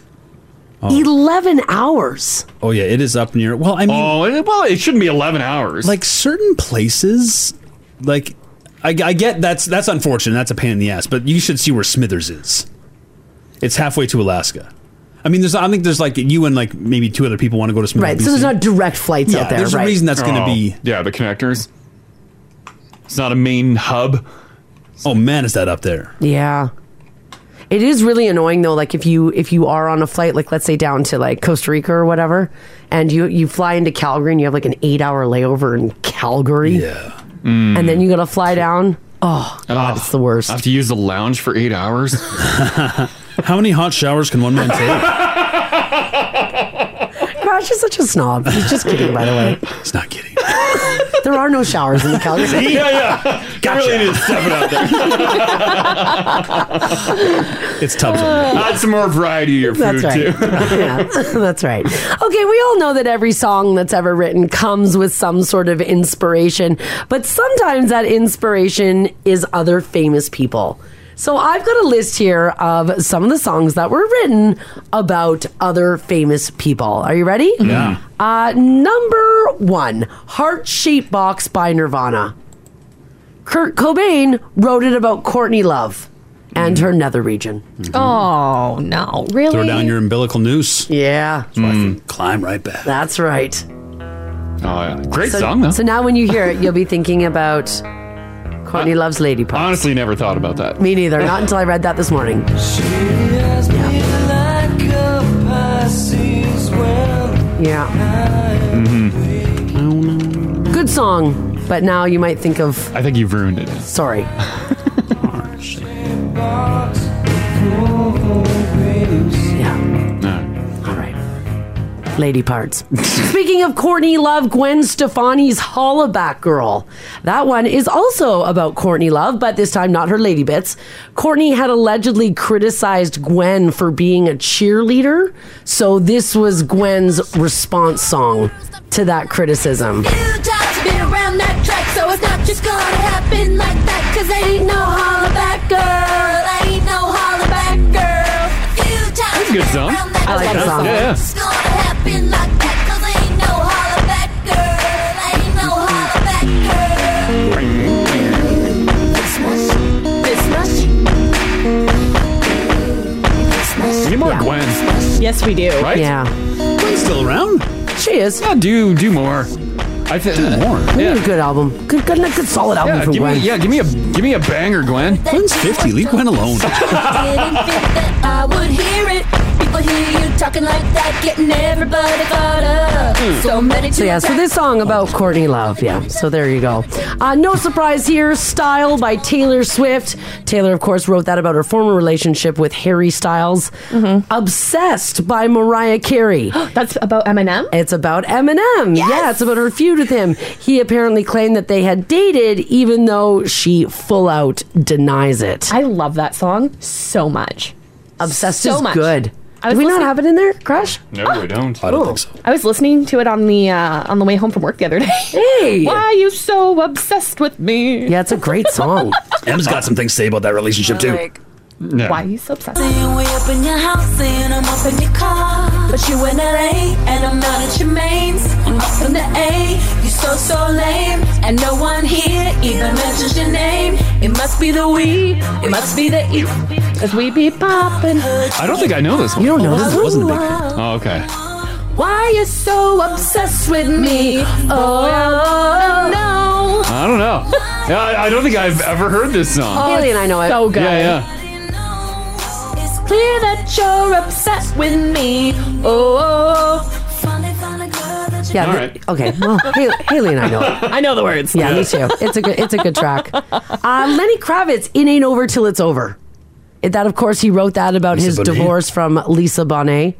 Eleven hours. Oh yeah, it is up near. Well, I mean, oh it- well, it shouldn't be eleven hours. Like certain places, like I, I get that's that's unfortunate. That's a pain in the ass. But you should see where Smithers is. It's halfway to Alaska. I mean, there's I think there's like you and like maybe two other people want to go to Smithers. Right. So there's BC. not direct flights Yeah, out there. there's a right? reason that's going to Oh, be yeah the connectors. It's not a main hub. Oh man, is that up there? Yeah. It is really annoying though, like if you if you are on a flight, like let's say down to like Costa Rica or whatever, and you you fly into Calgary and you have like an eight hour layover in Calgary. Yeah. And then you gotta fly down. Oh God, it's the worst. I have to use the lounge for eight hours. How many hot showers can one man take? gosh, you're such a snob. He's just kidding, by the way. He's not kidding. There are no showers in the Calgary. See? Yeah, yeah. really need to step it out It's tubs. Add some more variety to your food That's right. too. yeah, that's right. Okay, we all know that every song that's ever written comes with some sort of inspiration, but sometimes that inspiration is other famous people. So I've got a list here of some of the songs that were written about other famous people. Are you ready? Yeah. Uh, number one, Heart Shaped Box by Nirvana. Kurt Cobain wrote it about Courtney Love and her nether region. Oh no, really? Throw down your umbilical noose. Yeah. Climb right back. That's right. Oh, yeah. Great so, song though. So now when you hear it, you'll be thinking about Courtney Love's Lady Pop. Honestly, never thought about that. Me neither. Not until I read that this morning. Yeah. Good song, but now you might think of. Mm-hmm. I think you've ruined it. Sorry. Lady parts. Speaking of Courtney Love, Gwen Stefani's Hollaback Girl. That one is also about Courtney Love, but this time not her lady bits. Courtney had allegedly criticized Gwen for being a cheerleader, so this was Gwen's response song to that criticism. Been around that track, so it's not just gonna happen like that. Cause ain't no hollaback girl, ain't no hollaback girl. Few times That's a good song. I like that song. Yeah, It's gonna happen like that. Cause ain't no hollaback girl, ain't no hollaback girl. This much, this much. yeah. Any more Gwen? Yes, we do. Right? Yeah. Gwen's still around. She is. Yeah, do do more. I think more. Yeah. good album. Good, good, good solid album Yeah, from give Gwen. me, yeah, give me a give me a banger, Gwen. Gwen's fifty. Leave Gwen alone. Didn't think that I would hear it. People hear you talking like that, getting everybody caught up. So many to So yeah, so this song about Courtney Love, yeah. So there you go. Uh, no surprise here, "Style" by Taylor Swift. Taylor, of course, wrote that about her former relationship with Harry Styles. Obsessed by Mariah Carey. Mm-hmm. That's about Eminem. It's about Eminem. Yeah, it's about her feud with him. He apparently claimed that they had dated, even though she full out denies it. I love that song so much. Obsessed So is much. good. I Do was we not listening- have it in there, Crush? No, I don't. I was listening to it on the uh, on the way home from work the other day. Hey, why are you so obsessed with me? Yeah, it's a great song. Em's got some things to say about that relationship too. Yeah. Why are you so obsessed? Saying we up in your house, saying I'm up in your car. But you in LA, and I'm not at your mains. I'm up in the A, you so, so lame. And no one here even mentions your name. It must be the we, it must be the E. Cause we be popping. I don't think I know this one. You don't know this one? Wasn't a big hit. Oh, okay. Why you so obsessed with me? Oh, I wanna know. I don't know. Yeah, I, I don't think I've ever heard this song. Oh, Haley and I know it. so good. Yeah, It's clear that you're obsessed with me. Oh, Yeah. All the- right. Okay. Well, Haley, Haley and I know. it. I know the words. Yeah, me too. It's a good. It's a good track. Uh, Lenny Kravitz. It ain't over till it's over. It- that, of course, he wrote that about Lisa his Bonet. divorce from Lisa Bonet.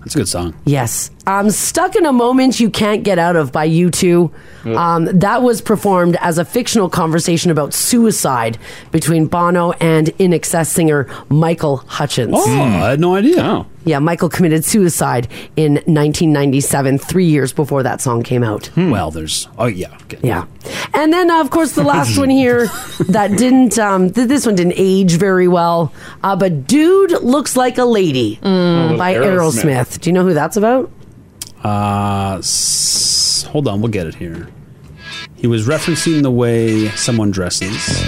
That's a good song. Yes. Um, Stuck in a Moment You Can't Get Out of by U2. Um, that was performed as a fictional conversation about suicide between Bono and In Excess singer Michael Hutchins. Oh, I had no idea. Oh. Yeah, Michael committed suicide in 1997, three years before that song came out. Well, there's. Oh yeah. Okay. Yeah. And then, uh, of course, the last one here that didn't, um, th- this one didn't age very well. Uh, but Dude Looks Like a Lady Oh, by Aerosmith. Aerosmith. Do you know who that's about? Uh, s- hold on, we'll get it here. He was referencing the way someone dresses.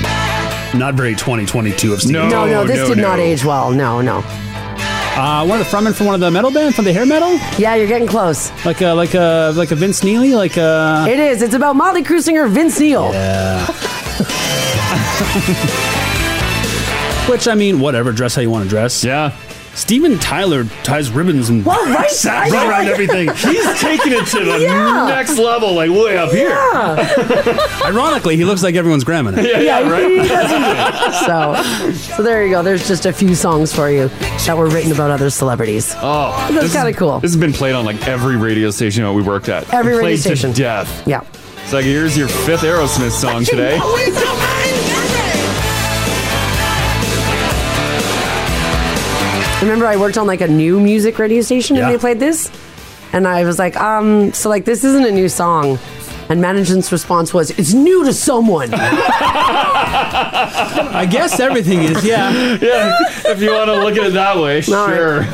Not very 2022 of Steve. no, no, this did not age well. No, no. Uh, one of the frontmen from one of the metal band from the hair metal. Yeah, you're getting close. Like a like a like a Vince Neil, like uh, a. It is. It's about Motley Crue singer Vince Neil. Yeah. Which I mean, whatever, dress how you want to dress. Yeah. Steven Tyler ties ribbons and Well, Oh, right, sash I know, around like- everything. He's taking it to the Yeah. next level, like way up here. Ironically, he looks like everyone's grandma. now. he- he doesn't. so, so there you go. There's just a few songs for you that were written about other celebrities. Oh, That's this is- kinda cool. This has been played on like every radio station that we worked at. Every radio Played station. to death. Yeah. It's like here's your fifth Aerosmith song today. Remember, I worked on like a new music radio station and they played this, and I was like, um, so like this isn't a new song. And management's response was, "It's new to someone." I guess everything is, yeah. yeah, if you want to look at it that way, sure.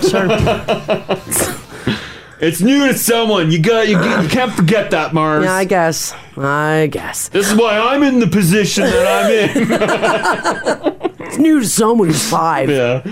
it's new to someone. You got you, you can't forget that, Mars. yeah, I guess. I guess. This is why I'm in the position that I'm in. It's new to someone who's five. Yeah.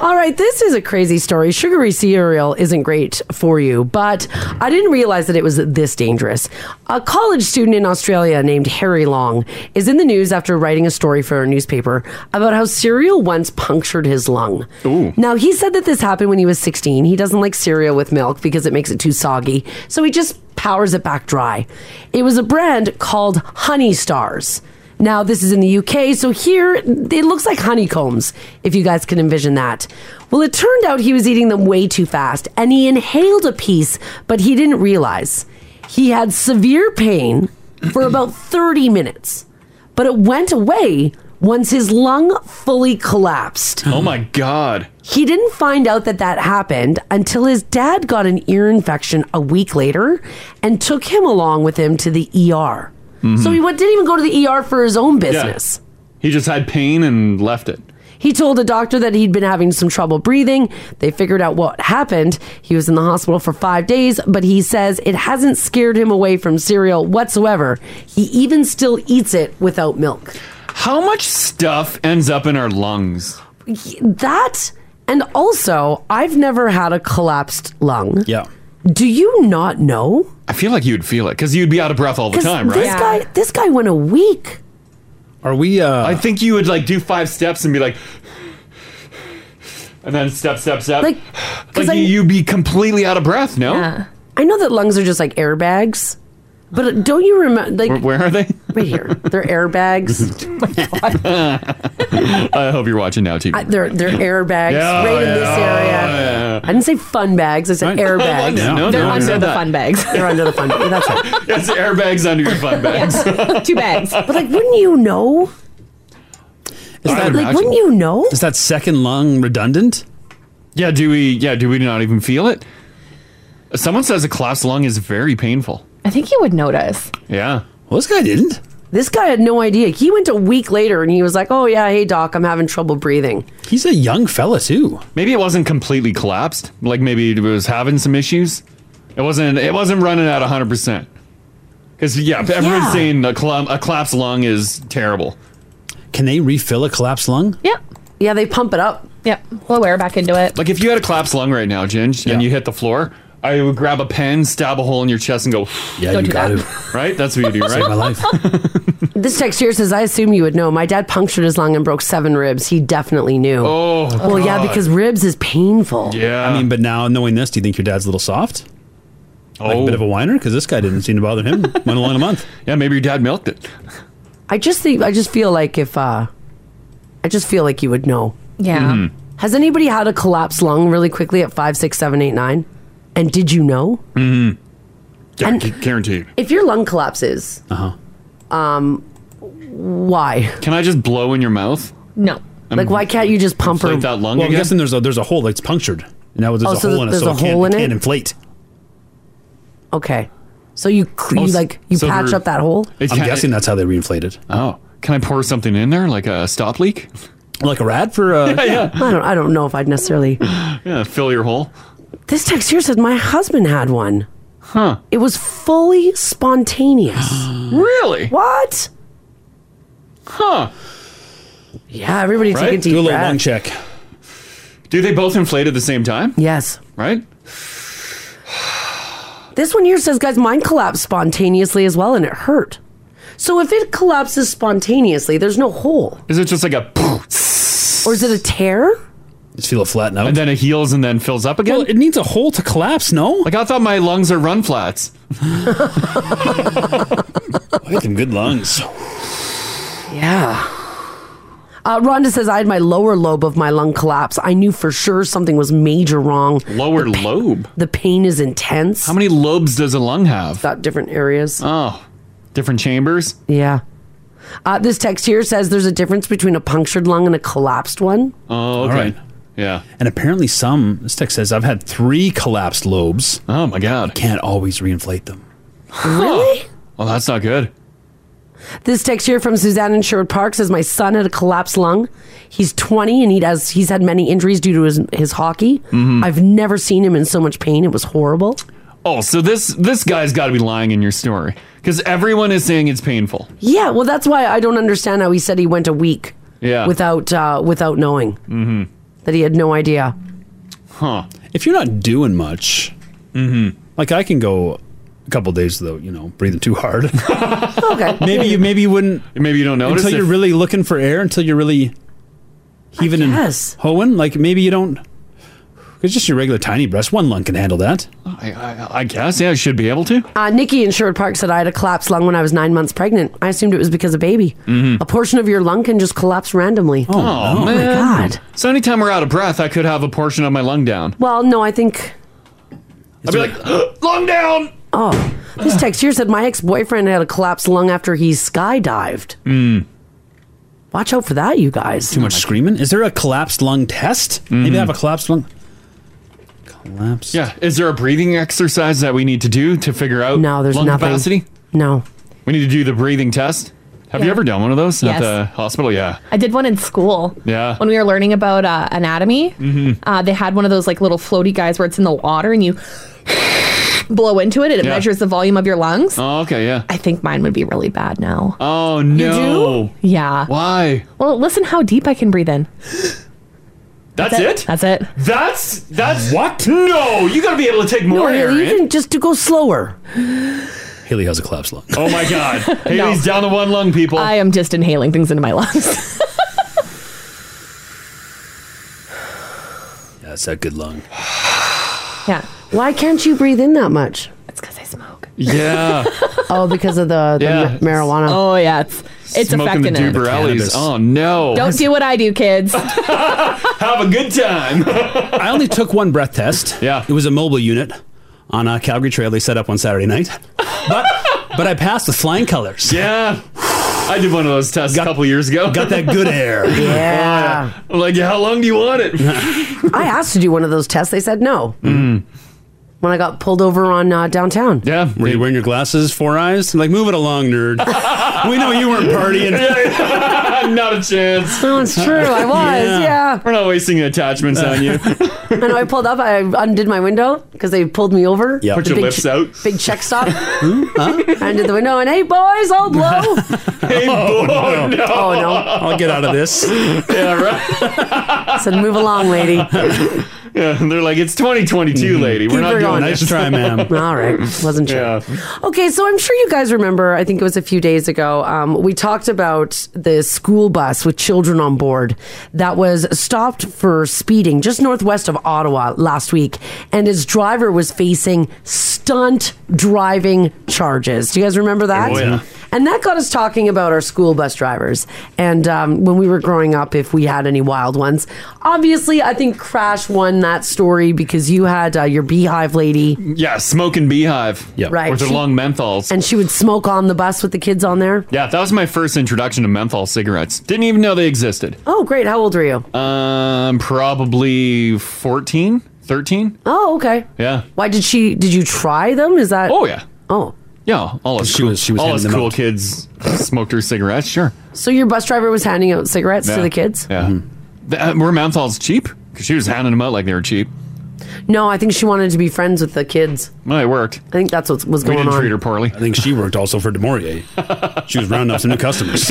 All right, this is a crazy story. Sugary cereal isn't great for you, but I didn't realize that it was this dangerous. A college student in Australia named Harry Long is in the news after writing a story for a newspaper about how cereal once punctured his lung. Ooh. Now, he said that this happened when he was 16. He doesn't like cereal with milk because it makes it too soggy, so he just powers it back dry. It was a brand called Honey Stars. Now, this is in the UK, so here it looks like honeycombs, if you guys can envision that. Well, it turned out he was eating them way too fast and he inhaled a piece, but he didn't realize. He had severe pain for about 30 minutes, but it went away once his lung fully collapsed. oh my god. He didn't find out that that happened until his dad got an ear infection a week later and took him along with him to the ER. So he went, didn't even go to the ER for his own business. He just had pain and left it. He told a doctor that he'd been having some trouble breathing. They figured out what happened. He was in the hospital for five days, but he says it hasn't scared him away from cereal whatsoever. He even still eats it without milk. How much stuff ends up in our lungs? That, and also, I've never had a collapsed lung. Yeah. Do you not know? I feel like you'd feel it because you'd be out of breath all the 'Cause time, right? This guy, this guy went a week. Are we? uh I think you would like do five steps and be like, and then step, step, step. Like, Uh, Like, 'cause I- you, you'd be completely out of breath. No, I know that lungs are just like airbags, but don't you remember? Like, Where- where are they? Right here. They're airbags. I hope you're watching now, TV. I, they're they're airbags Yeah, right in this yeah, area. yeah. I didn't say fun bags. I said airbags. No, no, They're no, under no. the fun bags. They're under the fun. That's right. Yes, airbags under your fun bags. Two bags. But like, wouldn't you know? that, like, wouldn't you know? Is that second lung redundant? Yeah, do we? Yeah, do we not even feel it? Someone says a collapsed lung is very painful. I think you would notice. Yeah. Well, this guy didn't. This guy had no idea. He went a week later and he was like, "Oh yeah, hey doc, I'm having trouble breathing." He's a young fella too. Maybe it wasn't completely collapsed. Like maybe it was having some issues. It wasn't. It wasn't running at hundred percent. Because yeah, everyone's Yeah. saying a, cl- a collapsed lung is terrible. Can they refill a collapsed lung? Yep. Yeah, they pump it up. Yep. Blow air back into it. Like if you had a collapsed lung right now, Ginge, and you hit the floor, I would grab a pen, stab a hole in your chest, and go. Yeah, Don't you do got to. Right, that's what you do. Right, my life. This text here says, "I assume you would know. My dad punctured his lung and broke seven ribs. He definitely knew." Oh, well, yeah, God. because ribs is painful. Yeah. I mean, but now knowing this, do you think your dad's a little soft? Like a bit of a whiner? Because this guy didn't seem to bother him. Went along a month. Yeah, maybe your dad milked it. I just think I just feel like if uh I just feel like you would know. Yeah. Mm-hmm. Mhm. Has anybody had a collapsed lung really quickly at five, six, seven, eight, nine? And did you know? Mm-hmm. Yeah, gu- guaranteed. If your lung collapses, Uh-huh. um why? Can I just blow in your mouth? No. like why can't you just pump her? Well, I'm guessing there's a there's a hole that's punctured, and that was there's Oh, a so hole th- in it, there's so a it can't, hole it in it? can't inflate. Okay. So you, cl- Oh, you s- like you so patch her- up that hole? It's I'm ca- guessing that's how they reinflate it. Oh, can I pour something in there like a stop leak? Like a rat for uh, yeah, yeah. I don't I don't know if I'd necessarily Yeah, fill your hole. This text here said my husband had one. Huh. It was fully spontaneous. really? What? Huh. Yeah, everybody take a deep Do a little breath. lung check. Do they both inflate at the same time? Yes. Right? This one here says, guys, mine collapsed spontaneously as well, and it hurt. So if it collapses spontaneously, there's no hole. Is it just like a Or is it a tear? just feel it flatten out? And then it heals and then fills up again? Well, it needs a hole to collapse, no? Like I thought my lungs are run flats. I got some good lungs. Yeah. Uh, Rhonda says, I had my lower lobe of my lung collapse. I knew for sure something was major wrong. Lower lobe? The pain is intense. How many lobes does a lung have? Got different areas. Oh, different chambers? Yeah. Uh, this text here says there's a difference between a punctured lung and a collapsed one. Oh, okay. Yeah. And apparently, some this text says I've had three collapsed lobes. Oh my god! Can't always reinflate them. Really? Well, that's not good. This text here from Suzanne in Sherwood Park says my son had a collapsed lung. He's 20 and he has he's had many injuries due to his his hockey. Mhm. I've never seen him in so much pain. It was horrible. Oh, so this this guy's got to be lying in your story because everyone is saying it's painful. Yeah, well that's why I don't understand how he said he went a week Yeah. without uh, without knowing Mm-hmm. that he had no idea. Huh. If you're not doing much, mm-hmm. like I can go a couple days though, you know, breathing too hard. okay. maybe you maybe you wouldn't maybe you don't notice until if- you're really looking for air until you're really heaving and hoeing. Like maybe you don't. It's just your regular tiny breast. One lung can handle that. I, I, I guess. Yeah, I should be able to. Uh, Nikki in Sherwood Park said I had a collapsed lung when I was nine months pregnant. I assumed it was because of baby. Mhm. A portion of your lung can just collapse randomly. Oh, my man. god. So anytime we're out of breath, I could have a portion of my lung down. Well, no, I think I'd be like, lung down. Oh, this text here said my ex boyfriend had a collapsed lung after he skydived. Hmm. Mm. Watch out for that, you guys. Too much screaming. Is there a collapsed lung test? Mm-hmm. Maybe I have a collapsed lung. Collapse. Yeah. Is there a breathing exercise that we need to do to figure out No, there's lung nothing. capacity? No. We need to do the breathing test. Have you Yeah. ever done one of those Yes. at the hospital? Yeah. I did one in school. Yeah. When we were learning about uh, anatomy, Mhm. uh, they had one of those like little floaty guys where it's in the water and you blow into it and it Yeah. measures the volume of your lungs. Oh, okay. Yeah. I think mine would be really bad now. Oh no. Yeah. Why? Well, listen how deep I can breathe in. That's, it? That's it. That's that's what? No, you got to be able to take more no, air Haley, you in. can just to go slower. Haley has a collapsed lung. Oh my god, Haley's down to one lung, people. I am just inhaling things into my lungs. Yeah, that's that good lung. yeah. Why can't you breathe in that much? It's because I smoke. Yeah. oh, because of the, the Yeah. ma- marijuana. Oh yeah, it's it's Smoking the affecting it. Duberellis. Oh no! Don't do what I do, kids. Have a good time. I only took one breath test. Yeah. It was a mobile unit on a Calgary Trail they set up on Saturday night. But but I passed with flying colors. Yeah. I did one of those tests a couple years ago. Got that good air. Yeah. I'm like, how long do you want it? I asked to do one of those tests. They said no. Mm. When I got pulled over on uh, downtown. Yeah. Were you wearing your glasses, four eyes? Like, move it along, nerd. we know you weren't partying. Not a chance. Oh, No, it's true. I was. Yeah. We're not wasting attachments on you. and I pulled up. I undid my window because they pulled me over. Yeah. Put The your big lips out. Big check stop. I undid the window and hey boys, all blow. hey boy, no. no. Oh, no. I'll get out of this. yeah, right. said move along, lady. Mm-hmm. Yeah, and they're like, it's 2022, lady. We're Keep not her doing going. this. Nice try, ma'am. All right. Wasn't sure. Okay, so I'm sure you guys remember, I think it was a few days ago, um, we talked about the school bus with children on board that was stopped for speeding just northwest of Ottawa last week, and its driver was facing stunt driving charges. Do you guys remember that? Oh, yeah. And that got us talking about our school bus drivers. And um, when we were growing up, if we had any wild ones, obviously, I think Crash won that story because you had uh, your beehive lady. Yeah, smoking beehive. Yeah. Right. With their She- long menthols. And she would smoke on the bus with the kids on there. yeah, that was my first introduction to menthol cigarettes. Didn't even know they existed. Oh, great. How old were you? Um, probably 14, 13. Oh, okay. Yeah. Why did she? Did you try them? Is that? Oh yeah. Oh. Yeah, all us She cool, was- she was all handing them us cool out. kids smoked her cigarettes. Sure. So your bus driver was handing out cigarettes to Yeah. the kids? Yeah. Mm-hmm. Th- uh, were menthols cheap? 'Cause she was handing them out like they were cheap. No, I think she wanted to be friends with the kids. Well, it worked. I think that's what was We going didn't on. treat her poorly. I think she worked also for Demorier. She was rounding up some new customers.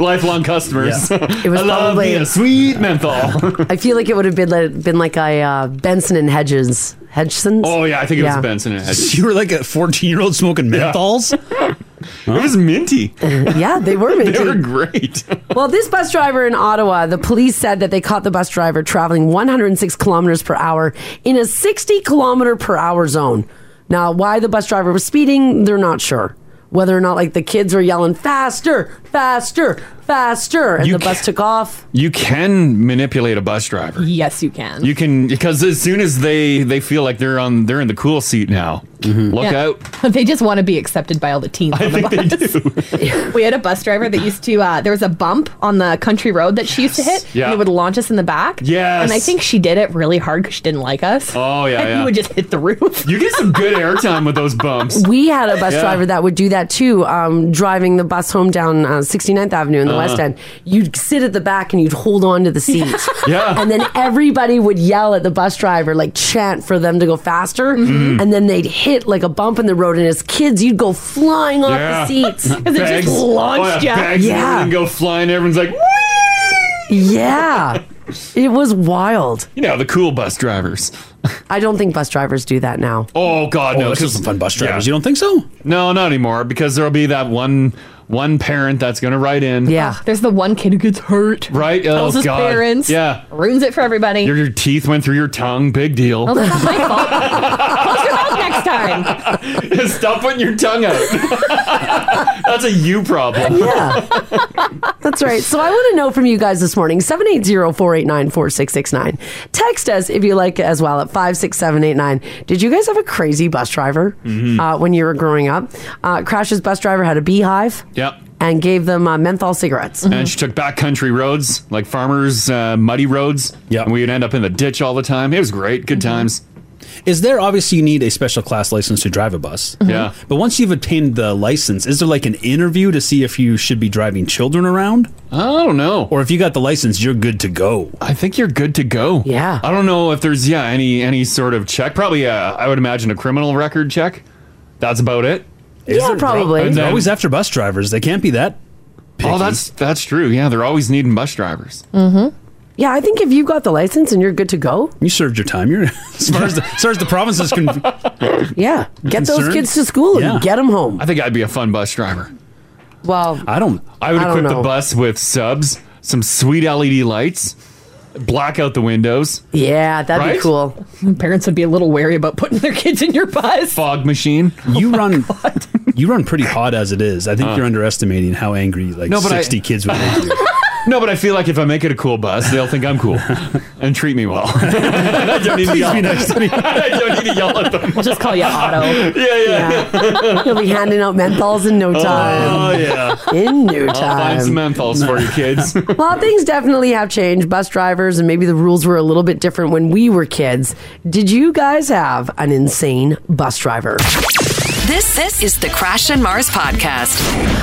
Lifelong customers. It was I love probably- me a sweet menthol. I feel like it would have been like, been like a uh, Benson and Hedges. Hedgesons? Oh yeah, I think it was Yeah. Benson. and Hedges. You were like a 14 year old smoking menthols? It was minty. yeah, they were minty. they were great. Well, this bus driver in Ottawa, the police said that they caught the bus driver traveling 106 kilometers per hour in a 60 kilometer per hour zone. Now, why the bus driver was speeding, they're not sure. Whether or not like the kids were yelling faster, faster, faster, and the bus took off. You can manipulate a bus driver. yes, you can. You can because as soon as they they feel like they're on they're in the cool seat now. Mm-hmm. Look Yeah. out! They just want to be accepted by all the teens. I think they do. we had a bus driver that used to. Uh, there was a bump on the country road that she used to hit. Yeah. And it would launch us in the back. Yes. And I think she did it really hard because she didn't like us. Oh yeah, And yeah. we would just hit the roof. You get some good airtime with those bumps. We had a bus Yeah. driver that would do that too, um, driving the bus home down uh, 69th Avenue in the Uh-huh. West End. You'd sit at the back and you'd hold on to the seat. Yeah. And then everybody would yell at the bus driver, like chant for them to go faster. Mm-hmm. Mhm. And then they'd hit like a bump in the road. And as kids, you'd go flying off Yeah. the seats. Bags. oh, yeah, Bags and everything go flying. Everyone's like, Yeah. It was wild. you know, the cool bus drivers. I don't think bus drivers do that now. Oh God, Oh, no! this because- was some fun bus drivers. Yeah. You don't think so? No, not anymore. Because there'll be that one one parent that's going to write in. There's the one kid who gets hurt. Right? Tells oh his God. parents. Yeah. Ruins it for everybody. Your, your teeth went through your tongue. Big deal. Well, that's not my fault. Close your mouth next time. Oh. Stop putting your tongue out. That's a you problem. Yeah. That's right. So I want to know from you guys this morning 780 489 4669. Text us if you like as well at 56789. Did you guys have a crazy bus driver Mm-hmm. uh, when you were growing up? Uh, Crash's bus driver had a beehive Yep. Mm-hmm. and gave them uh, menthol cigarettes. And she took back country roads, like farmers' uh, muddy roads. Yeah. We would end up in the ditch all the time. It was great. Mm-hmm. Good times. Is there obviously you need a special class license to drive a bus? Mhm. Yeah. But once you've obtained the license, is there like an interview to see if you should be driving children around? I don't know. Or if you got the license, you're good to go. I think you're good to go. Yeah. I don't know if there's yeah any any sort of check. Probably uh, I would imagine a criminal record check. That's about it. Yeah, there- probably. They're And then- always after bus drivers. They can't be that. Oh, that's that's true. Yeah, they're always needing bus drivers. Mm-hmm. Yeah, I think if you got the license and you're good to go, You served your time. You're as far as the, as, far as the province is con- yeah, get those kids to school and get them home. I think I'd be a fun bus driver. Well, I don't. I would I don't equip know. the bus with subs, some sweet LED lights, block out the windows. Yeah, that'd be Right? cool. Parents would be a little wary about putting their kids in your bus. Oh Fog machine. You run. You run pretty hot as it is. I think Uh. you're underestimating how angry like No, but I- sixty kids would make you. No, but I feel like if I make it a cool bus, they'll think I'm cool and treat me well. I don't need to Please yell. be nice to me. I don't need to yell at them. just call you Otto. yeah, yeah. You'll be handing out menthols in no Oh time. yeah. In no I'll time. find some menthols for you kids. well, things definitely have changed. Bus drivers and maybe the rules were a little bit different when we were kids. Did you guys have an insane bus driver? This this is the Crash and Mars podcast.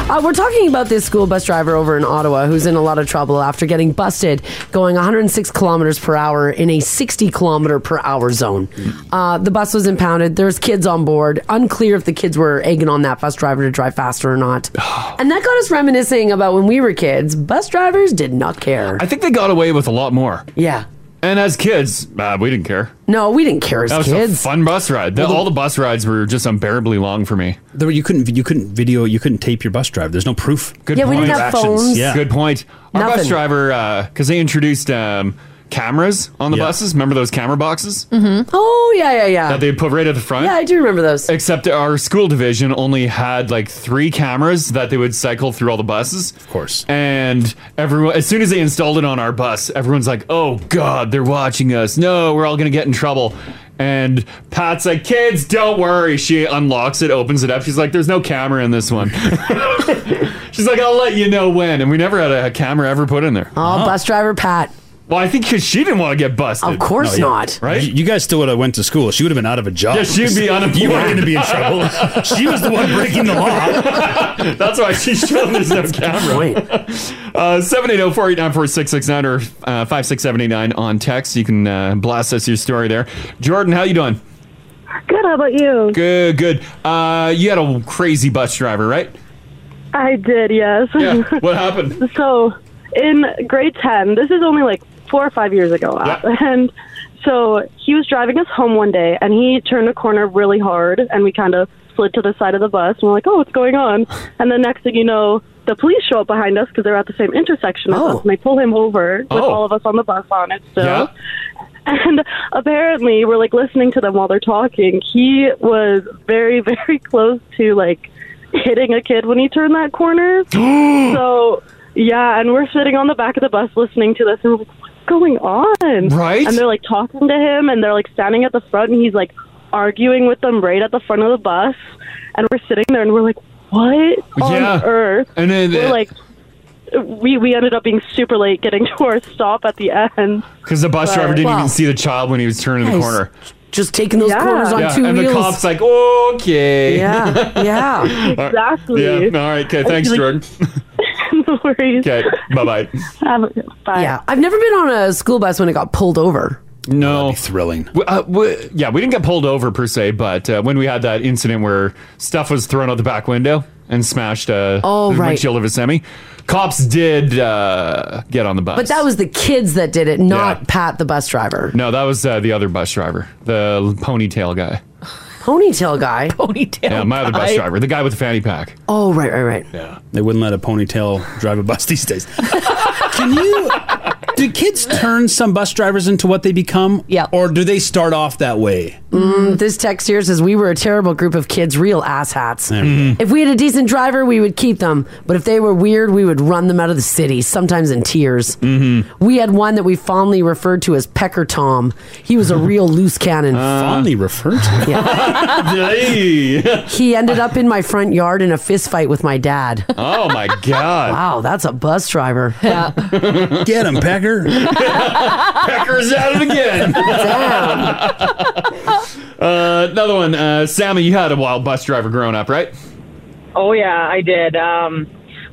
Uh, we're talking about this school bus driver over in Ottawa who's in a lot of trouble after getting busted going 106 kilometers per hour in a 60 kilometer per hour zone. Uh, the bus was impounded. There's kids on board. Unclear if the kids were egging on that bus driver to drive faster or not. and that got us reminiscing about when we were kids. Bus drivers did not care. I think they got away with a lot more. Yeah. And as kids, uh, we didn't care. No, we didn't care as That was kids. a fun bus ride. The- Well, the- all the bus rides were just unbearably long for me. There were- you couldn't you couldn't video you couldn't tape your bus drive. There's no proof. Good point. Actions. Yeah. Good point. Our bus Nothing. driver, because they introduced um, cameras on the buses. Remember those camera boxes Mm-hmm. Oh, yeah, yeah, yeah. that they put right at the front? Yeah, I do remember those. Except our school division only had like three cameras that they would cycle through all the buses. Of course. And everyone, as soon as they installed it on our bus, everyone's like, oh God, they're watching us. No, we're all going to get in trouble. And Pat's like, kids, don't worry. She unlocks it, opens it up. She's like, there's no camera in this one. She's like, I'll let you know when. And we never had a camera ever put in there. Oh, bus driver Pat. Well, I think because she didn't want to get busted. Of course No, yeah. not. Right? You, you guys still would have went to school. She would have been out of a job. Yeah, she'd be unemployed. You were going to be in trouble. uh, she was the one breaking the law. That's why she's showing there's no camera. Uh, 780-489-4669 or uh, 56789 on text. You can uh, blast us your story there. Jordan, how you doing? Good. How about you? Good, good. Uh, you had a crazy bus driver, right? I did, yes. Yeah. What happened? so, in grade 10, this is only like four or five years ago. uh, And so he was driving us home one day and he turned a corner really hard and we kind of slid to the side of the bus and we're like, oh, what's going on? And the next thing you know, the police show up behind us because they're at the same intersection Oh. as us and they pull him over with Oh. all of us on the bus on it still. Yeah. And apparently, we're like listening to them while they're talking. He was very, very close to like hitting a kid when he turned that corner. so, yeah, and we're sitting on the back of the bus listening to this, and we're like, what's going on? Right? And they're like talking to him, and they're like standing at the front, and he's like arguing with them right at the front of the bus. And we're sitting there, and we're like, what Yeah. on earth? And then- we're like, we, we ended up being super late getting to our stop at the end. Because the bus Right. driver didn't Wow. even see the child when he was turning Yeah, the he's corner. Just taking those Yeah. corners on yeah. two and wheels. the cop's like, okay. Yeah, yeah. Exactly. Yeah. All right. Okay. Thanks, Like- Jordan. no worries. Okay. Bye bye. Yeah, I've never been on a school bus when it got pulled over. No, thrilling. uh, we, yeah, we didn't get pulled over per se, but uh, when we had that incident where stuff was thrown out the back window and smashed uh, Oh, the right. windshield of a semi, cops did uh, get on the bus. But that was the kids that did it, not Yeah. Pat the bus driver. no, that was uh, the other bus driver, the ponytail guy. Oh, Ponytail guy. Ponytail. yeah, my other bus driver, the guy with the fanny pack. Oh, right, right, right. Yeah. They wouldn't let a ponytail drive a bus these days. Can you? Do kids turn some bus drivers into what they become? Yeah. Or do they start off that way? Mm, this text here says we were a terrible group of kids, real asshats. There we If we had a decent driver, we would keep them. But if they were weird, we would run them out of the city, sometimes in tears. Mm-hmm. We had one that we fondly referred to as Pecker Tom. He was a real loose cannon. Fondly referred to. Yeah. he ended up in my front yard in a fist fight with my dad. Oh my god! Wow, that's a bus driver. Yeah. Get him, Pecker. Pecker's at it again. Uh, another one, uh, Sammy. You had a wild bus driver growing up, right? Oh yeah, I did. Um,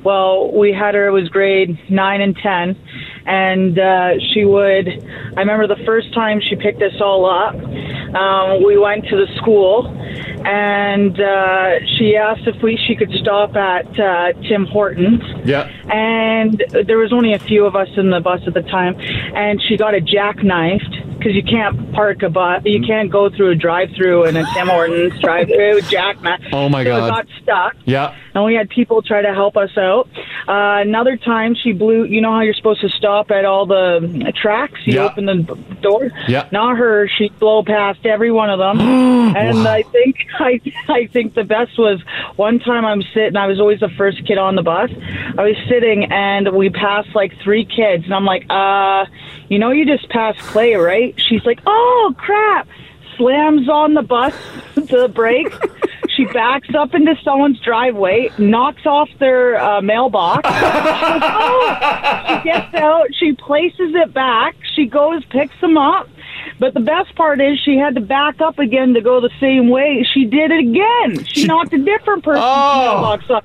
well, we had her. It was grade nine and ten, and uh, she would. I remember the first time she picked us all up. Um, we went to the school, and uh, she asked if we she could stop at uh, Tim Hortons Yeah. and there was only a few of us in the bus at the time and she got a jackknifed because you can't park a bus, Mm. you can't go through a drive-through in a Tim Hortons drive-through jackknife. Oh my so it God. got stuck Yeah. and we had people try to help us out. Uh, another time, she blew. You know how you're supposed to stop at all the mm, tracks? You Yeah. open the b- door. Yeah. Not her. She blew past every one of them. and Wow. I think I, I think the best was one time I'm sitting. I was always the first kid on the bus. I was sitting, and we passed like three kids, and I'm like, uh, you know, you just passed Clay, right? She's like, oh crap. Slams on the bus, the brake, she backs up into someone's driveway, knocks off their uh, mailbox. she, goes, "Oh!" She gets out, she places it back, she goes, picks them up. But the best part is she had to back up again to go the same way. She did it again. She, knocked a different person's Oh. mailbox off.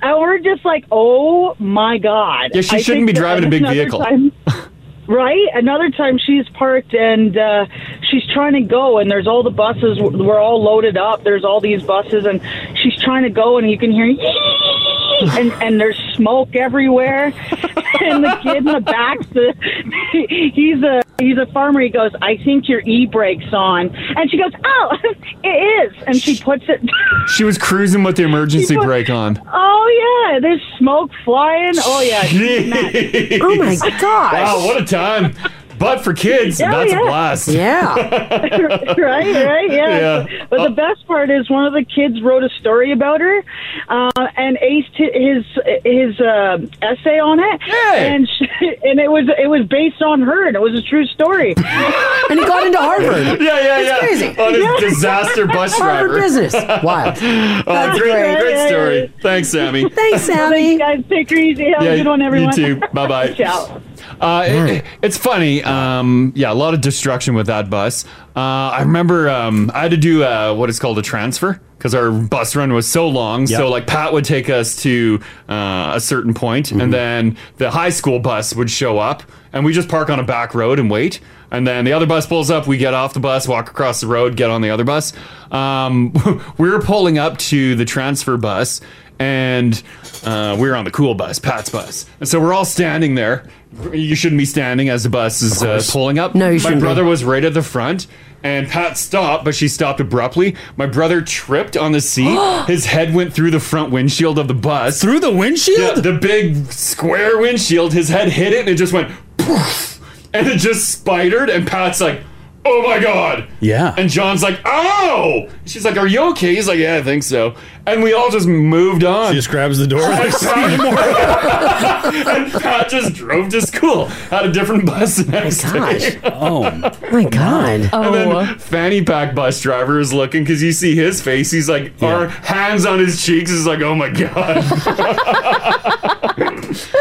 And we're just like, oh my God. Yeah, she I think shouldn't be that- driving a and big another vehicle. time- Right. Another time she's parked and uh, she's trying to go, and there's all the buses. We're all loaded up. There's all these buses, and she's trying to go, and you can hear, "Yee!" and and there's smoke everywhere. and the kid in the back, the, he's a he's a farmer. He goes, "I think your e brakes on," and she goes, "Oh, it is," and she puts it. She was cruising with the emergency People- brake on. Oh yeah, there's smoke flying. Oh yeah. she's nuts. Jeez. Wow, what a time. But for kids, Yeah, that's yeah. a right, blast. right, yeah. Yeah. But the best part is one of the kids wrote a story about her, uh, and aced hi- his his uh, essay on it, and she, and it was it was based on her, and it was a true story. and he got into Harvard. Yeah, yeah, yeah. On his disaster bus driver. Harvard business. Wild. great. oh, great, great, Yeah, yeah, story. Thanks, Sammy. Thanks, Sammy. guys, take her easy. Have a good one, everyone. You too. Bye bye. Ciao. Uh, it- it- it's funny. Um, yeah, a lot of destruction with that bus. Uh, I remember um, I had to do uh, what is called a transfer because our bus run was so long. Yeah. So like Pat would take us to uh, a certain point, and then the high school bus would show up, and we just park on a back road and wait. And then the other bus pulls up. We get off the bus, walk across the road, get on the other bus. Um, we were pulling up to the transfer bus, and uh, we were on the cool bus, Pat's bus. And so we're all standing there. You shouldn't be standing as the bus is uh, pulling up. No, you My shouldn't be. brother was right at the front, and Pat stopped, but she stopped abruptly. My brother tripped on the seat. His head went through the front windshield of the bus. Through the windshield? the big square windshield. His head hit it, and it just went poof, and it just spidered. And Pat's like, "Oh my god!" Yeah. And John's like, "Oh!" She's like, "Are you okay?" He's like, "Yeah, I think so." And we all just moved on. She just grabs the door. and Pat just drove to school. Had a different bus the next day. Oh my god! And Oh. then fanny pack bus driver is looking because you see his face. He's like, our hands on his cheeks. Is like, oh my god.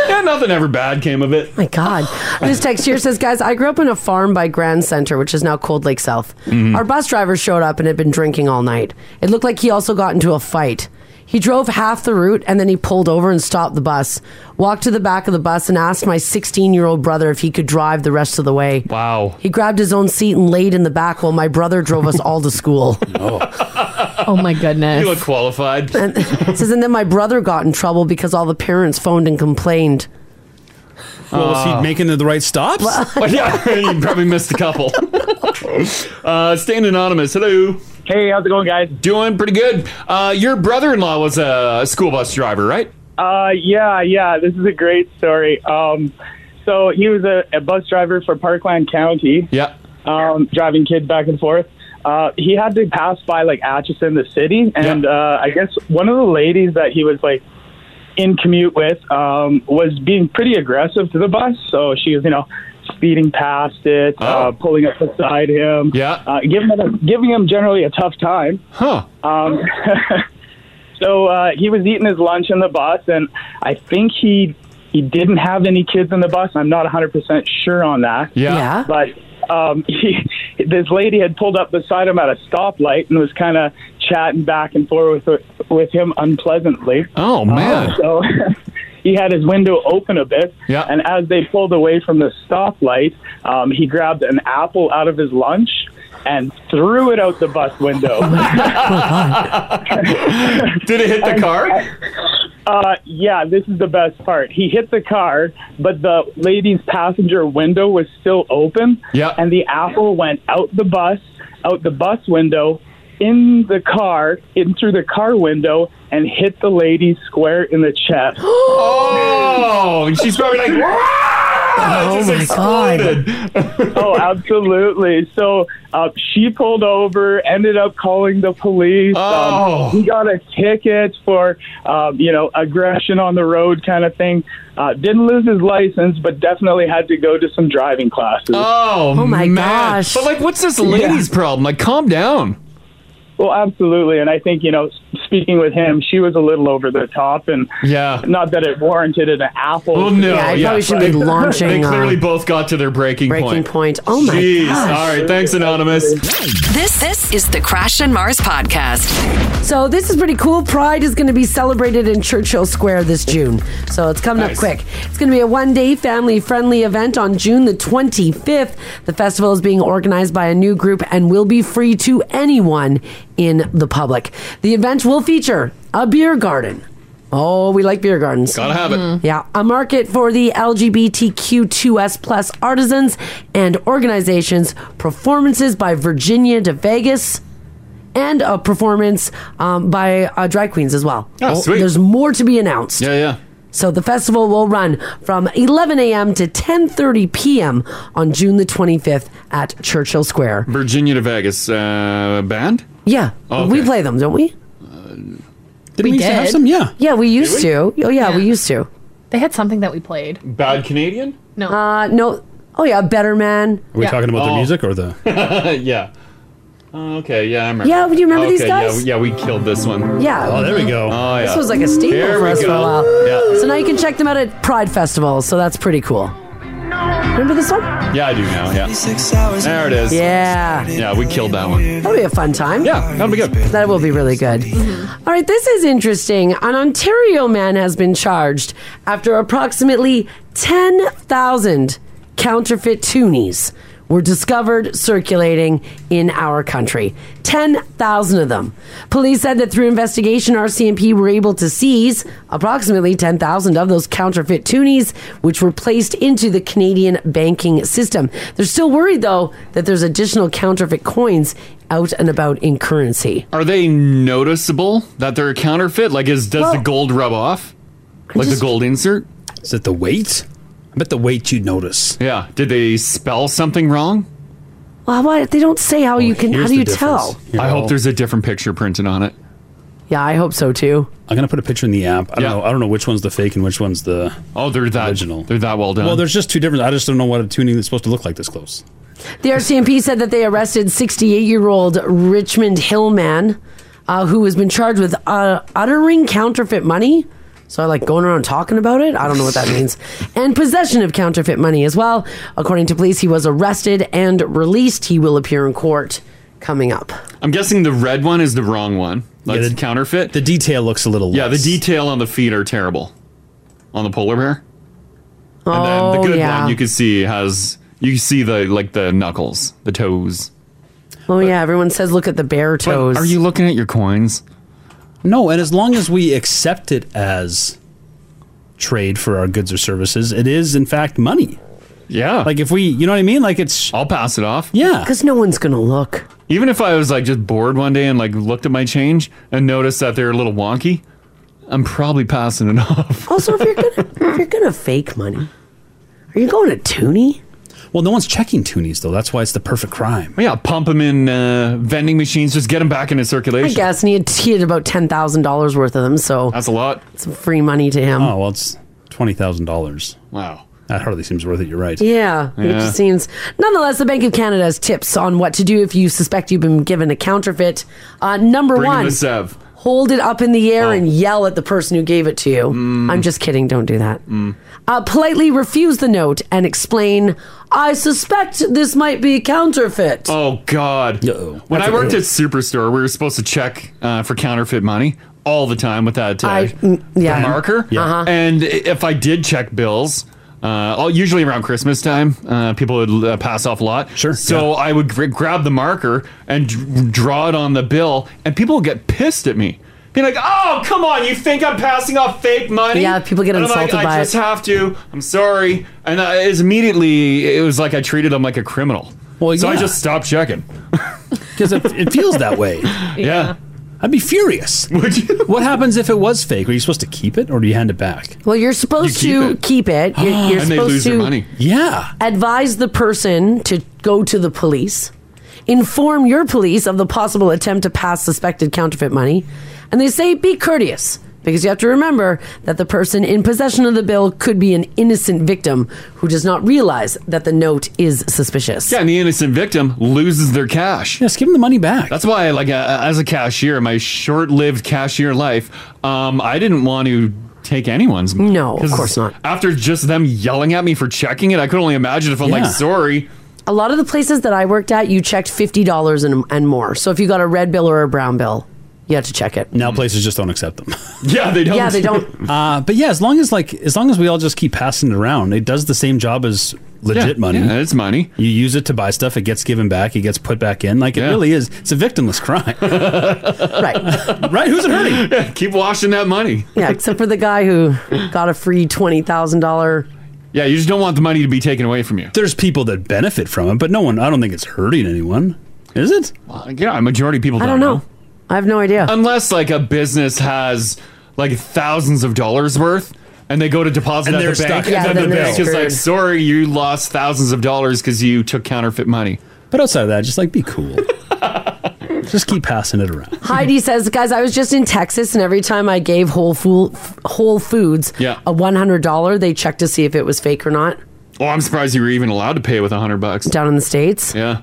yeah, nothing ever bad came of it. My God. This text here says, guys, I grew up in a farm by Grand Center, which is now Cold Lake South. Mm-hmm. Mhm. Our bus driver showed up and had been drinking all night. It looked like he also got into a fight. He drove half the route and then he pulled over and stopped the bus, walked to the back of the bus and asked my 16 year old brother if he could drive the rest of the way. Wow. He grabbed his own seat and laid in the back while my brother drove us all to school. Oh my goodness. You look qualified. And it says, and then my brother got in trouble because all the parents phoned and complained. Well, was Oh. he making the, the right stops? Well, yeah, you probably missed a couple. uh, staying anonymous. Hello. Hey, how's it going, guys? Doing pretty good. Uh, your brother-in-law was a school bus driver, right? Uh, yeah, yeah. This is a great story. Um, so he was a, a bus driver for Parkland County. Yeah. Um, driving kids back and forth. Uh, he had to pass by like Atchison, the city, and uh, I guess one of the ladies that he was like in commute with um, was being pretty aggressive to the bus. So she was, you know, speeding past it, uh, pulling up beside him, Oh. yeah, uh, giving him a, giving him generally a tough time. Huh. Um, so uh, he was eating his lunch in the bus, and I think he he didn't have any kids in the bus. I'm not 100 percent sure on that. Yeah. But um, he, this lady had pulled up beside him at a stoplight and was kind of chatting back and forth with with him unpleasantly. Uh, Oh man. so he had his window open a bit. Yeah. And as they pulled away from the stoplight, um, he grabbed an apple out of his lunch and threw it out the bus window. Did it hit the car? Uh, yeah, this is the best part. He hit the car, but the lady's passenger window was still open. Yeah. And the apple went out the bus, out the bus window, in the car, in through the car window, and hit the lady square in the chest. oh, and she's probably like, Ah, Oh my god! oh, absolutely. So uh, she pulled over, ended up calling the police. Oh. Um, he got a ticket for um, you know aggression on the road kind of thing. Uh, didn't lose his license, but definitely had to go to some driving classes. Oh, man. But like, what's this lady's problem? Like, calm down. Well, absolutely, and I think you know. s- Speaking with him, she was a little over the top, and yeah, not that it warranted an apple. Well, no, but- They clearly both got to their breaking, Breaking um, point. Oh my Jeez. gosh. All right, thanks, anonymous. This this is the Crash and Mars podcast. So this is pretty cool. Pride is going to be celebrated in Churchill Square this June. So it's coming up quick. It's going to be a one-day family-friendly event on June the 25th. The festival is being organized by a new group and will be free to anyone in the public. The event will feature a beer garden. Oh, we like beer gardens. Mm-hmm. Gotta have it. Mhm. Yeah, a market for the LGBTQ2S plus artisans and organizations, performances by Virginia to Vegas, and a performance um, by uh, drag queens as well. Oh, sweet. There's more to be announced. Yeah, yeah. So the festival will run from 11 a.m. to 10:30 p.m. on June the 25th at Churchill Square. Virginia to Vegas uh, band. Yeah, Oh, we okay. play them, don't we? Didn't we we used to have did. some? Yeah. Yeah, we used we? to. Oh, yeah, we used to. They had something that we played. Bad Canadian. No. Uh, no. Oh yeah, Better Man. Are we talking about Oh. the music or the? yeah. Oh, okay. Yeah, I remember. Yeah, do you remember okay, these guys? Yeah, yeah, we killed this one. Yeah. Oh, there we go. Oh, yeah. This was like a staple Here for we us for a go. while. Yeah. So now you can check them out at Pride Festival. So that's pretty cool. Remember this one? Yeah, I do now. Yeah. There it is. Yeah. Yeah, we killed that one. That'll be a fun time. Yeah, that'll be good. That will be really good. All right, this is interesting. An Ontario man has been charged after approximately 10,000 counterfeit toonies were discovered circulating in our country. 10,000 of them. Police said that through investigation, RCMP were able to seize approximately 10,000 of those counterfeit toonies, which were placed into the Canadian banking system. They're still worried, though, that there's additional counterfeit coins out and about in currency. Are they noticeable that they're counterfeit? Like, is does the gold rub off? Like the gold insert? Is it the weight? I bet the weight you'd notice. Yeah. Did they spell something wrong? Well, why, they don't say how you can. How do you tell? I hope there's a different picture printed on it. Yeah, I hope so too. I'm gonna put a picture in the app. I don't know. I don't know which one's the fake and which one's the. Oh, they're that original. They're that well done. Well, there's just two different. I just don't know what a tuning is supposed to look like this close. The RCMP said that they arrested 68-year-old Richmond Hill man, uh, who has been charged with uh, uttering counterfeit money. So I like going around talking about it. I don't know what that means. And possession of counterfeit money as well. According to police, he was arrested and released. He will appear in court coming up. I'm guessing the red one is the wrong one. That's the counterfeit. The detail looks a little. Yeah, the detail on the feet are terrible. On the polar bear, and oh the good yeah. one you can see has you can see the like the knuckles, the toes. oh yeah. Everyone says look at the bear toes. Are you looking at your coins? No, and as long as we accept it as trade for our goods or services, it is in fact money. Yeah. Like if we, you know what I mean? Like it's. I'll pass it off. Yeah, because no one's gonna look. Even if I was like just bored one day and like looked at my change and noticed that they're a little wonky, I'm probably passing it off. also, if you're gonna if you're gonna fake money, are you going to Toonie? Well, no one's checking Toonies though. That's why it's the perfect crime. Yeah, pump them in uh, vending machines. Just get them back into I circulation. guess, and he had, he had about ten thousand dollars worth of them. So that's a lot. Some free money to him. Oh well, it's twenty thousand dollars. Wow, that hardly seems worth it. You're right. Yeah, it just seems. Nonetheless, the Bank of Canada has tips on what to do if you suspect you've been given a counterfeit. Uh, number Bring 'em one, to Sev. Oh. hold it up in the air and yell at the person who gave it to you. Mm. I'm just kidding. Don't do that. Uh, politely refuse the note and explain. I suspect this might be counterfeit. Oh God! When That's I a- worked at Superstore, we were supposed to check uh, for counterfeit money all the time with that uh, I- mm, yeah. the marker. Yeah. Uh-huh. And i- if I did check bills, uh, all- usually around Christmas time, uh, people would uh, pass off a lot. Sure. So I would gr- grab the marker and dr- draw it on the bill, and people would get pissed at me. Being like, oh, come on, you think I'm passing off fake money? Yeah, people get And I'm like, insulted by I it. just have to. I'm sorry. And I, it's immediately, it was like I treated them like a criminal. Well, so I yeah. just stopped checking. because it, it feels that way. Yeah. I'd be furious. Would you? What happens if it was fake? Are you supposed to keep it or do you hand it back? Well, you're supposed You to keep keep it. You're, you're And they supposed lose to their money. Yeah. advise the person to go to the police, inform your police of the possible attempt to pass suspected counterfeit money, and they say be courteous. Because you have to remember that the person in possession of the bill could be an innocent victim who does not realize that the note is suspicious. Yeah, and the innocent victim loses their cash. Yes, give them the money back. That's why, like, uh, as a cashier, my short-lived cashier life, um, I didn't want to take anyone's. No, of course not. After just them yelling at me for checking it, I could only imagine if I'm like, Yeah. sorry. A lot of the places that I worked at, you checked $50 and, and more. So if you got a red bill or a brown bill, you had to check it. Now places just don't accept them. Yeah, they don't. Yeah, they don't. Uh, but yeah, as long as like as long as we all just keep passing it around, it does the same job as legit Yeah, money. yeah, it's money. You use it to buy stuff. It gets given back. It gets put back in. Like it Yeah. really is. It's a victimless crime. right. Right. Who's it hurting? Keep washing that money. Yeah, except for the guy who got a free $20,000. Yeah, you just don't want the money to be taken away from you. There's people that benefit from it, but no one. I don't think it's hurting anyone. Is it? yeah, a majority of people. I don't know. I have no idea. Unless like a business has like thousands of dollars worth. And they go to deposit And at they're the bank, stuck. Yeah, and then then the they're bank is like, screwed. "Sorry, you lost thousands of dollars because you took counterfeit money." But outside of that, just like be cool. just keep passing it around. Heidi says, guys, I was just in Texas, and every time I gave Whole, Fool, Whole Foods Yeah. a $100, they checked to see if it was fake or not. Oh, I'm surprised you were even allowed to pay with a hundred bucks down in the states. Yeah,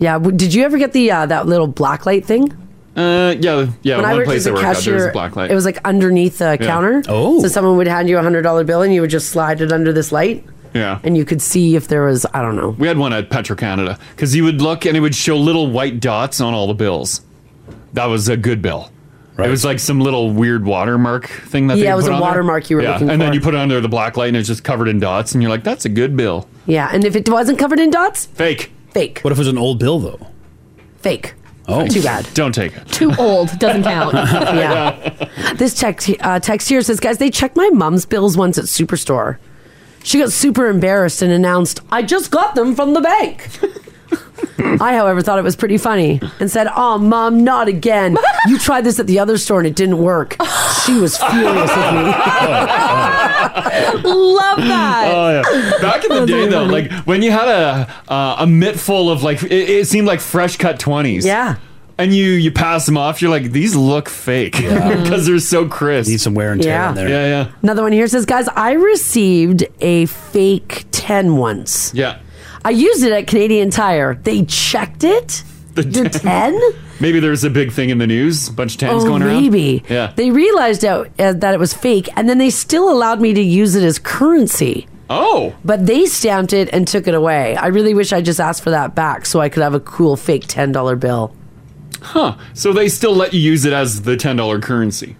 Yeah, w- did you ever get the uh, that little black light thing? uh, yeah, yeah. one place as I worked at, there was a black light. it was like underneath the Yeah. counter. Oh. so someone would hand you a hundred dollar bill, and you would just slide it under this light, yeah. and you could see if there was I don't know. We had one at Petro Canada because you would look and it would show little white dots on all the bills. That was a good bill. It was like some little weird watermark thing that. Yeah, they it was put a on there. watermark you were yeah. looking and then for. you put it under the black light and it's just covered in dots, and you're like, "That's a good bill." Yeah, and if it wasn't covered in dots, Fake. Fake. What if it was an old bill though? fake. Oh, Too bad. Don't take it. Too old doesn't count. yeah. This text uh, text here says, guys, they checked my mom's bills once at Superstore. She got super embarrassed and announced, I just got them from the bank. I, however, thought it was pretty funny and said, Oh, mom, not again. You tried this at the other store and it didn't work. She was furious with me. Love that. Oh yeah. Back in the day though, like when you had a uh, a mitt full of like it, it seemed like fresh cut twenties. Yeah. And you you pass them off, you're like these look fake because they're so crisp. Need some wear and tear Yeah. on there. Yeah, yeah, Another one here says, Guys, I received a fake 10 once. yeah. I used it at Canadian Tire. They checked it. The 10? Maybe there's a big thing in the news, bunch of tens Oh, going around. maybe. Yeah. They realized out, uh, that it was fake, and then they still allowed me to use it as currency. Oh. But they stamped it and took it away. I really wish I just asked for that back so I could have a cool fake $10 bill. Huh. So they still let you use it as the ten dollar currency.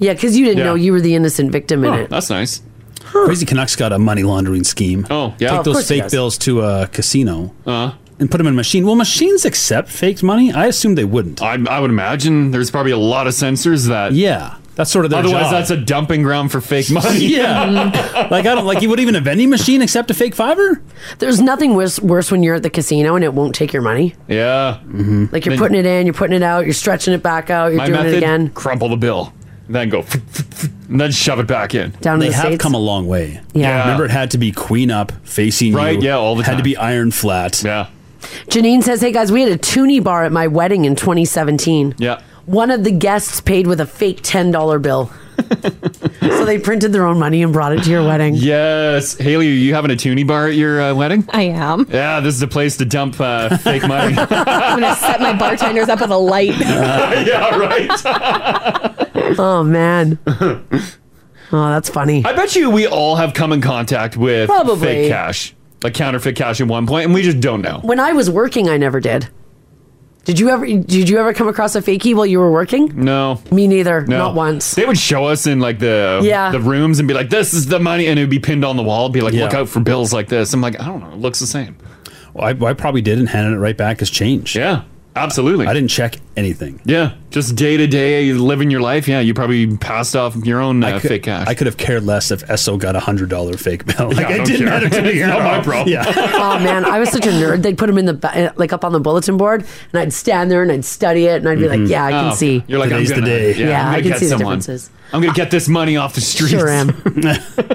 Yeah, because you didn't Yeah. know you were the innocent victim in Huh, it. That's nice. Crazy Canucks got a money laundering scheme. Oh, Take yeah. Oh, of those course it fake does. bills to a casino uh and put them in a machine. Will machines accept faked money? I assume they wouldn't. I, I would imagine there's probably a lot of sensors that. Yeah, that's sort of their Otherwise, job. that's a dumping ground for fake money. yeah. like I don't like you would even a vending machine accept a fake fiver? There's nothing worse, worse when you're at the casino and it won't take your money. Yeah. Mm-hmm. Like you're putting it in, you're putting it out, you're stretching it back out, you're My doing method, it again. crumple the bill, then go, and then shove it back in. Down to they the have States? come a long way. Yeah. Yeah. Remember, it had to be queen up facing Right, you. yeah, all the Had to time. be iron flat. Yeah. Janine says, Hey guys, we had a toonie bar at my wedding in 2017. Yeah. One of the guests paid with a fake $10 bill. so they printed their own money and brought it to your wedding. Yes, Haley, are you having a toonie bar at your uh, wedding? Um. I am. Yeah, this is the place to dump uh, fake money. I'm gonna set my bartenders up with a light. yeah, right. oh, man. Oh, that's funny. I bet you we all have come in contact with Probably. fake cash, like counterfeit cash at one point, and we just don't know. When I was working, I never did. Did you ever did you ever come across a fakie while you were working? No, Me neither. no. Not once. They would show us in like the Yeah. the rooms and be like, "This is the money," and it would be pinned on the wall. It'd be like, Yeah. "Look out for bills like this." I'm like, I don't know. It looks the same. Well, I, I probably did and handed it right back as change. Yeah. Absolutely. I didn't check anything. Yeah, just day to day living your life. Yeah, you probably passed off your own uh, fake cash. I could have cared less if Esso got a hundred dollar fake bill. Like Yeah, I I don't didn't care. matter to me. It's at not my all. problem. Yeah. oh man, I was such a nerd. They'd put them in the ba- like up on the bulletin board, and I'd stand there and I'd study it, and I'd be Mm-hmm. like, "Yeah, I can Oh, see." You're like, I'm gonna, Yeah, I'm I can gonna get see the someone. differences. I'm gonna get this money off the streets. Sure am.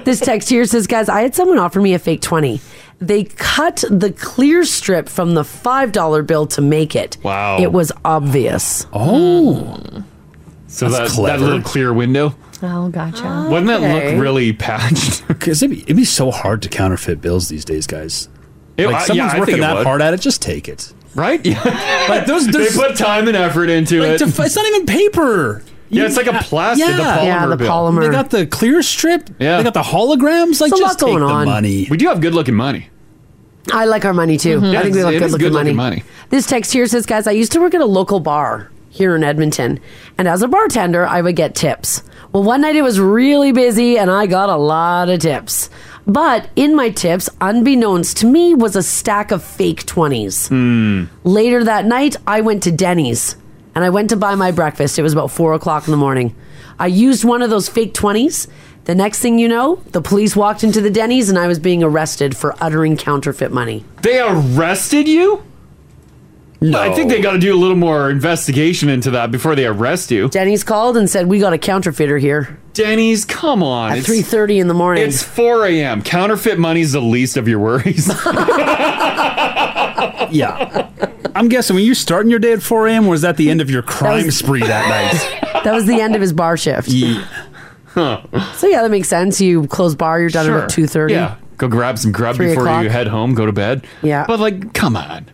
this text here says, guys, I had someone offer me a fake 20. They cut the clear strip from the $5 bill to make it. Wow. It was obvious. Oh. So That's that, that clever. little clear window. Oh, gotcha. Wouldn't that look really patched? Because it'd, be- it'd be so hard to counterfeit bills these days, guys. It- I- like yeah, someone's I think working it that would. hard at it, just take it. Right? Yeah. like those, They there's- put time and effort into like it. to f- it's not even paper. Yeah, it's like a plastic, the polymer Yeah, the bill. polymer. They got the clear strip. Yeah. They got the holograms. Like It's a just lot take going the on. money. We do have good looking money. I like our money too. Yeah, I think we it's- like it good is looking money. good-looking money. This text here says, guys, I used to work at a local bar here in Edmonton. And as a bartender, I would get tips. Well, one night it was really busy and I got a lot of tips. But in my tips, unbeknownst to me, was a stack of fake 20s. Later that night, I went to Denny's and I went to buy my breakfast. It was about four o'clock in the morning. I used one of those fake 20s. The next thing you know, the police walked into the Denny's and I was being arrested for uttering counterfeit money. They arrested you? No. I think they got to do a little more investigation into that before they arrest you. Denny's called and said, "We got a counterfeiter here." Denny's, come on! At it's- three thirty in the morning. It's 4 a.m. Counterfeit money's the least of your worries. yeah. I'm guessing when you starting your day at 4 a.m. was that the end of your crime spree that night? that was the end of his bar shift. Yeah. So yeah, that makes sense. You close bar, you're done at about two thirty. Yeah. Go grab some grub Three before o'clock. you head home, go to bed. Yeah. But like, come on.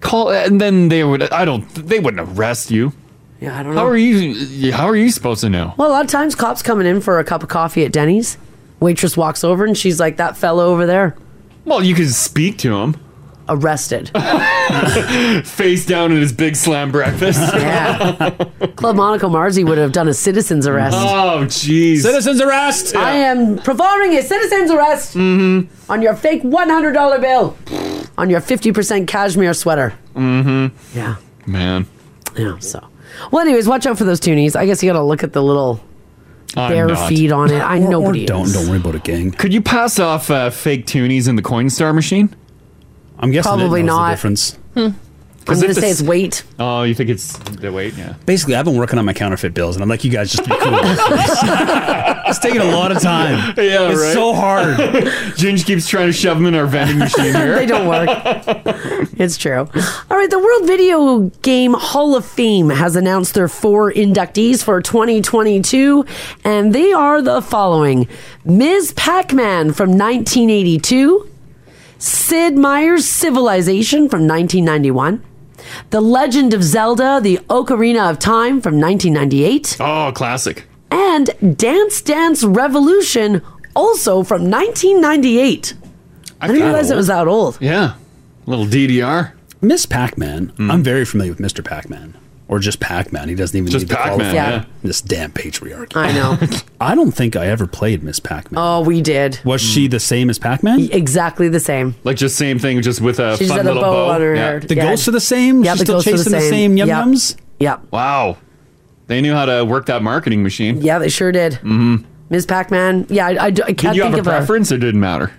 Call and then they would I don't they wouldn't arrest you. Yeah, I don't How know. are you how are you supposed to know? Well, a lot of times cops coming in for a cup of coffee at Denny's. Waitress walks over and she's like, "That fellow over there." Well, you can speak to him. Arrested. Face down in his big slam breakfast. Club Monaco Marzi would have done a citizen's arrest. Oh jeez. Citizen's arrest. I am performing a citizen's arrest Mm-hmm. on your fake one hundred dollar bill, on your fifty percent cashmere sweater. Mm-hmm. Yeah. Man. Yeah, so. Well, anyways, watch out for those toonies. I guess you got to look at the little I'm bare not. feet on it. I Or- or nobody don't, is. Don't worry about it, gang. Could you pass off uh, fake toonies in the Coinstar machine? I'm guessing it Probably knows the not. difference. Hmm. I'm 'Cause gonna if say the it's s- weight. Oh, you think it's the weight? Yeah. Basically, I've been working on my counterfeit bills, and I'm like, you guys just be cool. it's taking a lot of time. Yeah, it's right? so hard. Ginge keeps trying to shove them in our vending machine here. They don't work. It's true. All right, the World Video Game Hall of Fame has announced their four inductees for 2022, and they are the following Ms. Pac Man from 1982, Sid Meier's Civilization from 1991, The Legend of Zelda, The Ocarina of Time from 1998. Oh, classic. And Dance Dance Revolution, also from 1998. I didn't realize it was that old. Yeah. Little DDR. Miss Pac Man. Mm. I'm very familiar with Mr. Pac Man. Or just Pac Man. He doesn't even Just need to Pac-Man, qualify. yeah. This damn patriarchy. I know. I don't think I ever played Miss Pac Man. Oh, we did. Was she the same as Pac Man? E, Exactly the same. Like just same thing, just with a She just fun had a little bow bow. on her hair. The Yeah. ghosts are the same? Yeah, She's the still ghosts are the chasing the same. same yum Yep. yums? Yep. Wow. They knew how to work that marketing machine. Yeah, they sure did. Mm-hmm. Ms. Pac-Man. Yeah, I, I d- I can't Did you think have a of a. preference or didn't matter?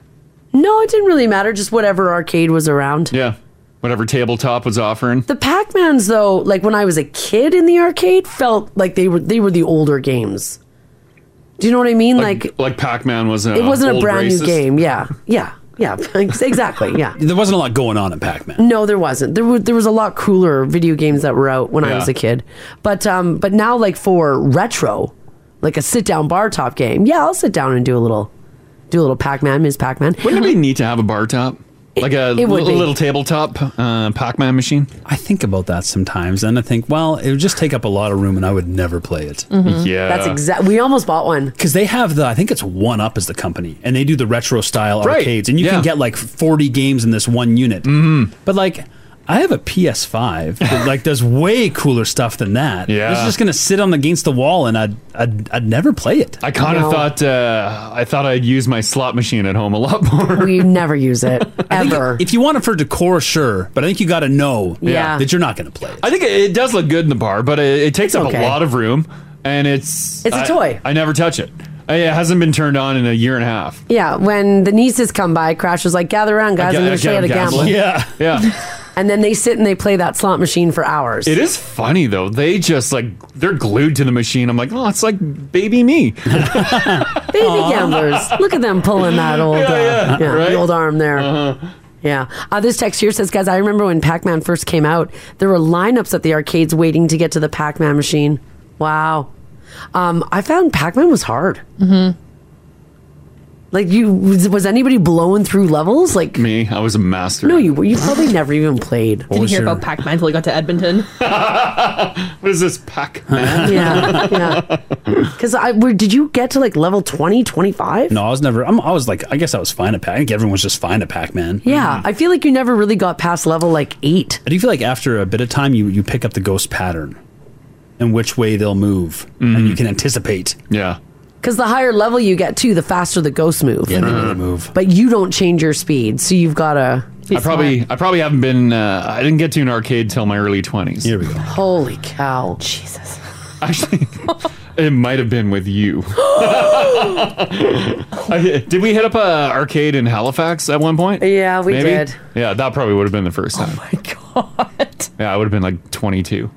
No, it didn't really matter. Just whatever arcade was around. Yeah. Whatever tabletop was offering. The Pac-Mans, though, like when I was a kid in the arcade, felt like they were they were the older games. Do you know what I mean? Like, Like Pac Man was a it wasn't a old brand racist. new game. Yeah, yeah, yeah. exactly. Yeah. There wasn't a lot going on in Pac Man. No, there wasn't. There were there was a lot cooler video games that were out when I Yeah. was a kid. But um, but now like for retro, like a sit down bar top game. Yeah, I'll sit down and do a little, do a little Pac Man, Ms. Pac Man. Wouldn't it be neat to have a bar top? Like a it would little, be. little tabletop uh, Pac Man machine? I think about that sometimes, and I think, well, it would just take up a lot of room, and I would never play it. Mm-hmm. that's exact. We almost bought one. Because they have the, I think it's One Up as the company, and they do the retro style Right. arcades, and you Yeah. can get like 40 games in this one unit. Mm-hmm. But like, I have a PS5 that like does way cooler stuff than that. Yeah. it's just gonna sit on against the wall, and I'd I'd, I'd never play it. I kind of thought uh, I thought I'd use my slot machine at home a lot more. We never use it ever. If you want it for decor, sure, but I think you got to know Yeah. that you're not gonna play. it. I think it, it does look good in the bar, but it, it It's takes up okay. a lot of room, and it's It's a I- toy. I never touch it. Uh, It hasn't been turned on in a year and a half. Yeah, when the nieces come by, Crash was like, "Gather around, guys! I I'm ga- going to show you how to I gamble. gamble." Yeah, yeah. and then they sit and they play that slot machine for hours. It is funny though. They just like they're glued to the machine. I'm like, oh, it's like baby me. Baby Aw. gamblers. Look at them pulling that old, Yeah, uh, yeah, yeah, right? Uh-huh. the old arm there. Yeah. Uh, this text here says, guys, I remember when Pac Man first came out, there were lineups at the arcades waiting to get to the Pac Man machine. Wow. Um, I found Pac Man was hard. Mm-hmm. Like, you was, was anybody blowing through levels? Like, me, I was a master. no, you you probably never even played. Didn't hear about Pac Man until he got to Edmonton. what is this Pac yeah, yeah. Because I were, did you get to like level 20, 25? No, I was never. I'm, I was like, I guess I was fine at Pac. I think everyone was just fine at Pac Man. Yeah, I feel like you never really got past level like eight. I do feel like after a bit of time, you you pick up the ghost pattern and which way they'll move, and you can anticipate. Yeah, Because the higher level you get to, the faster the ghosts move. Yeah, they really move. But you don't change your speed, so you've got to. I probably I probably haven't been. Uh, I didn't get to an arcade till my early twenties. Here we go. Holy cow! Jesus. It might have been with you. I- did we hit up a arcade in Halifax at one point? Yeah, we Maybe? did. Yeah, that probably would have been the first time. Oh my god. Yeah, I would have been like 22.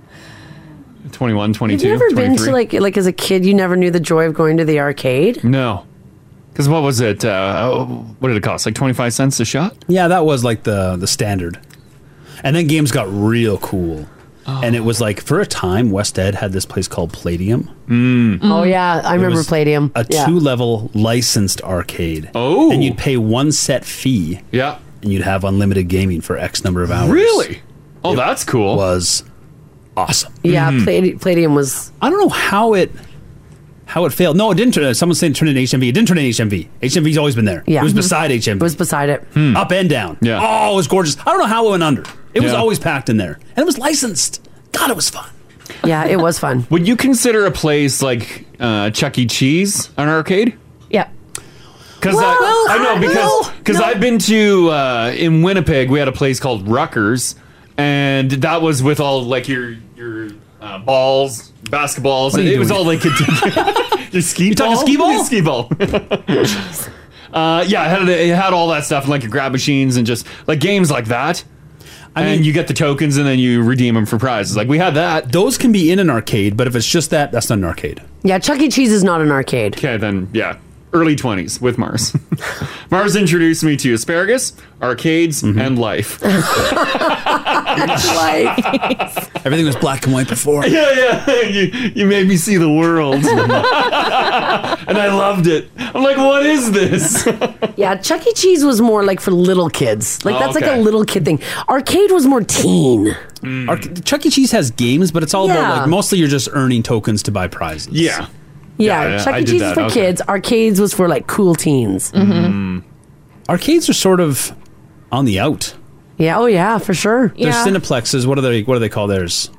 21, 22, You've never been 23. to like like as a kid, you never knew the joy of going to the arcade. No. Cuz what was it? Uh, oh, what did it cost? Like 25 cents a shot? Yeah, that was like the the standard. And then games got real cool. And it was like for a time, West Ed had this place called Palladium. Mm. Oh yeah, I It remember was Palladium. A Yeah. two level licensed arcade. Oh. And you'd pay one set fee. Yeah. And you'd have unlimited gaming for X number of hours. Really? Oh, that's cool. Mm. Was awesome. Yeah, Palladi- Palladium was. Mm-hmm. I don't know how it how it failed. No, it didn't turn someone said turn it into HMV. It didn't turn into HMV. HMV's always been there. Yeah. It was Mhm. beside HMV. It was beside it. Up and down. Hmm. Yeah. Oh, it was gorgeous. I don't know how it went under. It was Yeah. always packed in there. And it was licensed. God, it was fun. Yeah, it was fun. Would you consider a place like uh, Chuck E. Cheese an arcade? Yeah. Because uh, Well, I, I I- know because well, because no. I've been to uh, in Winnipeg we had a place called Ruckers and that was with all like your your uh, balls basketballs What are and you it was doing? all like your ski talking ball ski ball? ski ball uh, yeah it had it had all that stuff and like your grab machines and just like games like that I mean, you get the tokens and then you redeem them for prizes like we had that those can be in an arcade but if it's just that that's not an arcade Yeah, Chuck E. Cheese is not an arcade. Okay, then yeah, early twenties with Mars. Mars introduced me to asparagus, arcades, Mm-hmm. and life. Everything was black and white before. yeah, yeah. You, you made me see the world, and I loved it. I'm like, what is this? Yeah, Chuck E. Cheese was more like for little kids. Like Oh, that's like okay. a little kid thing. Arcade was more teen. Hmm. Arc- Chuck E. Cheese has games, but it's all about Yeah. like mostly you're just earning tokens to buy prizes. Yeah. Yeah, Chuck E. Cheese is for kids. Arcades was for like cool teens. Mm-hmm. Mm-hmm. Arcades are sort of on the out. Yeah. Oh yeah, for sure. There's cineplexes. What are they? What do they call theirs?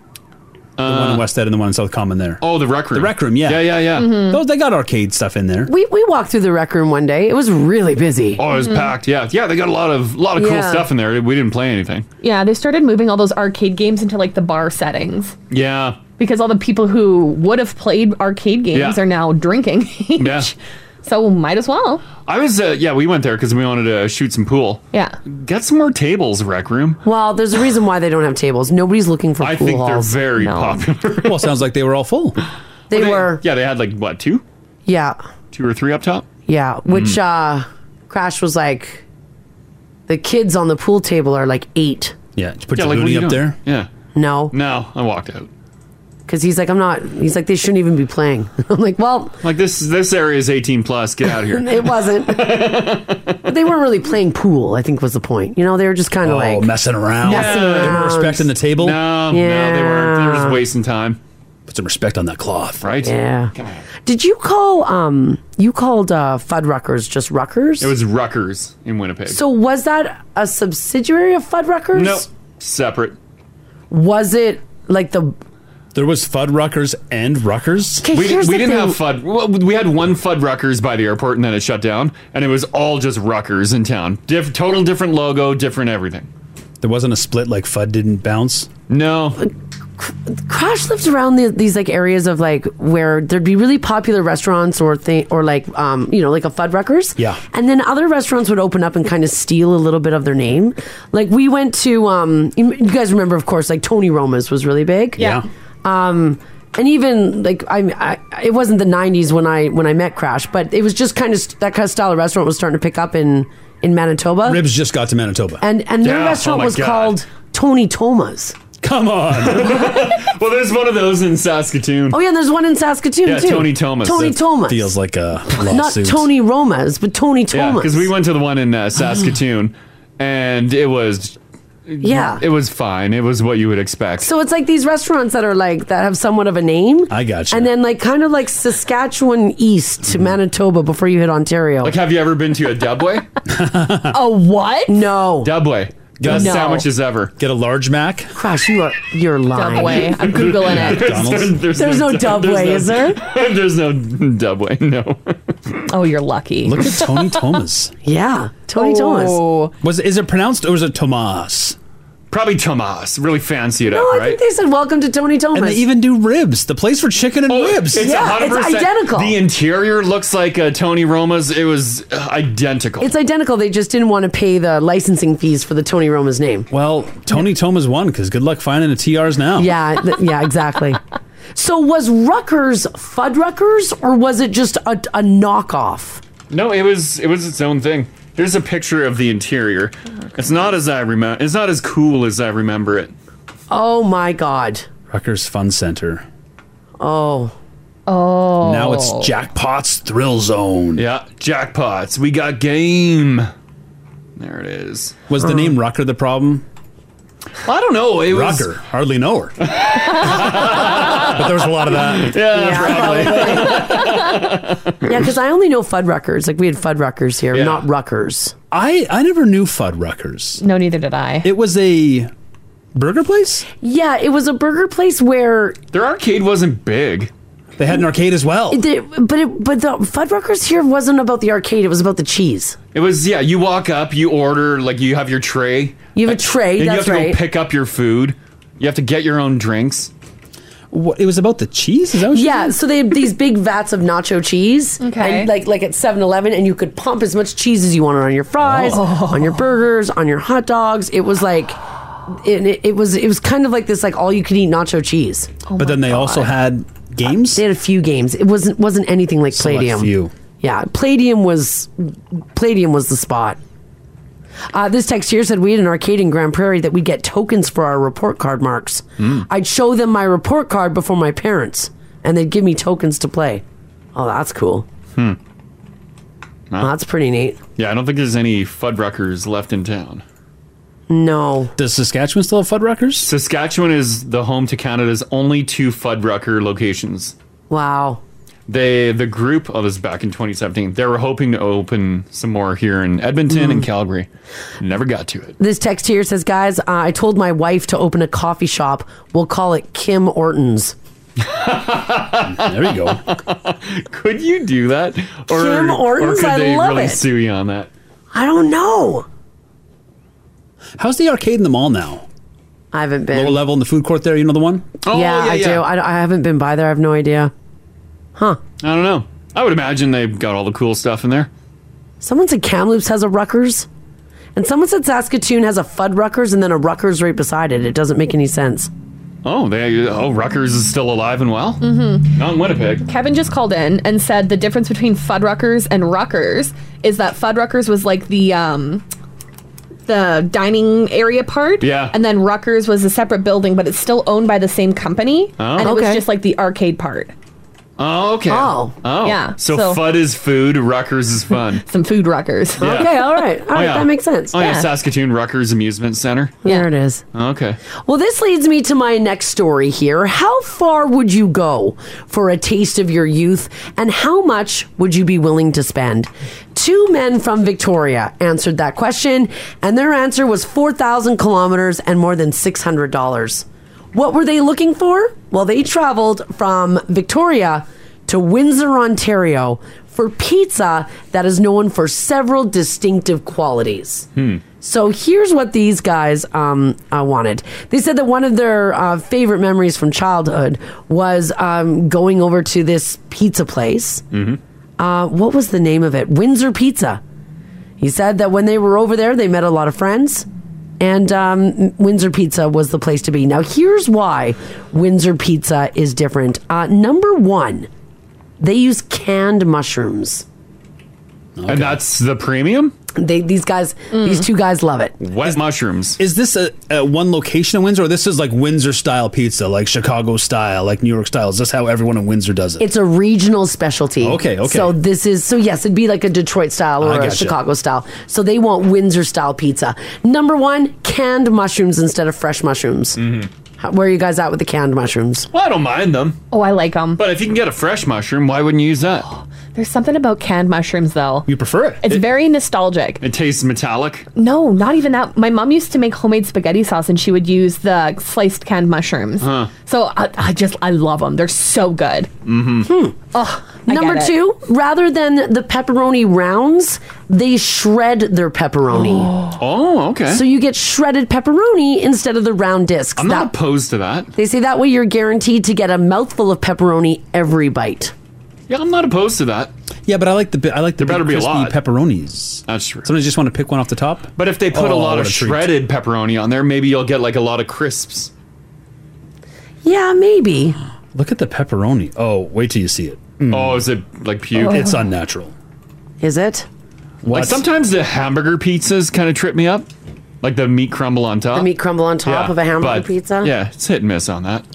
the one in West Ed and the one in South Common. There. Uh, Oh, the rec room. The rec room. Yeah. Yeah, yeah, yeah. Mhm. Those they got arcade stuff in there. We we walked through the rec room one day. It was really busy. Mm-hmm. Oh, it was Mhm. packed. Yeah, yeah. They got a lot of lot of cool Yeah. stuff in there. We didn't play anything. Yeah, they started moving all those arcade games into like the bar settings Yeah, because all the people who would have played arcade games Yeah. are now drinking. yeah. so might as well. I was. Uh, yeah, we went there because we wanted to shoot some pool. Yeah. Get some more tables, rec room. Well, there's a reason why they don't have tables. Nobody's looking for. I pool think halls. they're very popular. well, sounds like they were all full. They were. Yeah, they had like what two, Yeah, two or three up top. yeah. Which Mm. uh, Crash was like, the kids on the pool table are like eight. Yeah, did you put Yeah, your like, what booty are you up doing? there. Yeah. No, No, I walked out. because he's like, I'm not. He's like, they shouldn't even be playing. I'm like, well, Like this this area is 18 plus. Get out of here. it wasn't. but they weren't really playing pool. I think was the point. You know, they were just kind of like Oh, messing around. Messing Yeah. They around. weren't respecting the table. No, no, they weren't. They were just Yeah. wasting time. Put some respect on that cloth, right? Yeah. Did you call um you called uh Fuddruckers just Ruckers? It was Ruckers in Winnipeg. So was that a subsidiary of Fuddruckers? no, Separate. Was it like the? There was Fuddruckers and Ruckers. We, we didn't have FUD. well, We had one FUD Ruckers by the airport, and then it shut down, and it was all just Ruckers in town. Diff, total different logo, different everything. There wasn't a split like FUD didn't bounce. No. Crash lived around the, these like areas of like where there'd be really popular restaurants or thing or like um you know like a Fuddruckers. Yeah. And then other restaurants would open up and kind of steal a little bit of their name. Like we went to um you you guys remember of course like Tony Roma's was really big. Yeah. Um and even like I, I it wasn't the 90s when I when I met Crash, but it was just kind of st- that kind of style of restaurant was starting to pick up in in Manitoba. Ribs just got to Manitoba. Uh, And and their Yeah, oh restaurant my was God. called Tony Toma's. Come on. well, there's one of those in Saskatoon. Oh yeah, there's one in Saskatoon yeah, too. Tony Thomas. Tony Thomas. Feels like a Not Tony Roma's, but Tony Yeah, Thomas. because we went to the one in uh, Saskatoon, and it was. Yeah. It was fine. It was what you would expect. so it's like these restaurants that are like that have somewhat of a name. I got And then like kind of like Saskatchewan East to Manitoba before you hit Ontario. Like, have you ever been to a Dubway? a what? No. Dubway. Oh. Best No. sandwiches ever. Get a large Mac. Crash, you are you're lying. Dubway. I'm Googling it. There's, no, Dub- Dubway, there's no- is there? there's no Dubway. No. Oh, you're lucky. Look at Tony Thomas. Yeah, Tony Oh. Was is it pronounced or is it Tomas? Probably Tomas. Really fancy it No, I think they said welcome to Tony Thomas. And they even do ribs. The place for chicken and ribs. Oh, It's yeah, it's 100% identical. The interior looks like uh, Tony Roma's. It was uh, identical. It's identical. They just didn't want to pay the licensing fees for the Tony Roma's name. Well, Tony Thomas won because good luck finding a TRs now. Yeah, th- yeah, exactly. So was Ruckers Fuddruckers or was it just a, a knockoff? No, it was it was its own thing. Here's a picture of the interior. It's not as I remember. It's not as cool as I remember it. Oh my god. Rutgers Fun Center. Oh. Oh. Now it's Jackpot's Thrill Zone. Yeah, Jackpots. We got game. There it is. Was the name Rucker the problem? I don't know. Oh, It was- Rucker. Hardly know her. but there was a lot of that. Yeah, Yeah, because I only know Fuddruckers. Like we had Fuddruckers here, not Ruckers. I, I never knew Fuddruckers. No, neither did I. It was a burger place? Yeah, it was a burger place where Their arcade wasn't big. They had an arcade as well. it, did- but it, but the Fuddruckers here wasn't about the arcade. It was about the cheese. It was yeah. You walk up, you order like you have your tray. You have a tray. and you have that's to right. go pick up your food. You have to get your own drinks. What, it was about the cheese? Oh, Is that what Yeah, so they had these big vats of nacho cheese, Okay. and like like at 7-Eleven, and you could pump as much cheese as you wanted on your fries, Oh. on your burgers, on your hot dogs. It was like, it, it, it was it was kind of like this like all you could eat nacho cheese. Oh but then they also had games. They had a few games. It wasn't wasn't anything like Select Palladium. few. Yeah, Palladium was Palladium was the spot. Uh, this text here said we had an arcade in Grand Prairie that we get tokens for our report card marks. I'd show them my report card before my parents, and they'd give me tokens to play. Oh, that's cool. Hmm. Well, that's pretty neat. Yeah, I don't think there's any Fuddruckers left in town. No. Does Saskatchewan still have Fuddruckers? Saskatchewan is the home to Canada's only two Fuddrucker locations. Wow. They the group of this back in 2017. They were hoping to open some more here in Edmonton Mm. and Calgary. Never got to it. This text here says, guys, uh, I told my wife to open a coffee shop. We'll call it Kim Orton's. There you go. could you do that? Kim Hortons? could I they love really it. sue you on that? I don't know. How's the arcade in the mall now? I haven't been. Lower level in the food court there, you know the one? Oh, Oh, yeah, I do. I, don't- I haven't been by there. I have no idea. Huh. I don't know. I would imagine they've got all the cool stuff in there. Someone said Kamloops has a Ruckers, and someone said Saskatoon has a Fudd Ruckers and then a Ruckers right beside it. It doesn't make any sense. Oh, they oh Rutgers is still alive and well. Mm-hmm. Not in Winnipeg. Kevin just called in and said the difference between Fuddruckers and Ruckers is that Fuddruckers was like the um the dining area part. Yeah. And then Ruckers was a separate building, but it's still owned by the same company. Oh. And it Okay. was just like the arcade part. Oh, okay. Oh. oh, Yeah, So, so- FUD is food. Ruckers is fun. Some food ruckers. Yeah. Okay, all right. All right, yeah. that makes sense. Oh yeah. Saskatoon Ruckers Amusement Center. There it is. Okay. Well, this leads me to my next story here. How far would you go for a taste of your youth, and how much would you be willing to spend? Two men from Victoria answered that question, and their answer was 4,000 kilometers and more than $600. What were they looking for? Well, they traveled from Victoria to Windsor, Ontario for pizza that is known for several distinctive qualities. Hmm. So here's what these guys um, uh, wanted. They said that one of their uh, favorite memories from childhood was um, going over to this pizza place. Mm-hmm. Uh, what was the name of it? Windsor Pizza. He said that when they were over there, they met a lot of friends, and um, Windsor Pizza was the place to be. Now, here's why Windsor Pizza is different. Uh, number one, they use canned mushrooms. And that's the premium. Mm. They these guys, these two guys love it. Wet mushrooms. Is this a, a one location in Windsor? Or this is like Windsor style pizza, like Chicago style, like New York style. Is this how everyone in Windsor does it? It's a regional specialty. Okay, okay. So this is so yes, it'd be like a Detroit style I or a gotcha. Chicago style. So they want Windsor style pizza. Number one, canned mushrooms instead of fresh mushrooms. How- where are you guys at with the canned mushrooms? Well, I don't mind them. Oh, I like Um, them. But if you can get a fresh mushroom, why wouldn't you use that? There's something about canned mushrooms though. You prefer it. It's it, very nostalgic. it tastes metallic. No, not even that. My mom used to make homemade spaghetti sauce, and she would use the sliced canned mushrooms. Huh. So I, I just I love them. They're so good. Mm-hmm. Oh, Hmm. Number two, rather than the pepperoni rounds, they shred their pepperoni. Oh, okay. So you get shredded pepperoni instead of the round discs. I'm not That, opposed to that. they say that way you're guaranteed to get a mouthful of pepperoni every bite. Yeah, I'm not opposed to that. Yeah, but I like the bi- I like the There better big be a crispy lot. pepperonis. That's true. Sometimes you just want to pick one off the top. But if they put a Oh, lot what of a treat. shredded pepperoni on there, maybe you'll get like a lot of crisps. Yeah, maybe. Look at the pepperoni. Oh, wait till you see it. Mm. Oh, is it like puke? It's unnatural. Is it? Like sometimes the hamburger pizzas kind of trip me up, like the meat crumble on top. The meat crumble on top of a hamburger but, pizza? Yeah, it's hit and miss on that.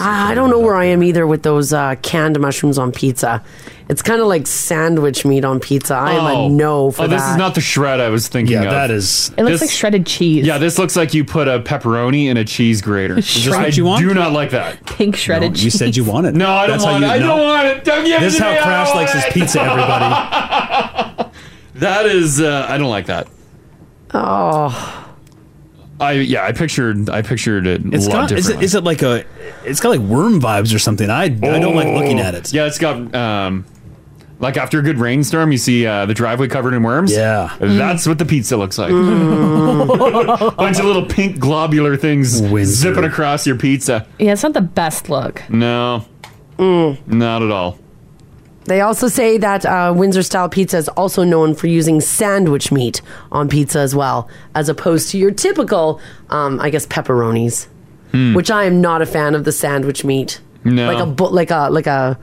Ah, I I don't know where I am either with those uh, canned mushrooms on pizza. It's kind of like sandwich meat on pizza. I am oh. a no for oh, this that. is not the shred I was thinking Yeah, of. that is- It looks like shredded cheese. Yeah, this looks like you put a pepperoni in a cheese grater. It's just- Shred I what you want? Oh, do not like that. Pink shredded cheese. You said you want it. No, I don't want it. I don't want it. Don't give This is it to how me. I Crash don't likes want his it. pizza, everybody. That is, uh, I don't like that. Oh. I yeah, I pictured I pictured it It's a lot got is it, differently. is it like a it's got like worm vibes or something. I I don't like looking at it. Oh. Yeah, it's got um, like after a good rainstorm, you see uh, the driveway covered in worms. Yeah, that's what the pizza looks like. Mm. Bunch of little pink globular things zipping across your pizza. Yeah, it's not the best look. No, Mm. not at all. They also say that uh, Windsor style pizza is also known for using sandwich meat on pizza as well, as opposed to your typical, um, I guess, pepperonis, which I am not a fan of the sandwich meat. Hmm. No. like a bu- like a like a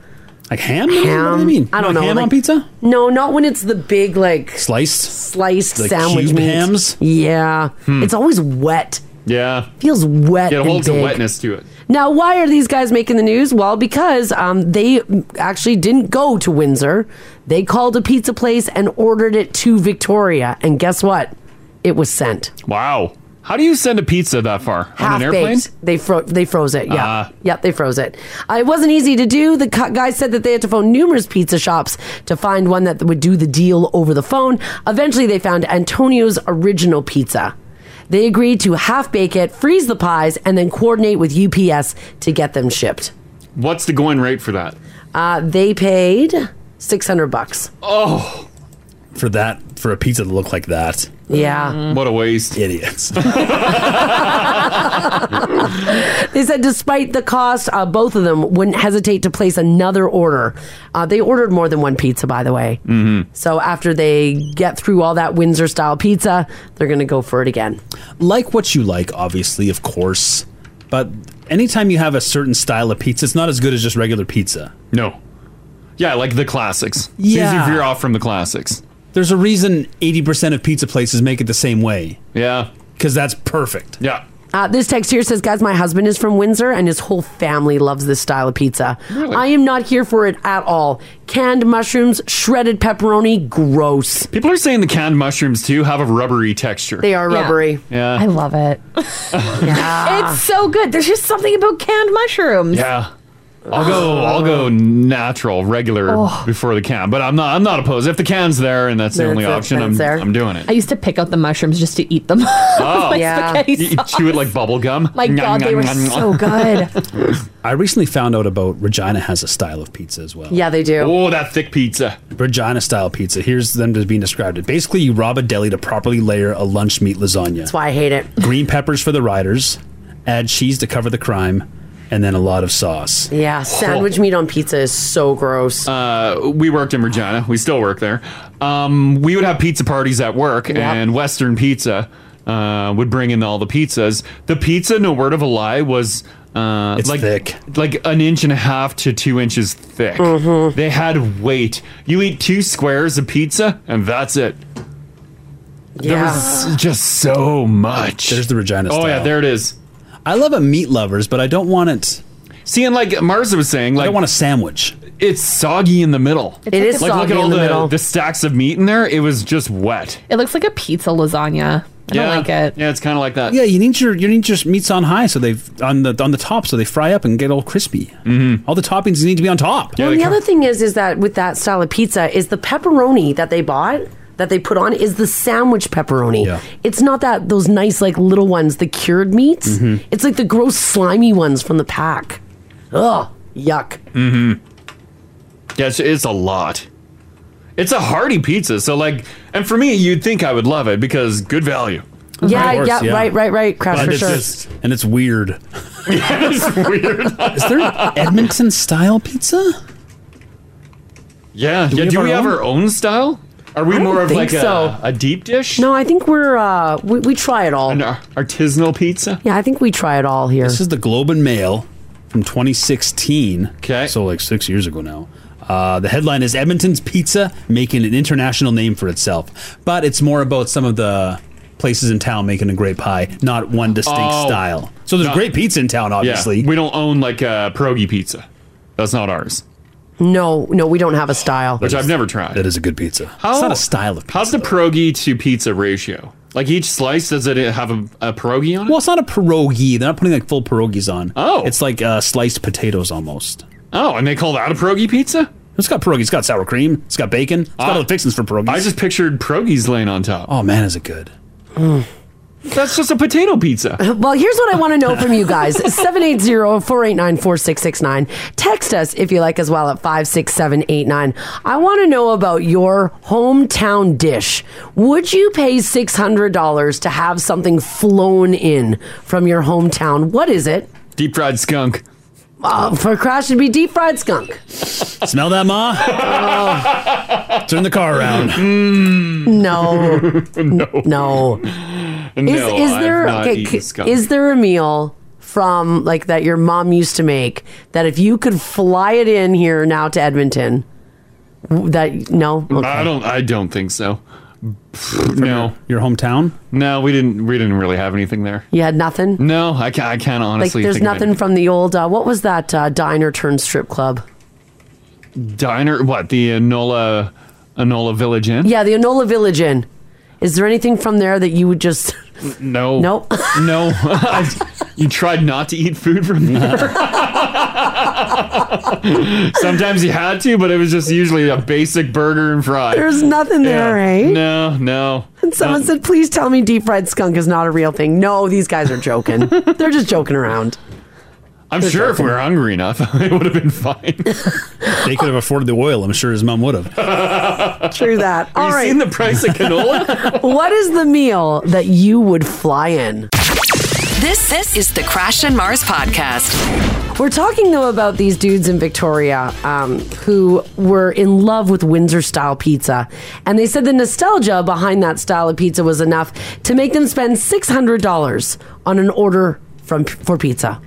like ham. Ham. What do you mean? I don't Like know. ham like- on pizza? No, not when it's the big like Sliced? sliced Like sandwich cubed meat. hams? Yeah, Hmm. it's always wet. Yeah, Feels wet. it and holds a big. wetness to it. Now, why are these guys making the news? Well, because um, they actually didn't go to Windsor. They called a pizza place and ordered it to Victoria. And guess what? It was sent. Wow, how do you send a pizza that far on an airplane? baked. They fro- they froze it. Yeah, Ah. yeah, they froze it. Uh, it wasn't easy to do. The cu- guy said that they had to phone numerous pizza shops to find one that would do the deal over the phone. Eventually, they found Antonio's original pizza. They agreed to half bake it, freeze the pies, and then coordinate with UPS to get them shipped. What's the going rate for that? Uh, they paid six hundred bucks. Oh, for that for a pizza to look like that. Yeah. Mm. What a waste. Idiots. They said despite the cost, uh, both of them wouldn't hesitate to place another order. Uh, they ordered more than one pizza, by the way. Mm-hmm. So after they get through all that Windsor style pizza, they're going to go for it again. like what you like, obviously, of course. But anytime you have a certain style of pizza, it's not as good as just regular pizza. No. Yeah, like the classics. As soon Yeah. as you veer off from the classics. There's a reason 80% of pizza places make it the same way. Yeah. Because that's perfect. Yeah. Uh, this text here says, guys, my husband is from Windsor and his whole family loves this style of pizza. I am not here for it at all. Canned mushrooms, shredded pepperoni, gross. People are saying the canned mushrooms too have a rubbery texture. They are Yeah. rubbery. Yeah. I love it. It's so good. There's just something about canned mushrooms. Yeah. I'll go. I'll go natural, regular Oh. before the can. But I'm not. I'm not opposed. If the can's there and that's the That's only it, option, I'm, that's there. I'm doing it. I used to pick out the mushrooms just to eat them. Oh, You, you chew it like bubble gum. My God, they were so good. I recently found out about Regina has a style of pizza as well. Yeah, they do. Oh, that thick pizza. Regina style pizza. Here's them just being described. It basically you rob a deli to properly layer a lunch meat lasagna. That's why I hate it. Green peppers for the riders, add cheese to cover the crime, and then a lot of sauce. Yeah, sandwich meat on pizza is so gross. Oh. Uh, we worked in Regina. We still work there. Um, we would have pizza parties at work, and Western Pizza uh, would bring in all the pizzas. The pizza, no word of a lie, was uh, It's like thick. like an inch and a half to two inches thick. Mm-hmm. They had weight. You eat two squares of pizza, and that's it. There was just so much. There's the Regina Oh, style. yeah, there it is. I love a meat lovers, but I don't want it. See, and like Marza was saying, like I don't want a sandwich. It's soggy in the middle. It's It like is a- like look soggy at all in the the, middle. the stacks of meat in there. It was just wet. It looks like a pizza lasagna. I don't like it. Yeah, it's kind of like that. Yeah, you need your you need your meats on high, so they've on the on the top, so they fry up and get all crispy. Mm-hmm. All the toppings need to be on top. well, the other thing is, is that with that style of pizza, is the pepperoni that they bought that they put on is the sandwich Oh. pepperoni. It's not that those nice like little ones, the cured meats. Mhm. It's like the gross slimy ones from the pack. Ugh, yuck. Mm-hmm. Yeah, it's, it's a lot. It's a hearty pizza, so like, and for me, you'd think I would love it because good value. Yeah, yeah, right, right, right. Crash But for it's sure. just- and it's weird. it's weird. Is there Edmonton style pizza? Yeah, Do we yeah. have do our we have own? our own style? Are we I more don't of think like so. a, a deep dish? No, I think we're uh we, we try it all. An ar- artisanal pizza? Yeah, I think we try it all here. This is the Globe and Mail from 2016. Okay. So, like six years ago now. Uh, the headline is Edmonton's Pizza making an international name for itself. But it's more about some of the places in town making a great pie, not one distinct Oh. style. So, there's No. great pizza in town, obviously. Yeah, we don't own like a pierogi pizza. That's not ours. No, no, we don't have a style. Which I've never tried. That is a good pizza. How, it's not a style of pizza. How's the pierogi to pizza ratio? Like each slice, does it have a, a pierogi on it? Well, it's not a pierogi. They're not putting like full pierogies on. Oh. It's like uh, sliced potatoes almost. Oh, and they call that a pierogi pizza? Ah. It's got pierogi. It's got sour cream. It's got bacon. It's got all the fixings for pierogies. I just pictured pierogies laying on top. Oh, man, is it good. Oh. That's just a potato pizza. Well, here's what I want to know from you guys 780 489 4669. Text us if you like as well at 56789. I want to know about your hometown dish. Would you pay $600 to have something flown in from your hometown? What is it? Deep fried skunk. Uh, for Crash, it'd be deep fried skunk. Smell that, Ma? Turn the car around. No. Mm. no. No. Is, is there okay, c- is there a meal from like that your mom used to make that if you could fly it in here now to Edmonton w- that no I don't. I don't think so. no, your, hometown? No, we didn't. We didn't really have anything there. you had nothing No, I can't. I can't honestly. like there's think of nothing from the old uh, what was that uh, diner turned strip club any. diner. What the Enola Enola Village Inn? yeah the Enola Village Inn is there anything from there that you would just No. Nope. No. you tried not to eat food from there. Sometimes you had to, but it was just usually a basic burger and fry. There's nothing there, eh? No, no. and someone Um, said please tell me deep fried skunk is not a real thing no these guys are joking they're just joking around I'm They're sure if we joking. were hungry enough, it would have been fine. they could have afforded the oil. I'm sure his mom would have. True that. All you right. seen the price of canola? what is the meal that you would fly in? This this is the Crash and Mars podcast. We're talking though about these dudes in Victoria um, who were in love with Windsor style pizza, and they said the nostalgia behind that style of pizza was enough to make them spend six hundred dollars on an order from for pizza.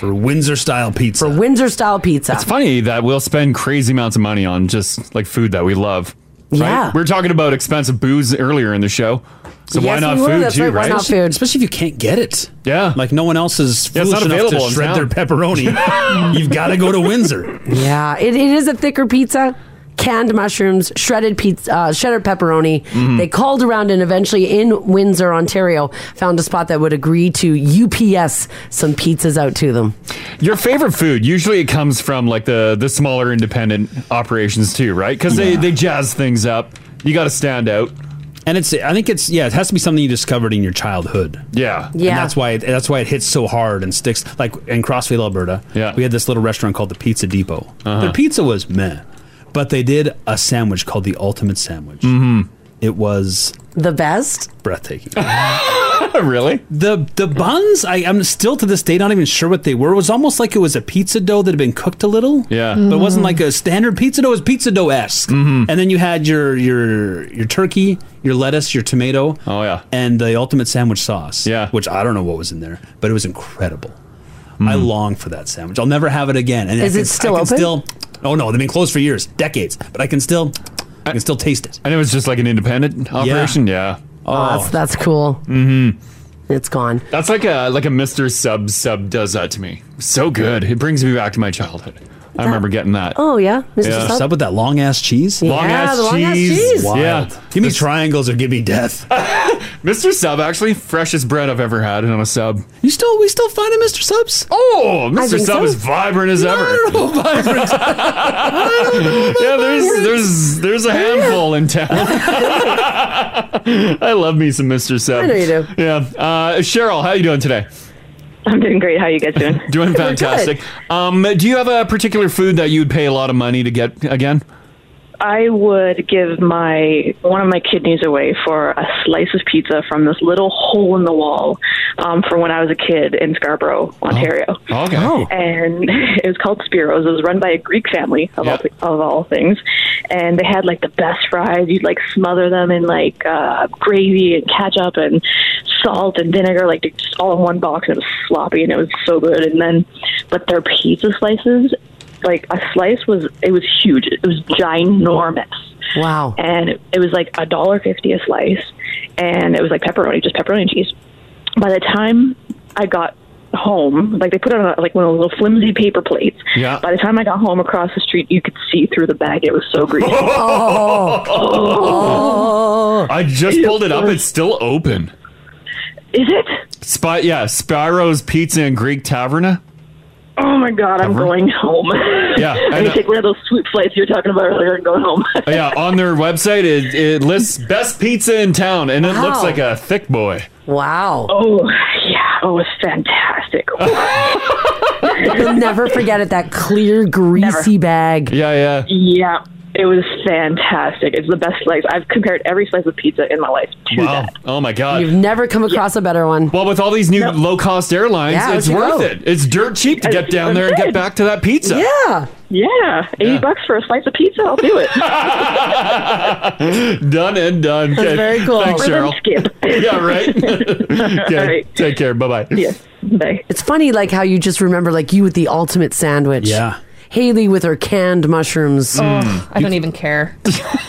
For Windsor style pizza. For Windsor style pizza. It's funny that we'll spend crazy amounts of money on just like food that we love. Yeah. We were talking about expensive booze earlier in the show. So why Yes, not we food will. That's too, right. Why right? not food? Especially if you can't get it. Yeah. Like no one else is Yeah, it's foolish not enough available to in shred town. their pepperoni. You've got to go to Windsor. Yeah, it, it is a thicker pizza. Canned mushrooms, shredded pizza, uh, shredded pepperoni. Mm-hmm. Mhm. They called around and eventually in Windsor, Ontario, found a spot that would agree to UPS some pizzas out to them. Your favorite food usually it comes from like the the smaller independent operations too, right? Because they they jazz things up. You got to stand out. And it's I think it's yeah, it has to be something you discovered in your childhood. Yeah. And that's why it, that's why it hits so hard and sticks like in Crossfield, Alberta. Yeah. We had this little restaurant called the Pizza Depot. Uh-huh. Their pizza was meh, but they did a sandwich called the Ultimate Sandwich. Mm-hmm. It was the best, breathtaking. really? The the buns, I, I'm still to this day not even sure what they were. It was almost like it was a pizza dough that had been cooked a little. Yeah. Mm-hmm. But it Mm-hmm. wasn't like a standard pizza dough, it was pizza dough esque. And then you had your your your turkey, your lettuce, your tomato. Oh yeah. And the ultimate sandwich sauce. Yeah. Which I don't know what was in there, but it was incredible. Mm. I long for that sandwich. I'll never have it again. And I Is can- it still I can open? Still, oh no, they've been closed for years, decades. But I can still, I can still taste it. And it was just like an independent operation? Yeah. Oh, that's that's cool. Mm-hmm. It's gone. That's like a like a Mr. Sub Sub does that to me. So good. It brings me back to my childhood. I remember getting that. Oh yeah, Mr. Sub? with that long ass cheese. Long ass cheese. Yeah. Give me triangles or give me death. Mr. Sub actually freshest bread I've ever had on a sub. You still we still find a Mr. Subs? Oh, I Mr. think Sub so. is vibrant as ever. yeah, there's there's there's a handful in town. I love me some Mr. Sub. I know you do. Yeah. Uh, Cheryl, how you doing today? I'm doing great. How you guys doing? Doing We're fantastic. Um, do you have a particular food that you'd pay a lot of money to get again? I would give my one of my kidneys away for a slice of pizza from this little hole in the wall um, from when I was a kid in Scarborough, Oh. Ontario. Okay. Oh. Oh And it was called Spiros. It was run by a Greek family of all of all things, and they had like the best fries. You'd like smother them in like uh, gravy and ketchup and salt and vinegar, like just all in one box. And it was sloppy and it was so good. And then, but their pizza slices like a slice was it was huge. It was ginormous. Wow. And it, it was like a dollar fifty a slice and it was like pepperoni, just pepperoni and cheese. By the time I got home, like they put it on like one of those little flimsy paper plates. Yeah. By the time I got home across the street you could see through the bag. It was so Oh. greasy. I just pulled it up. It's still open. Is it? Spy, yeah, Spiro's Pizza and Greek Taverna. Oh my god, I'm going home. Yeah, I I'm know. gonna take one of those swoop flights you were talking about earlier and go home. Oh, yeah, on their website it, it lists best pizza in town, and it Wow. looks like a thick boy. Wow. Oh yeah. Oh, it's fantastic. You'll never forget it. That clear, greasy bag. Yeah, yeah. Yeah, it was fantastic. It's the best slice. I've compared every slice of pizza in my life to Wow! Oh my God! You've never come across a better one. Well, with all these new low cost airlines, Yeah, it's out you worth go. it. It's dirt cheap to get down there and get back to that pizza. Yeah. Yeah. 80 bucks for a slice of pizza. I'll do it. done and done. That's Okay. very cool. Thanks, Cheryl. Rhythm skip. yeah, right. okay. Take care. Bye bye. Bye. It's funny, like how you just remember, like you with the ultimate sandwich. Yeah. Haley with her canned mushrooms. Oh, Mm. I don't even care.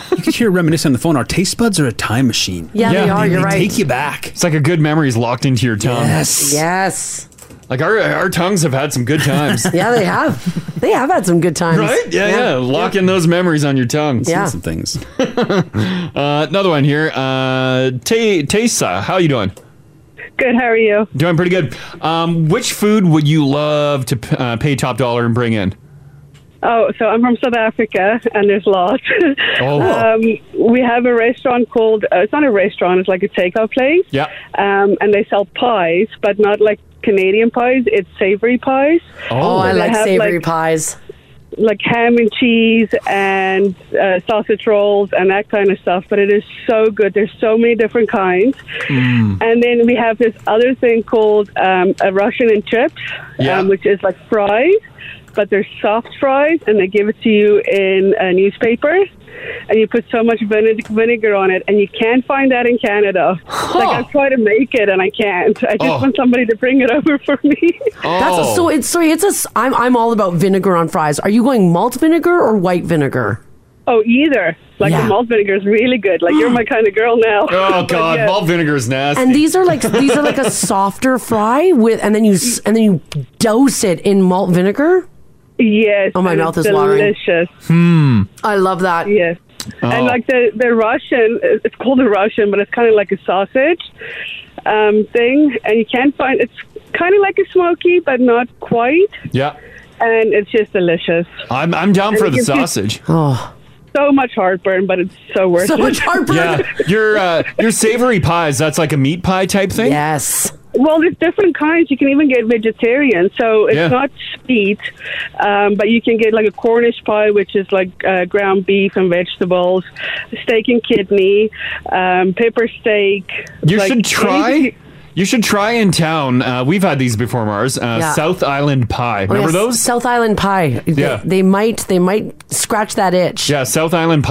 You could hear her reminisce on the phone. Our taste buds are a time machine. Yeah, they are. You're right. Take you back. It's like a good memory is locked into your tongue. Yes. Yes. Um, Like our our tongues have had some good times. yeah, they have. They have had some good times. Right? Yeah, yeah. Lock in those memories on your tongue. Yeah. Seen some things. uh, another one here. Uh, Tay Taysa, how you doing? Good. How are you? Doing pretty good. Um, which food would you love to p- uh, pay top dollar and bring in? Oh, so I'm from South Africa, and there's lots. Oh. um, we have a restaurant called. Uh, it's not a restaurant. It's like a takeout place. Yeah. Um, and they sell pies, but not like Canadian pies. It's savory pies. Oh, I And they like have, savory pies. Like ham and cheese and uh, sausage rolls and that kind of stuff. But it is so good. There's so many different kinds. Hmm. And then we have this other thing called um, a Russian and chips, Yeah. um, which is like fries, but they're soft fries, and they give it to you in a newspaper, and you put so much vine- vinegar on it, and you can't find that in Canada. Like I try to make it, and I can't. I Oh. just want somebody to bring it over for me. That's a, so it's sorry, it's a s- I'm I'm all about vinegar on fries. Are you going malt vinegar or white vinegar? Oh, either. Like Yeah. the malt vinegar is really good. Like you're my kind of girl now. Oh But god, yeah. malt vinegar's nasty. And these are like these are like a softer fry with, and then you s- and then you douse it in malt vinegar. Yes. Oh, my and mouth it's is watering. Delicious. Hmm. I love that. Yes. Oh. And like the the Russian, it's called a Russian, but it's kind of like a sausage um, thing, and you can't find. It's kind of like a smoky, but not quite, Yeah, and it's just delicious. I'm I'm down for And it the gives you sausage. Oh. So much heartburn, but it's so worth it. Yeah, your uh, your savory pies. That's like a meat pie type thing. Yes. Well, there's different kinds. You can even get vegetarian, so it's Yeah. not sweet, um, but you can get like a Cornish pie, which is like uh, ground beef and vegetables, steak and kidney, um, pepper steak. You like should try. anything- You should try in town. Uh, we've had these before, Mars. Uh, Yeah. South Island pie. Oh, Remember yes, those? South Island pie? They- Yeah. They, might they might scratch that itch. Yeah,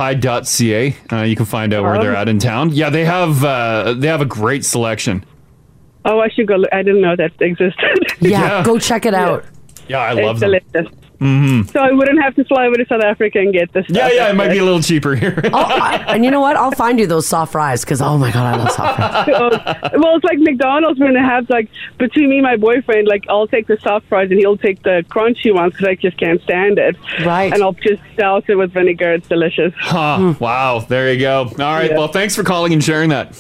SouthIslandPie.ca. Uh, you can find out where they're at in town. Yeah, they have uh, they have a great selection. Oh, I should go. Look. I didn't know that existed. Yeah, Yeah. go check it out. Yeah, I It's love them. delicious. hmm So I wouldn't have to fly over to South Africa and get this. Yeah, stuff. yeah, it might be a little cheaper here. Oh, I- and you know what? I'll find you those soft fries because oh my god, I love soft fries. Oh, well, it's like McDonald's when they have like between me and my boyfriend, like I'll take the soft fries and he'll take the crunchy ones because I just can't stand it. Right. And I'll just douse it with vinegar. It's delicious. Huh. Wow. There you go. All right. Yeah. Well, thanks for calling and sharing that.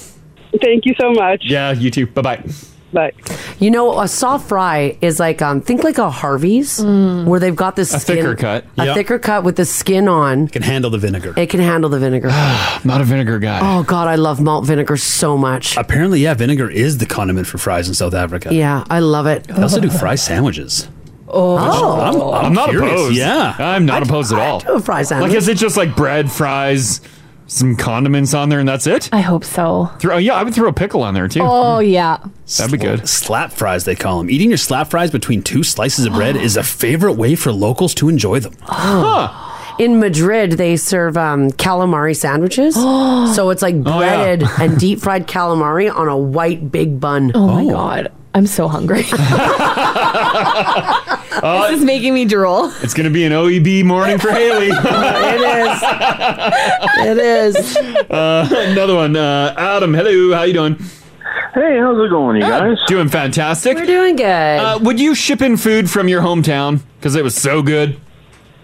Thank you so much. Yeah, you too. Bye bye. Bye. You know, a soft fry is like um think like a Harvey's Mm. where they've got this A skin, thicker cut. a Yep. thicker cut with the skin on. Can handle the vinegar. It can handle the vinegar. Not a vinegar guy. Oh god, I love malt vinegar so much. Apparently, yeah, vinegar is the condiment for fries in South Africa. Yeah, I love it. They also do fry sandwiches. Oh, I'm, I'm, I'm not curious. opposed. Yeah. I'm not opposed at all. do a fry sandwich. Like, is it just like bread, fries, some condiments on there, and that's it? I hope so. Throw, yeah, I would throw a pickle on there too. Oh yeah. That'd be good. Slap fries, they call them. Eating your slap fries between two slices of bread is a favorite way for locals to enjoy them. In Madrid, they serve um, calamari sandwiches. so it's like Oh, breaded and deep fried calamari on a white big bun. Oh, my god, I'm so hungry. Uh, this is making me drool. it's gonna be an OEB morning for Haley. it is. It is. Uh, another one. Uh, Adam, hello. How you doing? Hey, how's it going, you guys? Doing fantastic. We're doing good. Uh, would you ship in food from your hometown because it was so good?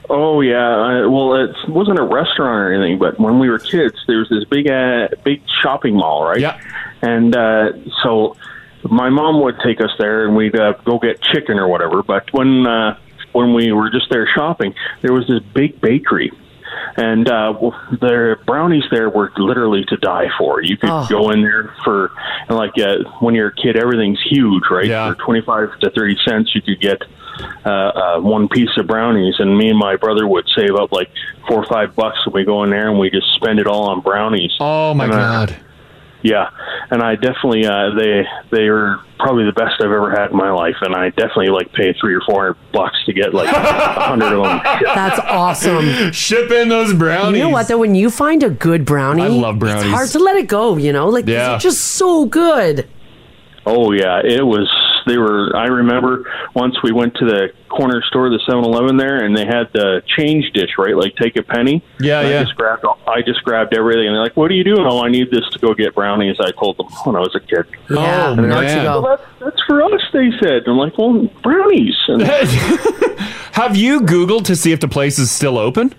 Oh yeah, I, well it wasn't a restaurant or anything, but when we were kids, there was this big, uh, big shopping mall, right? Yeah. And uh, so my mom would take us there, and we'd uh, go get chicken or whatever. But when uh, when we were just there shopping, there was this big bakery, and uh, well, their brownies there were literally to die for. You could Oh. go in there for and like uh, when you're a kid, everything's huge, right? For twenty five to thirty cents, you could get uh, uh, one piece of brownies, and me and my brother would save up like four or five bucks, and we go in there and we just spend it all on brownies. Oh my god! yeah, and I definitely uh, they they were probably the best I've ever had in my life, and I definitely like paid three or four hundred bucks to get like a hundred of them. That's awesome. Ship in those brownies. You know what though? When you find a good brownie, I love brownies. It's hard to let it go. You know, like 'cause Yeah. it's just so good. Oh yeah, it was. They were. I remember once we went to the corner store, the Seven Eleven there, and they had the change dish, right? Like take a penny. Yeah, And yeah. I just grabbed. all- I just grabbed everything, and they're like, "What are you doing?" Oh, I need this to go get brownies. I told them when I was a kid. Yeah, And they're like, Oh, man. "Well, that's, that's for us," they said. I'm like, "Well, brownies." And, Have you Googled to see if the place is still open?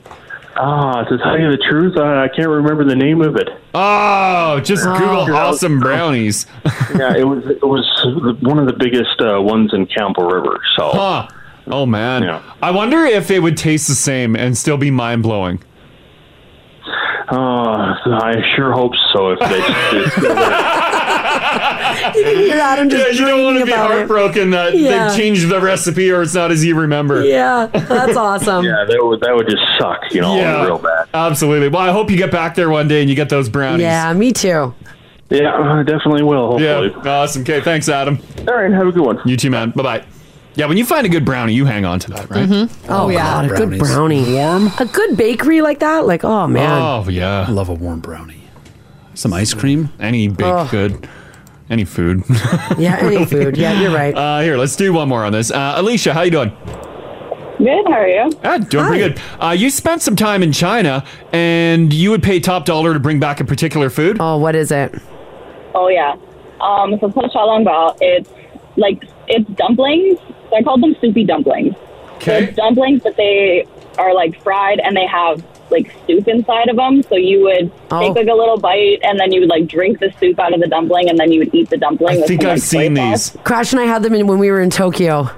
ah, to tell you the truth, I, I can't remember the name of it. Oh. Oh, just Google awesome brownies. yeah, it was. It was one of the biggest uh, ones in Campbell River. So. Huh. Oh man. I wonder if it would taste the same and still be mind blowing. Uh, I sure hope so. If they, if You can hear Adam just yeah, you don't want to be about it. heartbroken that Yeah. they've changed the recipe or it's not as you remember. Yeah, that's awesome. Yeah, that would that would just suck, you know, Yeah. real bad. Absolutely. Well, I hope you get back there one day and you get those brownies. Yeah, me too. Yeah, I definitely will. Hopefully. Yeah. Awesome. Okay. Thanks, Adam. All right. Have a good one. You too, man. Bye bye. Yeah, when you find a good brownie, you hang on to that, right? Oh, Oh, yeah, God, a good brownies. brownie, warm, a good bakery like that. Like, oh man, Oh yeah. I love a warm brownie. Some ice cream. Any baked Oh. good. Any food. yeah, any Really. food. Yeah, you're right. Uh, here, let's do one more on this. Uh, Alicia, how you doing? Good. How are you? Ah, doing pretty good. Uh, you spent some time in China, and you would pay top dollar to bring back a particular food. Oh, what is it? Oh yeah. Um, so Pho Chai Long Bao, it's like it's dumplings. I call them soupy dumplings. Okay. They're dumplings, but they are like fried and they have like soup inside of them. So you would Oh. take like a little bite and then you would like drink the soup out of the dumpling and then you would eat the dumpling. with some, like, soy sauce. Crash and I had them in when we were in Tokyo.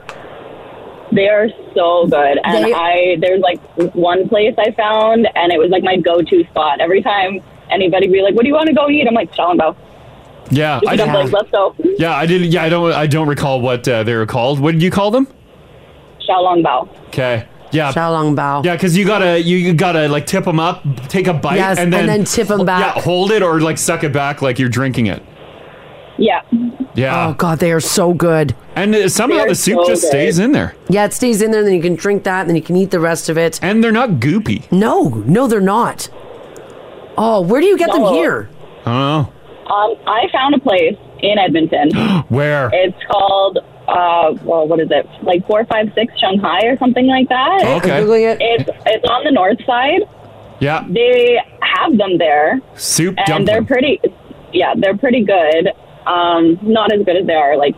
They are so good. And They- I there's like one place I found and it was like my go to spot. Every time anybody would be like, What do you want to go eat? I'm like, Shalangbao. Yeah, Just I a dumpling, did. let's go. Yeah, I did. Yeah, I don't. I don't recall what uh, they were called. What did you call them? Shalangbao. Okay. Yeah. Shaolong bao. Yeah, because you gotta you, you gotta like tip them up, take a bite, Yes, and then and then tip 'em back. Yeah, hold it or like suck it back like you're drinking it. Yeah. Yeah. Oh God, they are so good. And uh, somehow the soup just stays in there. Yeah, it stays in there, and then you can drink that, and then you can eat the rest of it. And they're not goopy. No, no, they're not. Oh, where do you get them No. here? Oh. Um, I found a place in Edmonton. Where? It's called, uh, well, what is it? Like 456 Shanghai or something like that. Okay. I'm Googling it. It's, it's on the north side. Yeah. They have them there. Soup And dumpling. they're pretty, yeah, they're pretty good. Um, not as good as they are, like,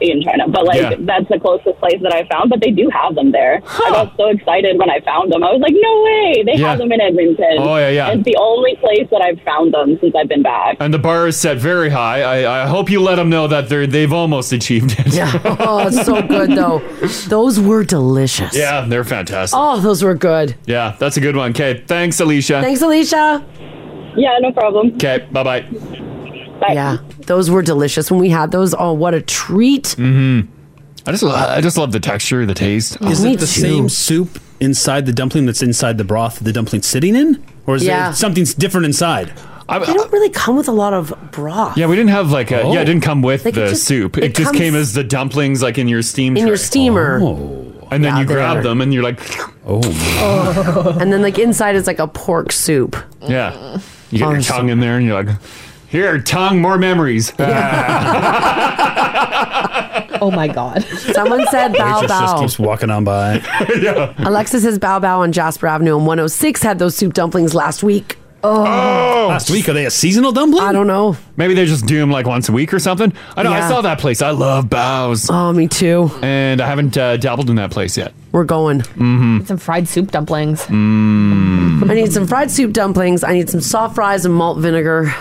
in China, but like Yeah. that's the closest place that I found. But they do have them there. I got so excited when I found them. I was like, "No way! They Yeah. have them in Edmonton." Oh, yeah, yeah. It's the only place that I've found them since I've been back. And the bar is set very high. I, I hope you let them know that they're they've almost achieved it. Yeah. Oh, it's so good though. Those were delicious. Yeah, they're fantastic. Oh, those were good. Yeah, that's a good one. Okay, thanks, Alicia. Thanks, Alicia. Yeah, no problem. Okay, bye bye. Yeah, those were delicious when we had those. Oh, what a treat! Mm-hmm. I just lo- I just love the texture, the taste. Is Me it the too. same soup inside the dumpling that's inside the broth the dumpling's sitting in, or is Yeah. there something's different inside? they don't really come with a lot of broth Yeah, we didn't have like a, yeah, it didn't come with Oh. Like, it the just- soup. It, it just comes- came as the dumplings, like in your steam in your tray. Oh. steamer. and then Yeah, you grab they're- them and you're like, oh, Oh. and then like inside is like a pork soup. yeah. You get your tongue in there and you're like, here, tongue, more memories. Oh my god. Someone said bow Waitress just bow. keeps walking on by. yeah. Alexa says bow bow on Jasper Avenue and 106 had those soup dumplings last week. Oh, Last week, are they a seasonal dumpling? I don't know. Maybe they just do them like once a week or something. I know. I Yeah. saw that place. I love Bows. Oh, me too. And I haven't uh, dabbled in that place yet. We're going. Mm-hmm. Some fried soup dumplings. Mm. I need some fried soup dumplings. I need some soft fries and malt vinegar.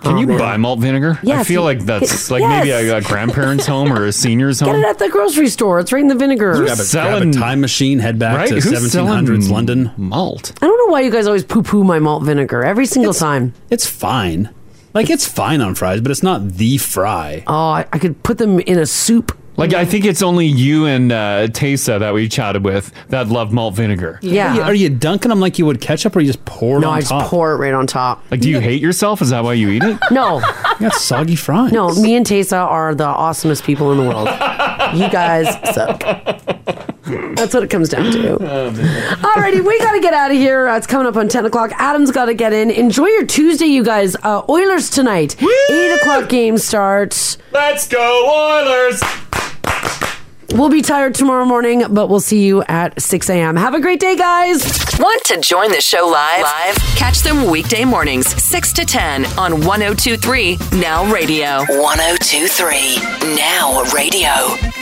Can Oh, you man. buy malt vinegar? I Yes, feel you- like that's like maybe a, a Yes. grandparent's home or a senior's Get home. it at the grocery store. It's right in the vinegar. Grab a, grab a time machine, head back Um, Right? to Who's 1700s selling London. Malt. I don't know why you guys always poo poo my malt vinegar every single time. It's fine. Like it's fine on fries, but it's not the fry. Oh, I, I could put them in a soup. Like I think it's only you and uh, Tesa that we chatted with that love malt vinegar. Yeah. Are you, are you dunking them like you would ketchup, or you just pour it No, on I just top? pour it right on top. Like, do you hate yourself? Is that why you eat it? No. That's soggy fries. No, me and Tesa are the awesomest people in the world. you guys suck. That's what it comes down to. Alrighty, we gotta get out of here. Uh, it's coming up on ten o'clock. Adam's gotta get in. Enjoy your Tuesday, you guys. Uh, Oilers tonight. Eight o'clock game starts. Let's go Oilers. We'll be tired tomorrow morning, but we'll see you at six a.m. Have a great day, guys. Want to join the show live? Live? Catch them weekday mornings, 6 to 10 on 1023 Now Radio. 1023 Now Radio.